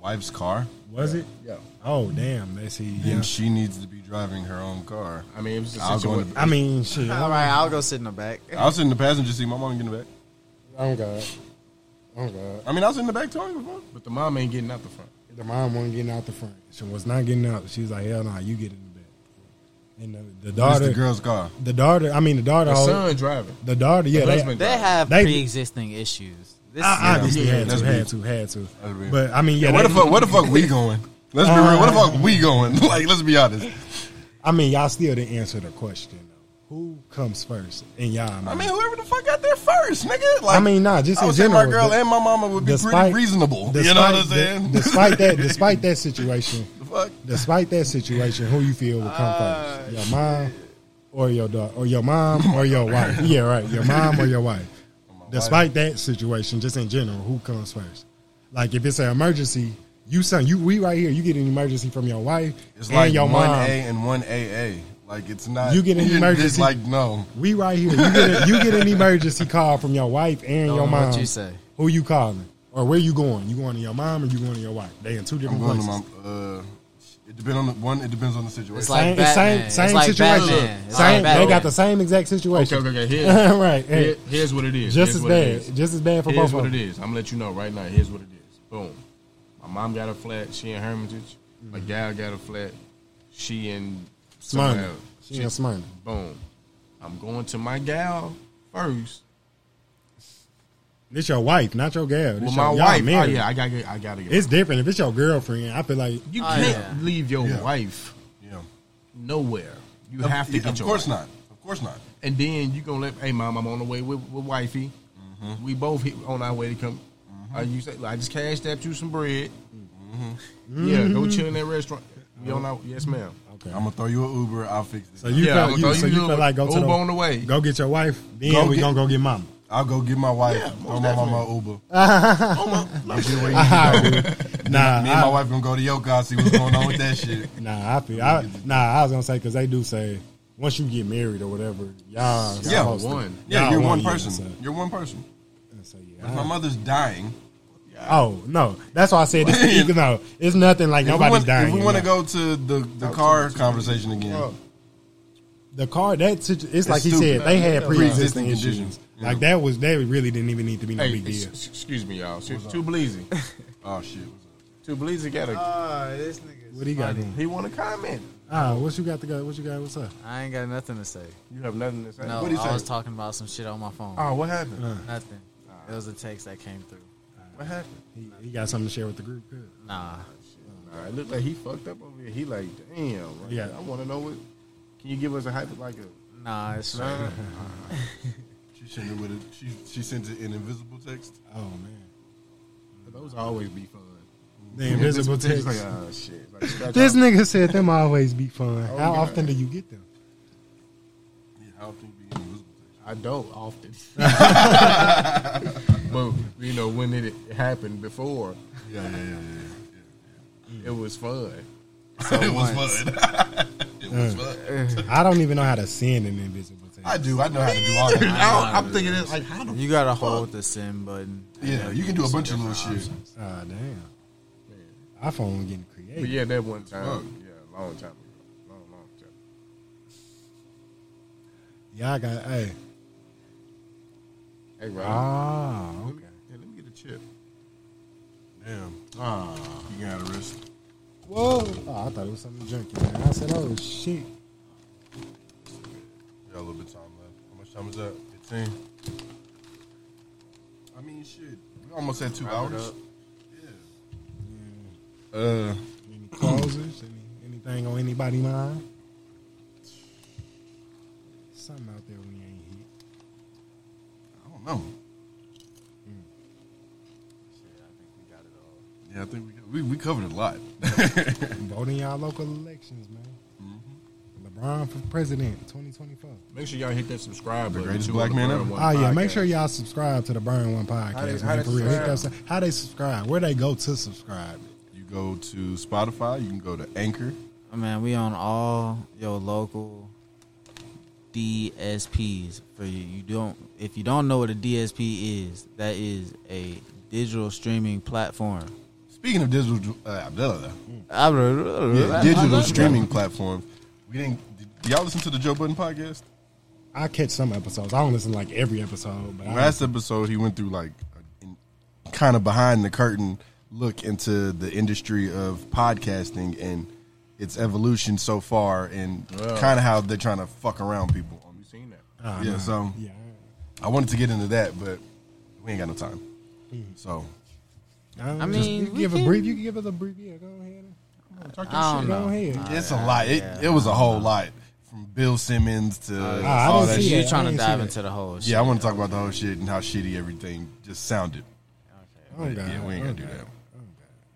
Speaker 10: Wife's car.
Speaker 9: Was it?
Speaker 7: Yeah.
Speaker 9: Oh damn! They see.
Speaker 10: Then
Speaker 9: yeah.
Speaker 10: she needs to be driving her own car.
Speaker 7: I mean, it was a
Speaker 10: I'll go in the
Speaker 7: situation-
Speaker 10: back.
Speaker 9: I mean, shit.
Speaker 8: All right, I'll go sit in the back.
Speaker 10: I was in the passenger seat. My mom get in the back.
Speaker 9: Oh god. Oh god.
Speaker 10: I mean, I was in the back towing before.
Speaker 7: But the mom ain't getting out the front.
Speaker 9: The mom wasn't getting out the front. She was not getting out. She was like, "Hell no, you get in the bed." And the, the
Speaker 10: Where's
Speaker 9: daughter,
Speaker 10: the girl's car?
Speaker 9: The daughter. I mean, the daughter.
Speaker 7: The
Speaker 9: hold-
Speaker 7: son driving.
Speaker 9: The daughter. Yeah,
Speaker 8: The
Speaker 9: they,
Speaker 8: husband They driving. have
Speaker 9: they-
Speaker 8: pre-existing issues. This-
Speaker 9: I, obviously
Speaker 8: Yeah,
Speaker 9: had
Speaker 8: that's
Speaker 9: to, had
Speaker 8: big.
Speaker 9: to, had to.
Speaker 8: That's big.
Speaker 9: But I mean, yeah.
Speaker 10: Yeah, where
Speaker 9: they-
Speaker 10: the fuck? Where the fuck we going? Let's be real. Where the fuck we going? Like, let's be honest.
Speaker 9: I mean, y'all still didn't answer the question. though. Who comes first? And y'all,
Speaker 10: I mean, whoever the fuck got there first, nigga. Like,
Speaker 9: I mean, nah, just
Speaker 10: I
Speaker 9: in
Speaker 10: would say
Speaker 9: general.
Speaker 10: my girl
Speaker 9: the-
Speaker 10: and my mama would be pretty
Speaker 9: despite-
Speaker 10: reasonable. you know what
Speaker 9: despite- de-
Speaker 10: I'm saying?
Speaker 9: despite that, despite that situation,
Speaker 10: fuck? Ah,
Speaker 9: despite that situation, who you feel would come first? Your mom or your daughter, or your mom or your wife? Yeah, right. Your mom or your wife.
Speaker 10: Oh,
Speaker 9: Despite that situation, just in general, who comes first? Like if it's an emergency, you son, you we right here. You get an emergency from your wife
Speaker 10: It's
Speaker 9: and
Speaker 10: like
Speaker 9: your
Speaker 10: one
Speaker 9: mom.
Speaker 10: A and one AA. Like, it's not.
Speaker 9: You get an
Speaker 10: it's
Speaker 9: emergency.
Speaker 10: Like, no.
Speaker 9: We right here. You get, a, you get an emergency call from your wife and
Speaker 10: Don't
Speaker 9: your
Speaker 10: know
Speaker 9: mom.
Speaker 10: what you say.
Speaker 9: Who you calling? Or where you going? You going to your mom or you going to your wife? They in two
Speaker 10: I'm
Speaker 9: different
Speaker 10: going to
Speaker 9: places.
Speaker 10: my. Uh, it depends on the one. It depends on the situation.
Speaker 8: It's like
Speaker 9: Same- it's same-
Speaker 8: Batman.
Speaker 9: same
Speaker 8: It's like
Speaker 9: situation.
Speaker 8: Batman.
Speaker 9: Same-
Speaker 8: It's like
Speaker 9: they
Speaker 8: Batman.
Speaker 9: got the same exact situation.
Speaker 7: Okay, okay, okay. Here's,
Speaker 9: right. hey.
Speaker 7: here- here's what it is.
Speaker 9: Just
Speaker 7: Here's
Speaker 9: as
Speaker 7: what it
Speaker 9: bad.
Speaker 7: is.
Speaker 9: Just as bad for
Speaker 7: here's
Speaker 9: both
Speaker 7: what
Speaker 9: of them.
Speaker 7: it is. I'm gonna let you know right now. Here's what it is. Boom. My mom got a flat. She in Hermitage. My
Speaker 9: Mm-hmm.
Speaker 7: gal got a flat. She in
Speaker 9: Smyrna.
Speaker 7: somewhere else.
Speaker 9: She in Smyrna.
Speaker 7: Boom. I'm going to my gal first.
Speaker 9: This your wife, not your gal. This your,
Speaker 7: Well, my
Speaker 9: y'all
Speaker 7: wife. Oh
Speaker 9: married.
Speaker 7: yeah, I gotta. Get, I gotta get.
Speaker 9: It's Oh, different if it's your girlfriend. I feel like
Speaker 7: You can't leave your wife
Speaker 10: yeah.
Speaker 7: nowhere. You
Speaker 10: Of-
Speaker 7: have to
Speaker 10: yeah,
Speaker 7: get
Speaker 10: of
Speaker 7: your
Speaker 10: course
Speaker 7: wife.
Speaker 10: not. Of course not.
Speaker 7: And then you gonna let hey mom, I'm on the way with, with wifey.
Speaker 9: Mm-hmm.
Speaker 7: We both hit on our way to come. Uh, you say I just cashed up you some bread.
Speaker 9: Mm-hmm.
Speaker 7: Yeah, go chill in that restaurant. We on our yes ma'am.
Speaker 9: Okay.
Speaker 10: I'm gonna throw you an Uber. I'll fix it.
Speaker 9: So you
Speaker 7: Yeah,
Speaker 9: feel,
Speaker 7: I'ma
Speaker 9: you,
Speaker 7: throw
Speaker 9: so
Speaker 7: you
Speaker 9: you feel
Speaker 7: a-
Speaker 9: like go to
Speaker 7: Uber
Speaker 9: the,
Speaker 7: on the way.
Speaker 9: Go get your wife. Then
Speaker 10: Go
Speaker 9: we
Speaker 10: get-
Speaker 9: gonna go get mama.
Speaker 10: I'll go get my wife. throw my mama an Uber. Get where you need to go.
Speaker 9: Nah,
Speaker 10: Me and my
Speaker 9: I-
Speaker 10: wife gonna go to your car. See what's going on with that shit.
Speaker 9: Nah, I feel. I, nah, I was gonna say because they do say once you get married or whatever, y'all.
Speaker 10: Yeah,
Speaker 9: supposed to-
Speaker 10: one. Yeah, you're
Speaker 9: y'all
Speaker 10: one
Speaker 9: yeah,
Speaker 10: person.
Speaker 9: so-
Speaker 10: You're one person. But if
Speaker 9: I-
Speaker 10: my mother's dying.
Speaker 9: Oh no, that's why I said this, even though it's nothing like
Speaker 10: If we
Speaker 9: nobody's
Speaker 10: wanna-
Speaker 9: dying.
Speaker 10: If we
Speaker 9: you
Speaker 10: want to
Speaker 9: know.
Speaker 10: go to the, the car conversation again,
Speaker 9: the car that situ- it's, like he
Speaker 10: stupid.
Speaker 9: said they had
Speaker 10: Yeah.
Speaker 9: pre-existing
Speaker 10: Pre-existing
Speaker 9: issues.
Speaker 10: conditions.
Speaker 9: Like that was that really didn't even need to be no
Speaker 7: Hey,
Speaker 9: big deal.
Speaker 7: ex- excuse me, y'all. Two Bleezy.
Speaker 10: oh shit.
Speaker 7: Two Bleezy got a.
Speaker 9: Uh,
Speaker 8: this nigga.
Speaker 9: What he got? Going?
Speaker 7: he want to comment.
Speaker 9: Ah, what you got to go? What you got? What's up?
Speaker 8: I ain't got nothing to say.
Speaker 7: You have nothing to say.
Speaker 8: No,
Speaker 7: What he
Speaker 8: I
Speaker 7: say?
Speaker 8: was talking about some shit on my phone.
Speaker 10: Ah,
Speaker 7: Oh, what happened?
Speaker 9: Uh,
Speaker 8: Nothing. It was a text that came through.
Speaker 7: What happened?
Speaker 9: He, he got something to share with the group. good.
Speaker 8: Nah.
Speaker 7: Nah, it looked like he fucked up over here. He like, damn. Like,
Speaker 9: Yeah.
Speaker 7: I want to know what. Can you give us a hype like a?
Speaker 8: Nah, it's
Speaker 7: Nah.
Speaker 10: She sent it with a, she she sent it in invisible text.
Speaker 9: Oh man,
Speaker 7: Those always be fun.
Speaker 9: The invisible text.
Speaker 7: Like, ah, shit. Like, scratch
Speaker 9: This
Speaker 7: off-
Speaker 9: nigga said them always be fun.
Speaker 7: Oh,
Speaker 9: How
Speaker 7: God.
Speaker 9: often do you get them?
Speaker 10: Yeah, I don't think being invisible.
Speaker 7: I don't often. but you know when it happened before,
Speaker 10: Yeah, yeah, yeah, yeah.
Speaker 7: it was fun.
Speaker 10: yeah. it was fun. it
Speaker 9: Uh.
Speaker 10: was fun.
Speaker 9: I don't even know how to send an invisible text.
Speaker 10: I do. I know how to do all that.
Speaker 7: I am thinking it's like how the
Speaker 8: You gotta hold the send button.
Speaker 10: Yeah, you can do a bunch of little shit.
Speaker 9: Ah damn. iPhone getting
Speaker 7: But
Speaker 9: creative.
Speaker 7: yeah, that one time, yeah, a long time ago, long, long time.
Speaker 9: Y'all got hey.
Speaker 7: Hey, Rob.
Speaker 9: Ah,
Speaker 7: let, me, yeah, let me get a chip.
Speaker 10: Damn. Ah, you got a risk.
Speaker 9: Whoa! Oh, I thought it was something junky. Man. I said, "Oh shit!"
Speaker 10: We got a little bit of time left. How much time is that? Fifteen. I mean, shit. We almost had two
Speaker 7: Wrap it
Speaker 10: hours.
Speaker 7: up.
Speaker 10: Uh,
Speaker 9: Any closers? Any, anything on anybody mind? something out there we ain't hit.
Speaker 10: I don't know.
Speaker 7: Hmm.
Speaker 10: Yeah, I think we we, we covered a lot.
Speaker 9: Vote in y'all local elections, man.
Speaker 7: Mm-hmm.
Speaker 9: LeBron for president, 2024.
Speaker 7: Make sure y'all hit that subscribe
Speaker 10: The
Speaker 7: button.
Speaker 10: greatest
Speaker 7: too,
Speaker 10: black
Speaker 7: on the
Speaker 10: man
Speaker 7: Burn
Speaker 10: ever.
Speaker 7: One
Speaker 9: Oh yeah,
Speaker 7: Podcast.
Speaker 9: make sure y'all subscribe to the Burn One podcast.
Speaker 7: How they- how
Speaker 9: man,
Speaker 7: they
Speaker 9: for real. Hit that
Speaker 10: subscribe?
Speaker 9: su- how they subscribe? Where they go to subscribe?
Speaker 10: You go to Spotify. You can go to Anchor.
Speaker 8: Oh, man, we on all your local DSPs for you. You don't if you don't know what a DSP is, that is a digital streaming platform.
Speaker 10: Speaking of digital, uh, blah, blah,
Speaker 8: blah.
Speaker 10: Yeah, digital streaming platforms. We didn't. Did, did y'all listen to the Joe Budden podcast?
Speaker 9: I catch some episodes. I don't listen to like every episode, but I
Speaker 10: Last episode, he went through like kind of behind the curtain look into the industry of podcasting and its evolution so far, and
Speaker 7: Wow.
Speaker 10: kind of how they're trying to fuck around people.
Speaker 7: You seen that?
Speaker 9: Ah.
Speaker 8: Ah,
Speaker 10: yeah, so I wanted to get into that, but we ain't got no time.
Speaker 8: Mm.
Speaker 10: So
Speaker 9: don't-
Speaker 10: I
Speaker 9: just-
Speaker 10: mean,
Speaker 9: you can
Speaker 10: we
Speaker 9: give a
Speaker 10: can-
Speaker 9: brief. You can give us a brief. Yeah, go ahead.
Speaker 7: Talk
Speaker 9: your shit. Go ahead.
Speaker 8: Ah,
Speaker 10: It's a lot. It, it was a whole lot from Bill Simmons to
Speaker 8: yeah. Ah, I
Speaker 10: all
Speaker 8: didn't
Speaker 10: that
Speaker 8: see
Speaker 10: shit.
Speaker 8: that. You tryna I didn't see dive that. into the whole
Speaker 10: Yeah,
Speaker 8: shit.
Speaker 10: I want to talk about the whole shit and how shitty everything just sounded.
Speaker 9: Oh,
Speaker 10: But,
Speaker 9: God.
Speaker 10: Yeah, we ain't
Speaker 9: Oh,
Speaker 10: gonna do
Speaker 9: God.
Speaker 10: that.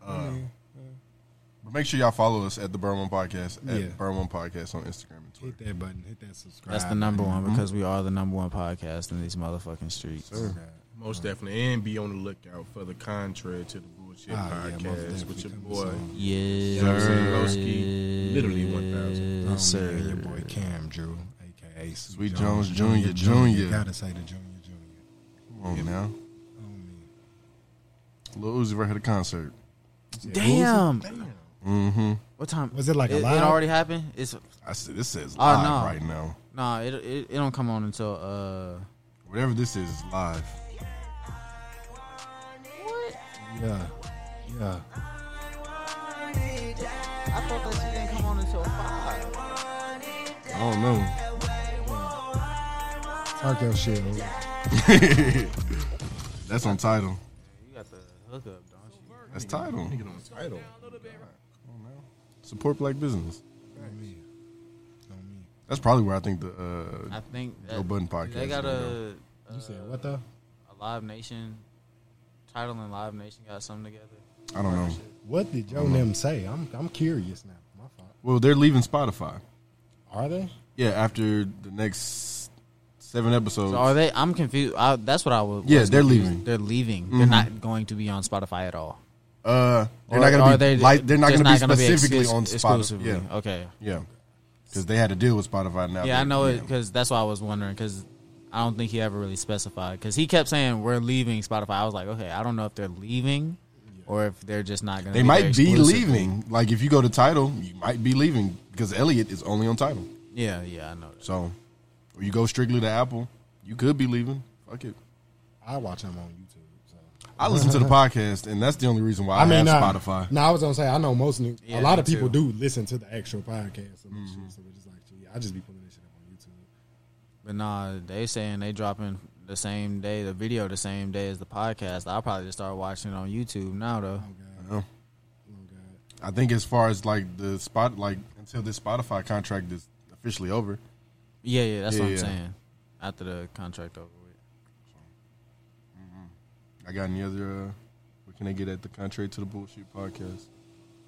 Speaker 10: Uh, But make sure y'all follow us at the Burn One Podcast at
Speaker 9: Yeah.
Speaker 10: Burn One Podcast on Instagram and Twitter.
Speaker 9: Hit that button. Hit that subscribe.
Speaker 8: That's the number one
Speaker 9: button.
Speaker 8: because we are the number one podcast in these motherfucking streets.
Speaker 7: Most definitely, and be on the lookout for the contrary to the bullshit
Speaker 9: Ah, yeah, most
Speaker 7: podcast with your boy.
Speaker 8: Yeah,
Speaker 7: you know what I'm saying? Lowski, literally one thousand.
Speaker 9: Oh, yeah, your boy Cam Drew, aka
Speaker 10: Sweet Jones Junior Junior.
Speaker 9: Gotta say the Junior.
Speaker 10: Come on now. Lil Uzi right here to concert.
Speaker 8: Damn.
Speaker 10: Mm-hmm.
Speaker 8: What time
Speaker 9: Was it like
Speaker 8: it,
Speaker 9: a live?
Speaker 8: It already happened. It's
Speaker 10: I said this says
Speaker 8: Oh,
Speaker 10: live
Speaker 8: no.
Speaker 10: right now.
Speaker 8: No, it, it it don't come on until uh
Speaker 10: Whatever this is is live.
Speaker 9: Yeah, yeah.
Speaker 8: I thought that shit didn't come on until five.
Speaker 10: I don't know.
Speaker 9: Talk your shit. Lil.
Speaker 10: That's on title.
Speaker 8: You got the hookup, don't you?
Speaker 10: That's title.
Speaker 7: Nigga on title.
Speaker 10: Support black business. That's probably where I think the uh,
Speaker 8: I think
Speaker 10: Joe
Speaker 8: that-
Speaker 10: Budden podcast.
Speaker 8: They got
Speaker 10: is gonna go.
Speaker 8: a.
Speaker 9: You said what though?
Speaker 8: A Live Nation title and Live Nation got something together.
Speaker 10: I don't know.
Speaker 9: What did Joe
Speaker 10: don't know.
Speaker 9: them say? I'm I'm curious now. My fault.
Speaker 10: Well, they're leaving Spotify.
Speaker 9: Are they?
Speaker 10: Yeah, after the next seven episodes.
Speaker 8: So are they? I'm confused. I, that's what I was.
Speaker 10: Yeah,
Speaker 8: was
Speaker 10: they're
Speaker 8: confused.
Speaker 10: leaving.
Speaker 8: They're leaving. Mm-hmm.
Speaker 10: Mhm.
Speaker 8: They're not going to be on Spotify at all.
Speaker 10: Uh, they're
Speaker 8: Or-
Speaker 10: not
Speaker 8: or
Speaker 10: going to be.
Speaker 8: they-
Speaker 10: like, they're not
Speaker 8: just
Speaker 10: going to be
Speaker 8: gonna
Speaker 10: specifically
Speaker 8: exclus-
Speaker 10: on Spotify.
Speaker 8: exclusively.
Speaker 10: Yeah.
Speaker 8: Okay.
Speaker 10: Yeah. Because they had a deal with Spotify now.
Speaker 8: Yeah, I
Speaker 10: They-
Speaker 8: know it because that's why I was wondering because I don't think he ever really specified because he kept saying we're leaving Spotify. I was like, okay, I don't know if they're leaving or if they're just not going.
Speaker 10: They might be leaving. Like if you go to title, you might be leaving because Elliot is only on title.
Speaker 8: Yeah, yeah, I know.
Speaker 10: So, or you go strictly to Apple, you could be leaving. Fuck it.
Speaker 9: I watch him on YouTube.
Speaker 10: I listen to the podcast, and that's the only reason why I, have
Speaker 9: uh,
Speaker 10: Spotify.
Speaker 9: No, I was gonna say I know most new, a
Speaker 10: Yeah,
Speaker 9: lot
Speaker 10: me
Speaker 9: of people
Speaker 10: too.
Speaker 9: do listen to the actual podcast. and shit, so it's just like, gee, I just be pulling this shit up on YouTube.
Speaker 8: But nah, they saying they dropping the same day the video the same day as the podcast. I'll probably just start watching it on YouTube now though.
Speaker 10: No. I think as far as like the spot, like until this Spotify contract is officially over.
Speaker 8: Yeah, yeah, that's what I'm
Speaker 10: yeah.
Speaker 8: saying. After the contract over with.
Speaker 10: I got any other? Uh, what can I get at the contrary to the bullshit podcast?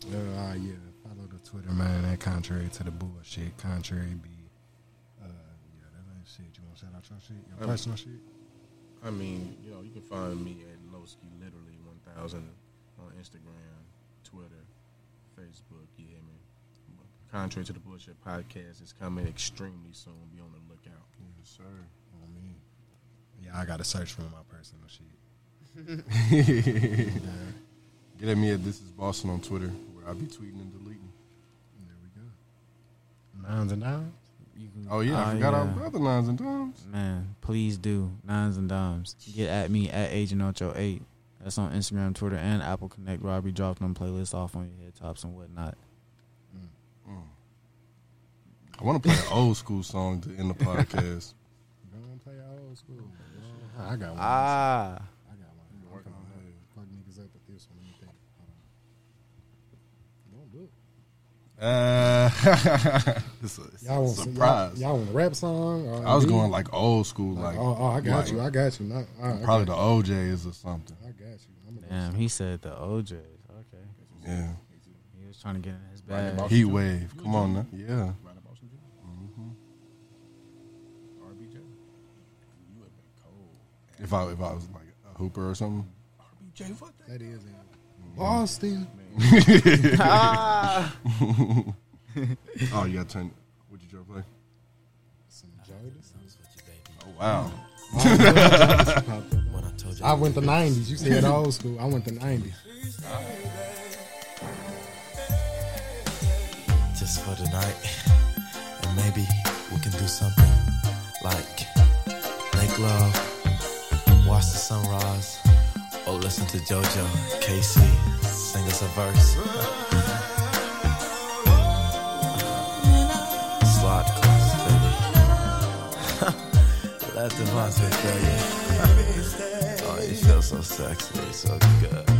Speaker 9: Uh, yeah, follow the Twitter man. That contrary to the bullshit, contrary be. Uh, yeah, that ain't shit. You want to shout out your shit, your
Speaker 7: Um,
Speaker 9: personal shit?
Speaker 7: I mean, you know, you can find me at Lowski literally one thousand on Instagram, Twitter, Facebook. You hear me? Contrary to the bullshit podcast is coming extremely soon. Be on the lookout.
Speaker 10: Yes, sir.
Speaker 9: Oh, Yeah, I gotta search for my personal shit.
Speaker 10: Get at me at this is Boston on Twitter, where I be tweeting and deleting.
Speaker 9: Nines and nines.
Speaker 10: Oh yeah, I
Speaker 8: Oh,
Speaker 10: forgot our
Speaker 8: yeah.
Speaker 10: brother lines and times.
Speaker 8: Man, please do. Nines and dimes. Get at me at Agent Ocho Eight. That's on Instagram, Twitter, and Apple Connect where I be dropping them playlists off on your head tops and whatnot.
Speaker 10: I want to play an old school song to end the podcast.
Speaker 9: Go and play our old school. Oh, I got one.
Speaker 8: Ah.
Speaker 9: I got one. I'm finna Fuck niggas up with this one. Let me think. Hold on. Don't do it.
Speaker 10: Uh, it's a, it's
Speaker 9: Y'all
Speaker 10: a
Speaker 9: want some- y'all,
Speaker 10: surprise.
Speaker 9: y'all want a rap song? Or
Speaker 10: I was
Speaker 9: R&B?
Speaker 10: going like old school, like
Speaker 9: oh, oh, I got
Speaker 10: like,
Speaker 9: you, I got you. Not, all right, I
Speaker 10: probably the
Speaker 9: got
Speaker 10: OJ's or something.
Speaker 9: you, I got you. I'm gonna-
Speaker 8: Damn, he said the OJs. Okay.
Speaker 10: Yeah.
Speaker 8: He was trying to get in his
Speaker 10: Rodney
Speaker 8: bag.
Speaker 10: Boston Heat Jr. Wave. Come on now. Yeah. Mm-hmm.
Speaker 7: RBJ.
Speaker 10: If I if I was like a hooper or something.
Speaker 7: RBJ, fuck
Speaker 9: that is him. Boston.
Speaker 10: oh,
Speaker 9: Oh,
Speaker 10: you got to turn. What you try to play? Oh wow.
Speaker 9: I went the nineties. You said old school. I went the nineties.
Speaker 3: just for tonight. And maybe we can do something like make love, watch the sunrise, or listen to JoJo, Casey sing us a verse. Slot class, baby. Let the Devontae tell you. Oh, you feel so sexy, so good. Oh,